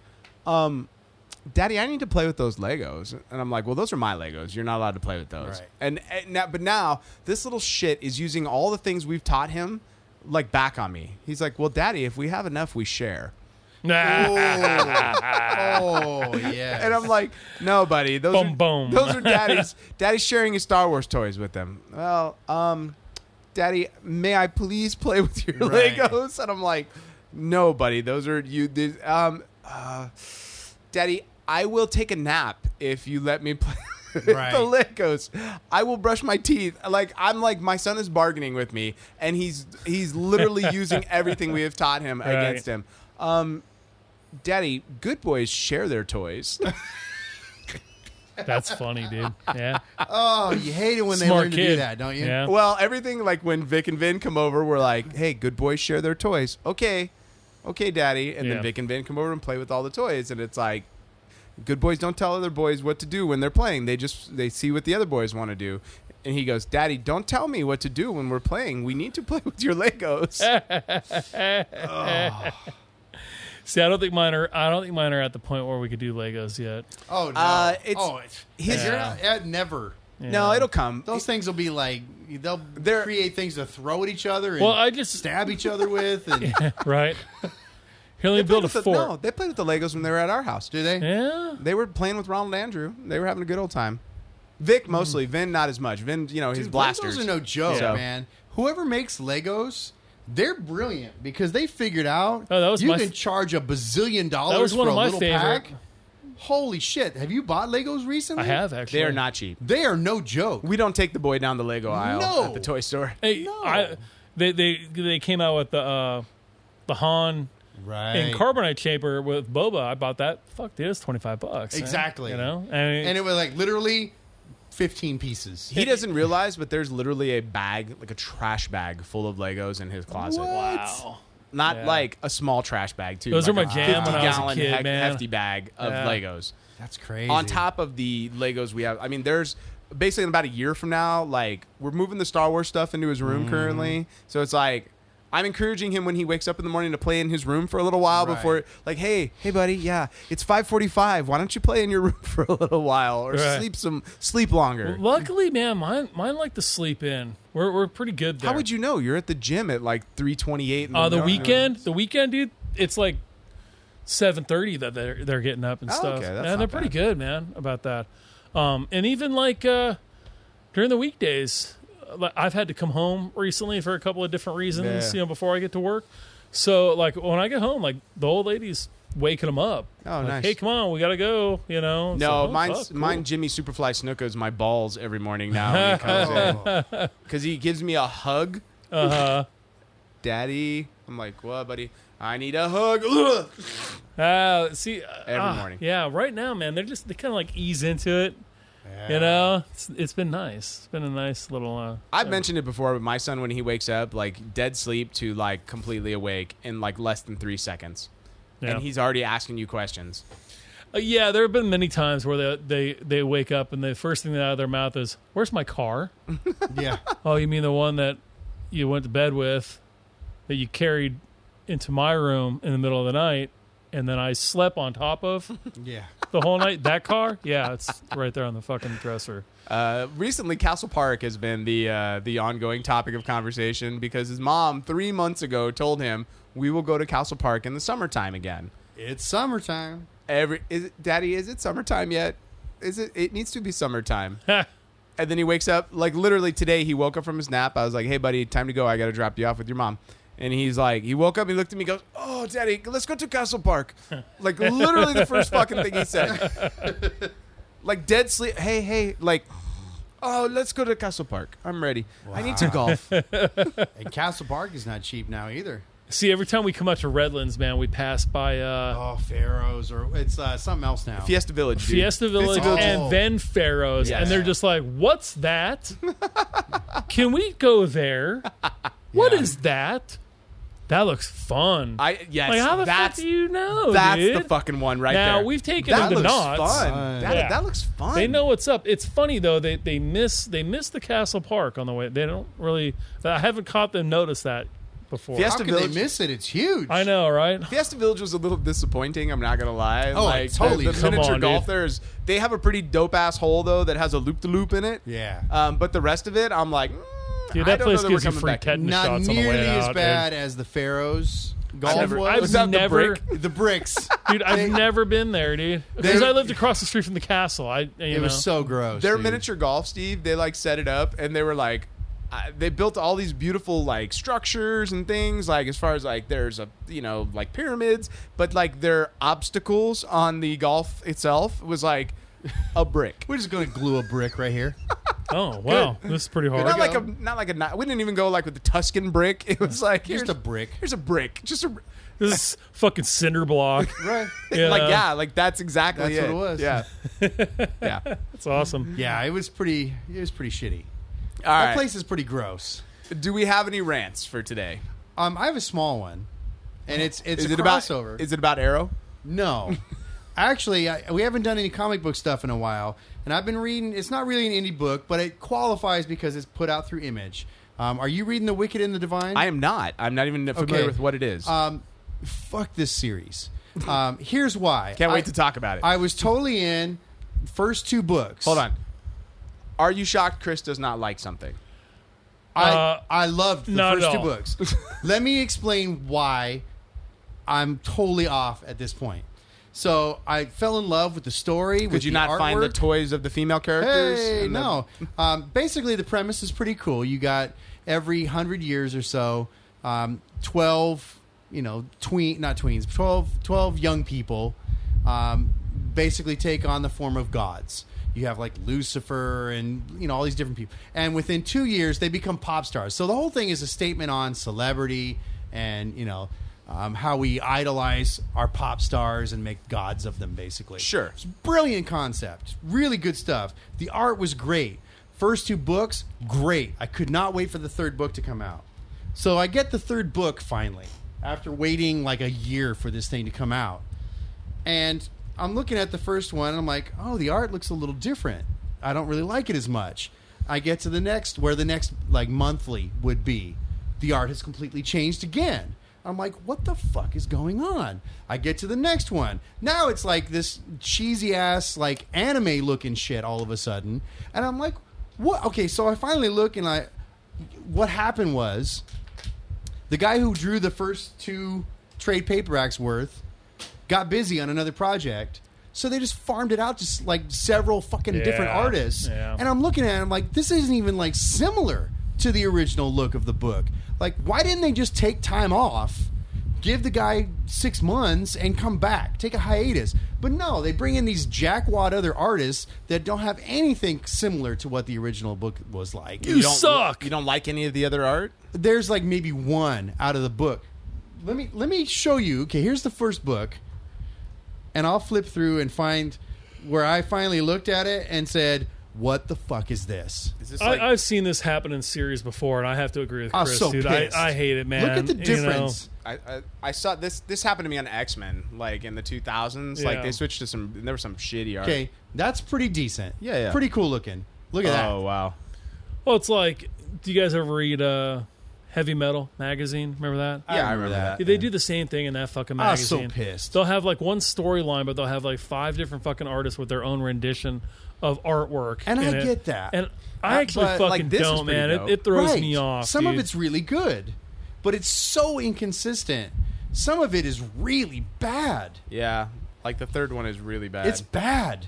Speaker 3: um. Daddy, I need to play with those Legos, and I'm like, "Well, those are my Legos. You're not allowed to play with those."
Speaker 4: Right.
Speaker 3: And, and now, but now this little shit is using all the things we've taught him, like back on me. He's like, "Well, Daddy, if we have enough, we share."
Speaker 2: nah.
Speaker 4: Oh, oh yeah.
Speaker 3: And I'm like, no, buddy. Those
Speaker 2: Boom,
Speaker 3: are,
Speaker 2: boom.
Speaker 3: Those are daddy's. daddy's sharing his Star Wars toys with them. Well, um, daddy, may I please play with your
Speaker 4: Right.
Speaker 3: Legos? And I'm like, no, buddy. Those are you. These, um, uh, daddy, I will take a nap if you let me play. with The
Speaker 4: Right.
Speaker 3: Legos. I will brush my teeth. Like I'm like my son is bargaining with me, and he's he's literally using everything we have taught him against him. Um, Daddy, good boys share their toys.
Speaker 2: That's funny, dude. Yeah.
Speaker 4: oh, you hate it when they
Speaker 2: Smart
Speaker 4: learn to
Speaker 2: kid.
Speaker 4: do that, don't you?
Speaker 2: Yeah.
Speaker 3: Well, everything like when Vic and Vin come over, we're like, "Hey, good boys share their toys." Okay, okay, Daddy. And
Speaker 2: Yeah.
Speaker 3: then Vic and Vin come over and play with all the toys, and it's like, good boys don't tell other boys what to do when they're playing. They just they see what the other boys want to do. And he goes, "Daddy, don't tell me what to do when we're playing. We need to play with your Legos."
Speaker 2: See, I don't think mine are. I don't think mine are at the point where we could do Legos yet.
Speaker 4: Oh, no.
Speaker 3: Uh, it's-
Speaker 4: oh, it's,
Speaker 3: he's-
Speaker 4: you're not- uh, never.
Speaker 3: No, it'll come.
Speaker 4: Those things will be like, they'll
Speaker 3: They're-
Speaker 4: create things to throw at each other and
Speaker 2: Well, I just
Speaker 4: stab each other with. And
Speaker 2: right. Here, let me
Speaker 3: They played
Speaker 2: build a
Speaker 3: with the-
Speaker 2: fort.
Speaker 3: No, they played with the Legos when they were at our house.
Speaker 4: Do they?
Speaker 2: Yeah.
Speaker 3: They were playing with Ronald Andrew. They were having a good old time. Vic mostly. Vin not as much. Vin, you know, his
Speaker 4: Dude,
Speaker 3: blasters.
Speaker 4: Legos are no joke,
Speaker 3: So-
Speaker 4: man. Whoever makes Legos, they're brilliant because they figured out
Speaker 2: Oh, that was
Speaker 4: you
Speaker 2: my
Speaker 4: can
Speaker 2: f-
Speaker 4: charge a bazillion dollars
Speaker 2: That was one
Speaker 4: for
Speaker 2: of
Speaker 4: a
Speaker 2: my
Speaker 4: little
Speaker 2: favorite.
Speaker 4: pack. Holy shit! Have you bought Legos recently?
Speaker 2: I have actually.
Speaker 3: They are not cheap.
Speaker 4: They are no joke.
Speaker 3: We don't take the boy down the Lego aisle
Speaker 4: No.
Speaker 3: at the toy store.
Speaker 2: Hey,
Speaker 4: No.
Speaker 2: I, they they they came out with the uh, the Han
Speaker 4: right.
Speaker 2: and carbonite shaper with boba. I bought that. Fuck, dude, it's twenty five bucks. man.
Speaker 4: Exactly.
Speaker 2: You know, I mean,
Speaker 4: and it was like literally fifteen pieces.
Speaker 3: He doesn't realize, but there's literally a bag, like a trash bag, full of Legos in his closet.
Speaker 2: wow.
Speaker 3: Not
Speaker 2: Yeah.
Speaker 3: like a small trash bag, too.
Speaker 2: Those
Speaker 3: like
Speaker 2: are my
Speaker 3: a
Speaker 2: jam when I was a
Speaker 3: 50-gallon
Speaker 2: kid, man.
Speaker 3: hefty bag of
Speaker 2: Yeah.
Speaker 3: Legos.
Speaker 4: That's crazy.
Speaker 3: On top of the Legos we have, I mean, there's basically in about a year from now, like we're moving the Star Wars stuff into his room
Speaker 2: Mm.
Speaker 3: currently. So it's like I'm encouraging him when he wakes up in the morning to play in his room for a little while
Speaker 4: Right.
Speaker 3: before, like, hey, hey, buddy, yeah, it's 5:45. Why don't you play in your room for a little while or
Speaker 2: Right.
Speaker 3: sleep some sleep longer?
Speaker 2: Luckily, man, mine mine like to sleep in. We're we're pretty good there.
Speaker 3: How would you know? You're at the gym at like 3:28. in
Speaker 2: Uh, the
Speaker 3: morning.
Speaker 2: weekend, the weekend, dude. It's like seven thirty that they're they're getting up and
Speaker 3: Oh,
Speaker 2: stuff.
Speaker 3: okay, that's
Speaker 2: and
Speaker 3: not
Speaker 2: they're pretty
Speaker 3: bad.
Speaker 2: good, man, about that. Um, and even like uh, during the weekdays, like, I've had to come home recently for a couple of different reasons.
Speaker 3: Yeah.
Speaker 2: You know, before I get to work. So like when I get home, like the old lady's waking them up.
Speaker 3: Oh,
Speaker 2: Like,
Speaker 3: nice.
Speaker 2: Hey, come on, we gotta go. You know. It's
Speaker 3: No,
Speaker 2: like, oh,
Speaker 3: mine's
Speaker 2: fuck, cool.
Speaker 3: mine. Jimmy Superfly Snooko is my balls every morning now when he comes in
Speaker 4: Oh.
Speaker 3: because he gives me a hug. Daddy, I'm like, what, buddy? I need a hug. Ugh.
Speaker 2: Uh, see, uh,
Speaker 3: Every
Speaker 2: ah,
Speaker 3: morning.
Speaker 2: Yeah, right now, man, they're just they kind of like ease into it. You know, it's, it's been nice. It's been a nice little. Uh,
Speaker 3: I've mentioned it before, but my son, when he wakes up, like dead sleep to like completely awake in like less than three seconds,
Speaker 2: yeah.
Speaker 3: and he's already asking you questions.
Speaker 2: Uh, yeah, there have been many times where they, they they wake up and the first thing out of their mouth is, "Where's my car?"
Speaker 4: yeah.
Speaker 2: oh, you mean the one that you went to bed with, that you carried into my room in the middle of the night, and then I slept on top of
Speaker 4: Yeah.
Speaker 2: the whole night. That car? Yeah, it's right there on the fucking dresser.
Speaker 3: Uh, recently, Castle Park has been the uh, the ongoing topic of conversation because his mom three months ago told him we will go to Castle Park in the summertime again.
Speaker 4: It's summertime.
Speaker 3: Every is it, daddy, is it summertime yet? Is it? It needs to be summertime. And then he wakes up, like literally today, he woke up from his nap. I was like, hey, buddy, time to go. I got to drop you off with your mom. And he's like, he woke up, he looked at me, goes, oh, daddy, let's go to Castle Park. like, literally the first fucking thing he said. like, dead sleep. Hey, hey, like, oh, let's go to Castle Park. I'm ready. I need to golf.
Speaker 4: And Castle Park is not cheap now either.
Speaker 2: See, every time we come out to Redlands, man, we pass by uh,
Speaker 4: Oh, Pharaohs or it's uh, something else now.
Speaker 3: Fiesta Village. Dude.
Speaker 2: Fiesta Village
Speaker 4: Village. Oh.
Speaker 2: and then Pharaohs,
Speaker 3: Yes.
Speaker 2: and they're just like, "What's that? Can we go there? What is that? That looks fun."
Speaker 3: I, yes,
Speaker 2: like, how the fuck
Speaker 3: that's,
Speaker 2: do you know?
Speaker 3: that's
Speaker 2: dude?
Speaker 3: the fucking one right
Speaker 2: Now
Speaker 3: there.
Speaker 2: we've taken
Speaker 3: that
Speaker 2: them to
Speaker 3: looks
Speaker 2: knots.
Speaker 3: fun. That,
Speaker 2: Yeah.
Speaker 3: that looks fun.
Speaker 2: They know what's up. It's funny though. They they miss they miss the Castle Park on the way. They don't really. I haven't caught them notice that before.
Speaker 3: Fiesta-
Speaker 4: How could
Speaker 3: Village.
Speaker 4: they miss it? It's huge.
Speaker 2: I know, right?
Speaker 3: Fiesta Village was a little disappointing. I'm not gonna lie.
Speaker 4: Oh,
Speaker 3: like,
Speaker 4: it totally
Speaker 3: The,
Speaker 4: is.
Speaker 3: the
Speaker 2: Come
Speaker 3: miniature
Speaker 2: on,
Speaker 3: golf
Speaker 2: dude.
Speaker 3: there's they have a pretty dope ass hole though that has a loop to loop in it.
Speaker 4: Yeah.
Speaker 3: Um, but the rest of it, I'm like, mm,
Speaker 2: Dude,
Speaker 3: I
Speaker 2: that
Speaker 3: don't
Speaker 2: place
Speaker 3: know that
Speaker 2: gives
Speaker 3: we're
Speaker 2: you
Speaker 3: coming
Speaker 2: free
Speaker 3: back.
Speaker 2: tetanus
Speaker 4: not
Speaker 2: shots on the way
Speaker 4: nearly as
Speaker 2: out,
Speaker 4: bad as the Pharaohs golf
Speaker 2: never-
Speaker 4: was.
Speaker 2: I've
Speaker 3: Was that
Speaker 2: never-
Speaker 3: the brick?
Speaker 4: the bricks.
Speaker 2: dude. I've never been there, dude. Because
Speaker 4: They-
Speaker 2: I lived across the street from the castle. I you
Speaker 4: it
Speaker 2: know.
Speaker 4: was so gross.
Speaker 3: Their
Speaker 4: dude.
Speaker 3: miniature golf, Steve. They like set it up and they were like. I they built all these beautiful like structures and things like as far as like there's a you know like pyramids but like their obstacles on the golf itself was like a brick
Speaker 4: We're just gonna glue a brick right here.
Speaker 2: oh wow, this is pretty hard.
Speaker 3: not like a not like a not, we didn't even go like with the Tuscan brick. It was like here's
Speaker 4: Just a brick.
Speaker 3: Here's a brick. Just a br-
Speaker 2: This is fucking cinder block.
Speaker 4: Right.
Speaker 2: Yeah.
Speaker 3: like yeah, like that's exactly
Speaker 4: That's what
Speaker 3: it.
Speaker 4: it was.
Speaker 3: Yeah, yeah.
Speaker 2: That's awesome.
Speaker 4: Yeah, it was pretty. It was pretty shitty.
Speaker 3: All
Speaker 4: that
Speaker 3: right.
Speaker 4: place is pretty gross.
Speaker 3: Do we have any rants for today?
Speaker 4: Um, I have a small one, and it's it's
Speaker 3: Is
Speaker 4: a
Speaker 3: it
Speaker 4: crossover.
Speaker 3: about is it about Arrow?
Speaker 4: No. Actually, I, we haven't done any comic book stuff in a while, and I've been reading. It's not really an indie book, but it qualifies because it's put out through Image. Um, are you reading The Wicked and the Divine?
Speaker 3: I am not. I'm not even familiar with what it is.
Speaker 4: Um, fuck this series. Um, here's why.
Speaker 3: Can't wait
Speaker 4: I-
Speaker 3: to talk about it.
Speaker 4: I was totally in first two books.
Speaker 3: Hold on. Are you shocked Chris does not like something?
Speaker 4: I
Speaker 2: Uh,
Speaker 4: I loved the
Speaker 2: not
Speaker 4: first
Speaker 2: at
Speaker 4: two
Speaker 2: all.
Speaker 4: books. Let me explain why I'm totally off at this point. So I fell in love with the story.
Speaker 3: Could you not find the toys of the female characters?
Speaker 4: Hey,
Speaker 3: and the-
Speaker 4: no. Um, basically, the premise is pretty cool. You got every hundred years or so, um, twelve, you know, tween not tweens, 12, 12 young people, um, basically take on the form of gods. You have like Lucifer and you know all these different people, and within two years they become pop stars. So the whole thing is a statement on celebrity and you know. Um, how we idolize our pop stars and make gods of them, basically.
Speaker 3: Sure.
Speaker 4: It's a brilliant concept. Really good stuff. The art was great. First two books, great. I could not wait for the third book to come out. So I get the third book finally after waiting like a year for this thing to come out. And I'm looking at the first one and I'm like, "Oh, the art looks a little different. I don't really like it as much." I get to the next where the next like monthly would be. The art has completely changed again. I'm like, what the fuck is going on? I get to the next one. Now it's like this cheesy ass, like anime looking shit all of a sudden. And I'm like, what? Okay, so I finally look and I, what happened was the guy who drew the first two trade paperbacks worth got busy on another project. So they just farmed it out to s- like several fucking different
Speaker 2: Yeah,
Speaker 4: artists.
Speaker 2: yeah.
Speaker 4: And I'm looking at it, I'm like, this isn't even like similar to the original look of the book. Like, why didn't they just take time off, give the guy six months, and come back, take a hiatus? But no, they bring in these jackwad other artists that don't have anything similar to what the original book was like
Speaker 2: You,
Speaker 3: don't-
Speaker 2: suck.
Speaker 3: You don't like any of the other art?
Speaker 4: there's like maybe one out of the book. Let me let me show you. Okay, here's the first book, and I'll flip through and find where I finally looked at it and said, "What the fuck is this?"
Speaker 3: Is this
Speaker 2: I,
Speaker 3: like,
Speaker 2: I've seen this happen in series before, and I have to agree with
Speaker 4: I
Speaker 2: Chris,
Speaker 4: was Oh, so
Speaker 2: dude.
Speaker 4: pissed.
Speaker 2: I, I hate it, man.
Speaker 4: Look at the
Speaker 2: You know?
Speaker 4: difference.
Speaker 3: I, I, I saw this. This happened to me on X Men, like in the 2000s. Like
Speaker 2: Yeah.
Speaker 3: they switched to some. There was some shitty art.
Speaker 4: Okay, that's pretty decent.
Speaker 3: Yeah, yeah.
Speaker 4: pretty cool looking. Look at
Speaker 3: Oh wow.
Speaker 2: Well, it's like, do you guys ever read uh, Heavy Metal magazine? Remember that?
Speaker 3: Yeah, I remember that.
Speaker 2: Dude, they do the same thing in that fucking
Speaker 4: I was Ah, so
Speaker 2: magazine.
Speaker 4: pissed.
Speaker 2: They'll have like one storyline, but they'll have like five different fucking artists with their own rendition of artwork.
Speaker 4: And I
Speaker 2: in it.
Speaker 4: get that.
Speaker 2: And I
Speaker 3: Uh,
Speaker 2: actually
Speaker 3: but,
Speaker 2: fucking
Speaker 3: like, this is
Speaker 2: don't,
Speaker 3: pretty
Speaker 2: man. It,
Speaker 3: dope.
Speaker 2: it
Speaker 4: that.
Speaker 2: throws
Speaker 4: right.
Speaker 2: me off.
Speaker 4: Some of
Speaker 2: dude.
Speaker 4: it's really good, but it's so inconsistent. Some of it is really bad.
Speaker 3: Yeah, like the third one is really bad.
Speaker 4: It's bad.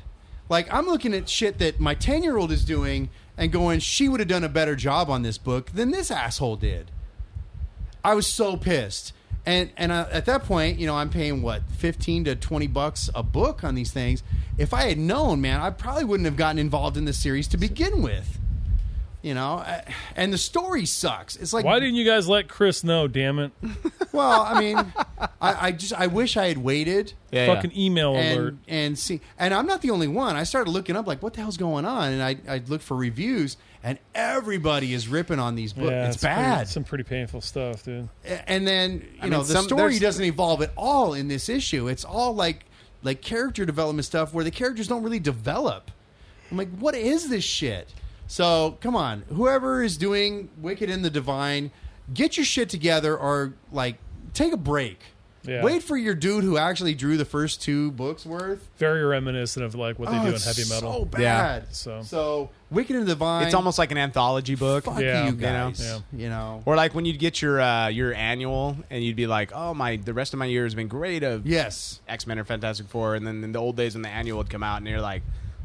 Speaker 4: Like I'm looking at shit that my 10-year-old is doing and going, she would have done a better job on this book than this asshole did. I was so pissed. And and I, at that point, you know, I'm paying what 15 to 20 bucks a book on these things. If I had known, man, I probably wouldn't have gotten involved in this series to begin with. You know, I- and the story sucks. It's like
Speaker 2: Why didn't you guys let Chris know? Damn it!
Speaker 4: well, I mean, I, I just I wish I had waited
Speaker 3: yeah, yeah.
Speaker 2: fucking e- email alert.
Speaker 4: and, and see and i'm not the only one i started looking up like what the hell's going on and i, I looked for reviews and everybody is ripping on these books
Speaker 2: Yeah,
Speaker 4: it's,
Speaker 2: pretty-
Speaker 4: bad
Speaker 2: some pretty painful stuff, dude.
Speaker 4: A- and then you
Speaker 3: mean,
Speaker 4: know the
Speaker 3: some-
Speaker 4: story
Speaker 3: there's-
Speaker 4: doesn't evolve at all in this issue it's all like like character development stuff where the characters don't really develop i'm like what is this shit so come on whoever is doing wicked and the divine get your shit together or like take a break
Speaker 2: Yeah.
Speaker 4: Wait for your dude who actually drew the first two books worth
Speaker 2: Very reminiscent of like what they
Speaker 4: Oh,
Speaker 2: do in
Speaker 4: it's
Speaker 2: heavy metal.
Speaker 4: So bad.
Speaker 3: Yeah.
Speaker 2: So-
Speaker 4: So, Wicked and the Divine.
Speaker 3: It's almost like an anthology book.
Speaker 4: fuck
Speaker 2: Yeah.
Speaker 4: you
Speaker 2: You know?
Speaker 4: guys.
Speaker 2: Yeah.
Speaker 4: You know.
Speaker 3: Or like when you'd get your uh, your annual and you'd be like, oh my, the rest of my year has been great of
Speaker 4: Yes.
Speaker 3: X Men or Fantastic Four, and then in the old days when the annual would come out, and you're like,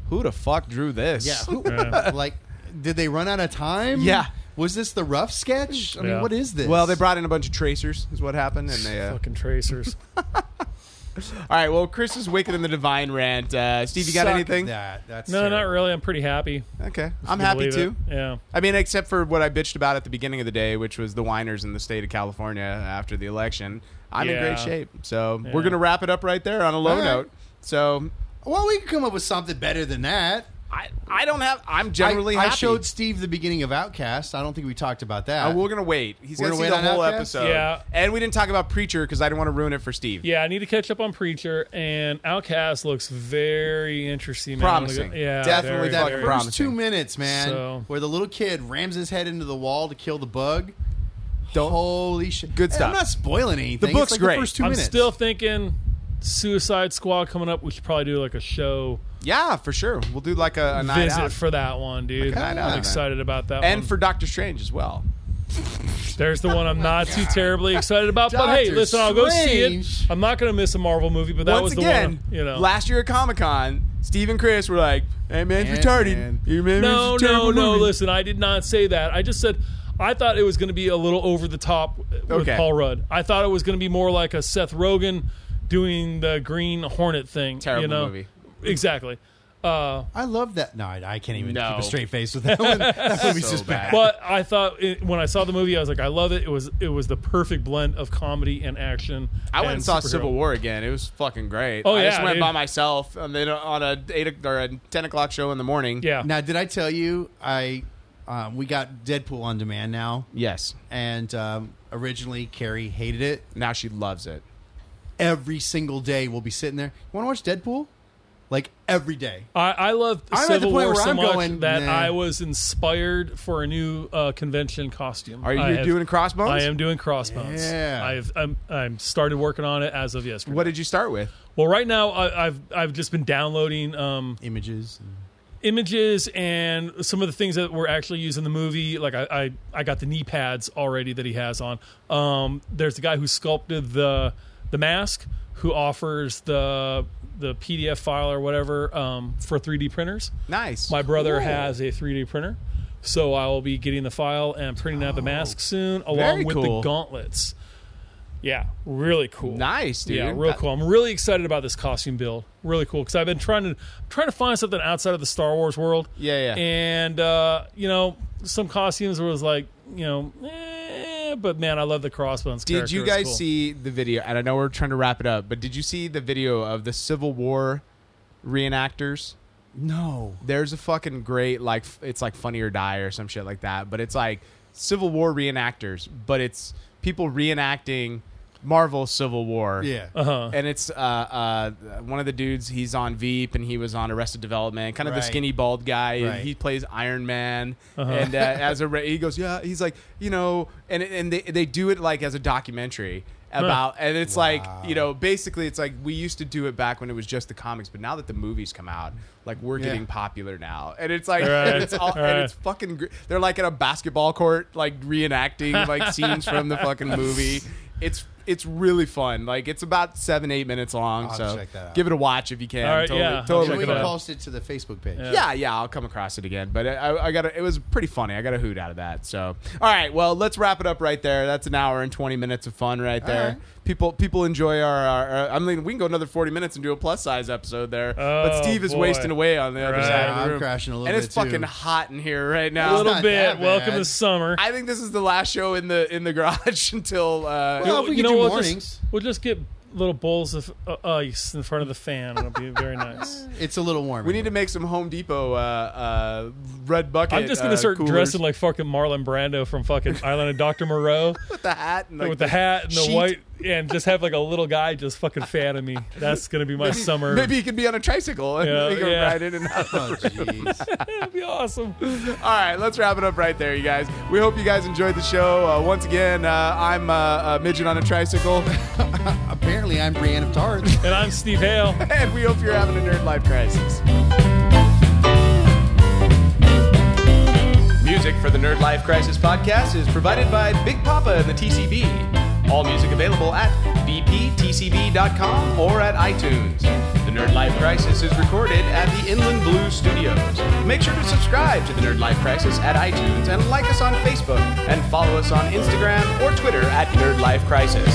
Speaker 3: who the fuck drew this?
Speaker 4: Yeah. Who-
Speaker 2: Yeah.
Speaker 4: like, did they run out of time?
Speaker 3: Yeah.
Speaker 4: Was this the rough sketch? I
Speaker 2: Yeah.
Speaker 4: mean, what is this?
Speaker 3: Well, they brought in a bunch of tracers, is what happened, and they. Uh,
Speaker 2: Fucking tracers.
Speaker 3: all right, well, Chris is wicked in the divine rant. Uh, Steve, you got
Speaker 4: Suck
Speaker 3: anything?
Speaker 4: That. That's
Speaker 2: no, not
Speaker 4: terrible.
Speaker 2: really. I'm pretty happy.
Speaker 3: Okay, I'm
Speaker 2: You
Speaker 3: happy
Speaker 2: believe
Speaker 3: too.
Speaker 2: it? Yeah.
Speaker 3: I mean, except for what I bitched about at the beginning of the day, which was the whiners in the state of California after the election. I'm in
Speaker 2: Yeah.
Speaker 3: great shape, so
Speaker 2: Yeah.
Speaker 3: we're gonna wrap it up right there on a low
Speaker 4: right.
Speaker 3: note. So
Speaker 4: Well, we can come up with something better than that.
Speaker 3: I, I don't have. I'm
Speaker 4: I,
Speaker 3: generally
Speaker 4: I
Speaker 3: happy.
Speaker 4: showed Steve the beginning of Outcast. I don't think we talked about that.
Speaker 3: Uh, we're gonna wait. He's
Speaker 4: We're
Speaker 3: gonna see
Speaker 4: gonna
Speaker 3: the
Speaker 4: wait on
Speaker 3: whole
Speaker 4: Outcast?
Speaker 3: episode.
Speaker 2: Yeah.
Speaker 3: And we didn't talk about Preacher because I didn't want to ruin it for Steve.
Speaker 2: Yeah, I need to catch up on Preacher and Outcast looks very interesting. man.
Speaker 3: Promising.
Speaker 2: Yeah,
Speaker 3: Definitely
Speaker 2: Oh, very,
Speaker 4: that
Speaker 2: very.
Speaker 4: first
Speaker 3: promising.
Speaker 4: two minutes, man,
Speaker 2: So-
Speaker 4: where the little kid rams his head into the wall to kill the bug.
Speaker 3: Don't-
Speaker 4: Holy shit!
Speaker 3: Good
Speaker 4: Hey,
Speaker 3: stuff.
Speaker 4: I'm not spoiling anything. It's
Speaker 3: book's
Speaker 4: like
Speaker 3: great.
Speaker 4: The first 2
Speaker 2: I'm
Speaker 4: minutes.
Speaker 2: still thinking Suicide Squad coming up. We should probably do like a show
Speaker 3: Yeah, for sure. We'll do like a, a night
Speaker 2: visit
Speaker 3: out.
Speaker 2: for that one,
Speaker 3: Like
Speaker 2: dude.
Speaker 3: a night out,
Speaker 2: I'm
Speaker 3: man.
Speaker 2: excited about that.
Speaker 3: and
Speaker 2: one.
Speaker 3: for Doctor Strange as well.
Speaker 2: There's the one I'm not too terribly excited about. But hey,
Speaker 4: Doctor
Speaker 2: listen, I'll go see
Speaker 4: Strange.
Speaker 2: it. I'm not going to miss a Marvel movie, but that
Speaker 3: Once
Speaker 2: was the
Speaker 3: again,
Speaker 2: one. You know,
Speaker 3: last year at Comic Con, Steve and Chris were like, "Hey man, it's retarded.
Speaker 4: Ant-Man.
Speaker 3: You man,
Speaker 2: no,
Speaker 3: it's a
Speaker 2: no,
Speaker 3: terrible
Speaker 2: no.
Speaker 3: movie."
Speaker 2: Listen, I did not say that. I just said I thought it was going to be a little over the top with
Speaker 3: Okay.
Speaker 2: Paul Rudd. I thought it was going to be more like a Seth Rogen doing the Green Hornet thing. you
Speaker 3: Terrible
Speaker 2: know?
Speaker 3: movie.
Speaker 2: Exactly. Uh,
Speaker 4: I love that. No, I, I can't even
Speaker 3: No.
Speaker 4: keep a straight face with that one. That movie's
Speaker 3: So
Speaker 4: just bad.
Speaker 2: but I thought it, when I saw the movie, I was like, I love it. It was it was the perfect blend of comedy and action.
Speaker 3: I went and saw Civil
Speaker 2: War.
Speaker 3: War again. It was fucking great.
Speaker 2: Oh,
Speaker 3: I just
Speaker 2: yeah,
Speaker 3: went
Speaker 2: dude.
Speaker 3: by myself and then on a eight o- or a ten o'clock show in the morning.
Speaker 2: Yeah.
Speaker 4: Now, did I tell you I uh, we got Deadpool on demand now?
Speaker 3: Yes.
Speaker 4: And um, originally, Carrie hated it.
Speaker 3: Now she loves it.
Speaker 4: Every single day, we'll be sitting there. You want to watch Deadpool? Like every day.
Speaker 2: I, I loved
Speaker 4: I'm at the
Speaker 2: Civil
Speaker 4: point
Speaker 2: War
Speaker 4: where
Speaker 2: so
Speaker 4: I'm
Speaker 2: much
Speaker 4: going,
Speaker 2: that
Speaker 4: nah.
Speaker 2: I was inspired for a new uh, convention costume.
Speaker 3: Are you
Speaker 2: I have-
Speaker 3: doing crossbones?
Speaker 2: I am doing crossbones.
Speaker 4: Yeah.
Speaker 2: I've I'm, I'm started working on it as of yesterday.
Speaker 3: What did you start with?
Speaker 2: Well, right now I, I've I've just been downloading um,
Speaker 4: Images.
Speaker 2: images and some of the things that were actually used in the movie. Like I, I, I got the knee pads already that he has on. Um, there's the guy who sculpted the the mask, who offers the the PDF file or whatever um, for 3D printers.
Speaker 3: Nice.
Speaker 2: My brother has a 3D printer, so I will be getting the file and printing out the mask soon, along
Speaker 3: Oh. very
Speaker 2: with
Speaker 3: cool.
Speaker 2: the gauntlets. Yeah, really cool.
Speaker 3: Nice, dude.
Speaker 2: Yeah, real cool. I'm really excited about this costume build. Really cool because I've been trying to trying to find something outside of the Star Wars world.
Speaker 3: Yeah, yeah.
Speaker 2: And uh, you know, some costumes was like, you know, eh, but man, I love the crossbones.
Speaker 3: Did
Speaker 2: character.
Speaker 3: you
Speaker 2: It's
Speaker 3: guys
Speaker 2: cool.
Speaker 3: see the video? And I know we're trying to wrap it up, but did you see the video of the Civil War reenactors?
Speaker 4: No.
Speaker 3: There's a fucking great like f- it's like Funny or Die or some shit like that, but it's like Civil War reenactors, but it's people reenacting Marvel Civil War.
Speaker 4: Yeah.
Speaker 2: Uh-huh.
Speaker 3: And it's uh, uh, one of the dudes. He's on Veep, and he was on Arrested Development. Kind of the
Speaker 4: Right.
Speaker 3: skinny bald guy. and
Speaker 4: Right.
Speaker 3: He plays Iron Man,
Speaker 2: Uh-huh.
Speaker 3: and uh, as a re- he goes, yeah, he's like, you know, and and they they do it like as a documentary about, and it's like you know, basically, it's like we used to do it back when it was just the comics, but now that the movies come out, like we're getting popular now, and it's like
Speaker 2: Right.
Speaker 3: and it's all, and
Speaker 2: Right.
Speaker 3: it's fucking. Gr- they're like at a basketball court, like reenacting like scenes from the fucking movie. It's it's really fun. Like it's about seven eight minutes long.
Speaker 4: I'll
Speaker 3: so
Speaker 4: check that out.
Speaker 3: give it a watch if you can.
Speaker 2: All right,
Speaker 3: totally,
Speaker 2: yeah, I'll
Speaker 3: totally.
Speaker 4: we
Speaker 2: check it out.
Speaker 4: post it to the Facebook page.
Speaker 2: Yeah.
Speaker 3: Yeah, yeah, I'll come across it again. But I, I got it was pretty funny. I got a hoot out of that. So, all right, well, let's wrap it up right there. That's an hour and twenty minutes of fun right there.
Speaker 4: right.
Speaker 3: People, people enjoy our. our, our- I mean, we can go another forty minutes and do a plus size episode there. but
Speaker 2: Oh,
Speaker 3: Steve is
Speaker 2: boy.
Speaker 3: wasting away on the other
Speaker 2: Right.
Speaker 3: side of the
Speaker 4: I'm
Speaker 3: room.
Speaker 4: crashing a little
Speaker 3: and it's
Speaker 4: bit, too.
Speaker 3: fucking hot in here right now.
Speaker 2: a little
Speaker 4: not
Speaker 2: bit?
Speaker 4: that
Speaker 2: Welcome
Speaker 4: bad.
Speaker 2: to summer.
Speaker 3: I think this is the last show in the in the garage until uh,
Speaker 4: Well, if
Speaker 2: you
Speaker 4: we
Speaker 2: know,
Speaker 4: could do
Speaker 2: we'll
Speaker 4: mornings.
Speaker 2: just we'll just get little bowls of uh, ice in front of the fan. It'll be very nice.
Speaker 4: It's a little warm.
Speaker 3: we need to make some Home Depot uh, uh, red bucket.
Speaker 2: I'm just gonna
Speaker 3: uh,
Speaker 2: start
Speaker 3: coolers
Speaker 2: dressing like fucking Marlon Brando from fucking Island of Doctor Moreau
Speaker 3: with the hat and like,
Speaker 2: with the hat and the
Speaker 3: sheet.
Speaker 2: white, and just have like a little guy just fucking fan of me. That's gonna be my summer.
Speaker 3: Maybe he could be on a tricycle and
Speaker 2: Yeah,
Speaker 3: they go
Speaker 2: yeah.
Speaker 3: ride in and out.
Speaker 4: Oh, jeez.
Speaker 2: that'd be awesome.
Speaker 3: All right, let's wrap it up right there, you guys. We hope you guys enjoyed the show. Uh, once again, uh, I'm uh, a midget on a tricycle,
Speaker 4: Apparently, I'm Brianna Tart.
Speaker 2: And I'm Steve Hale.
Speaker 3: and we hope you're having a nerd life crisis.
Speaker 6: Music for the Nerd Life Crisis podcast is provided by Big Papa and the TCB. All music available at bptcb.com or at iTunes. The Nerd Life Crisis is recorded at the Inland Blue Studios. Make sure to subscribe to the Nerd Life Crisis at iTunes and like us on Facebook and follow us on Instagram or Twitter at Nerd Life Crisis.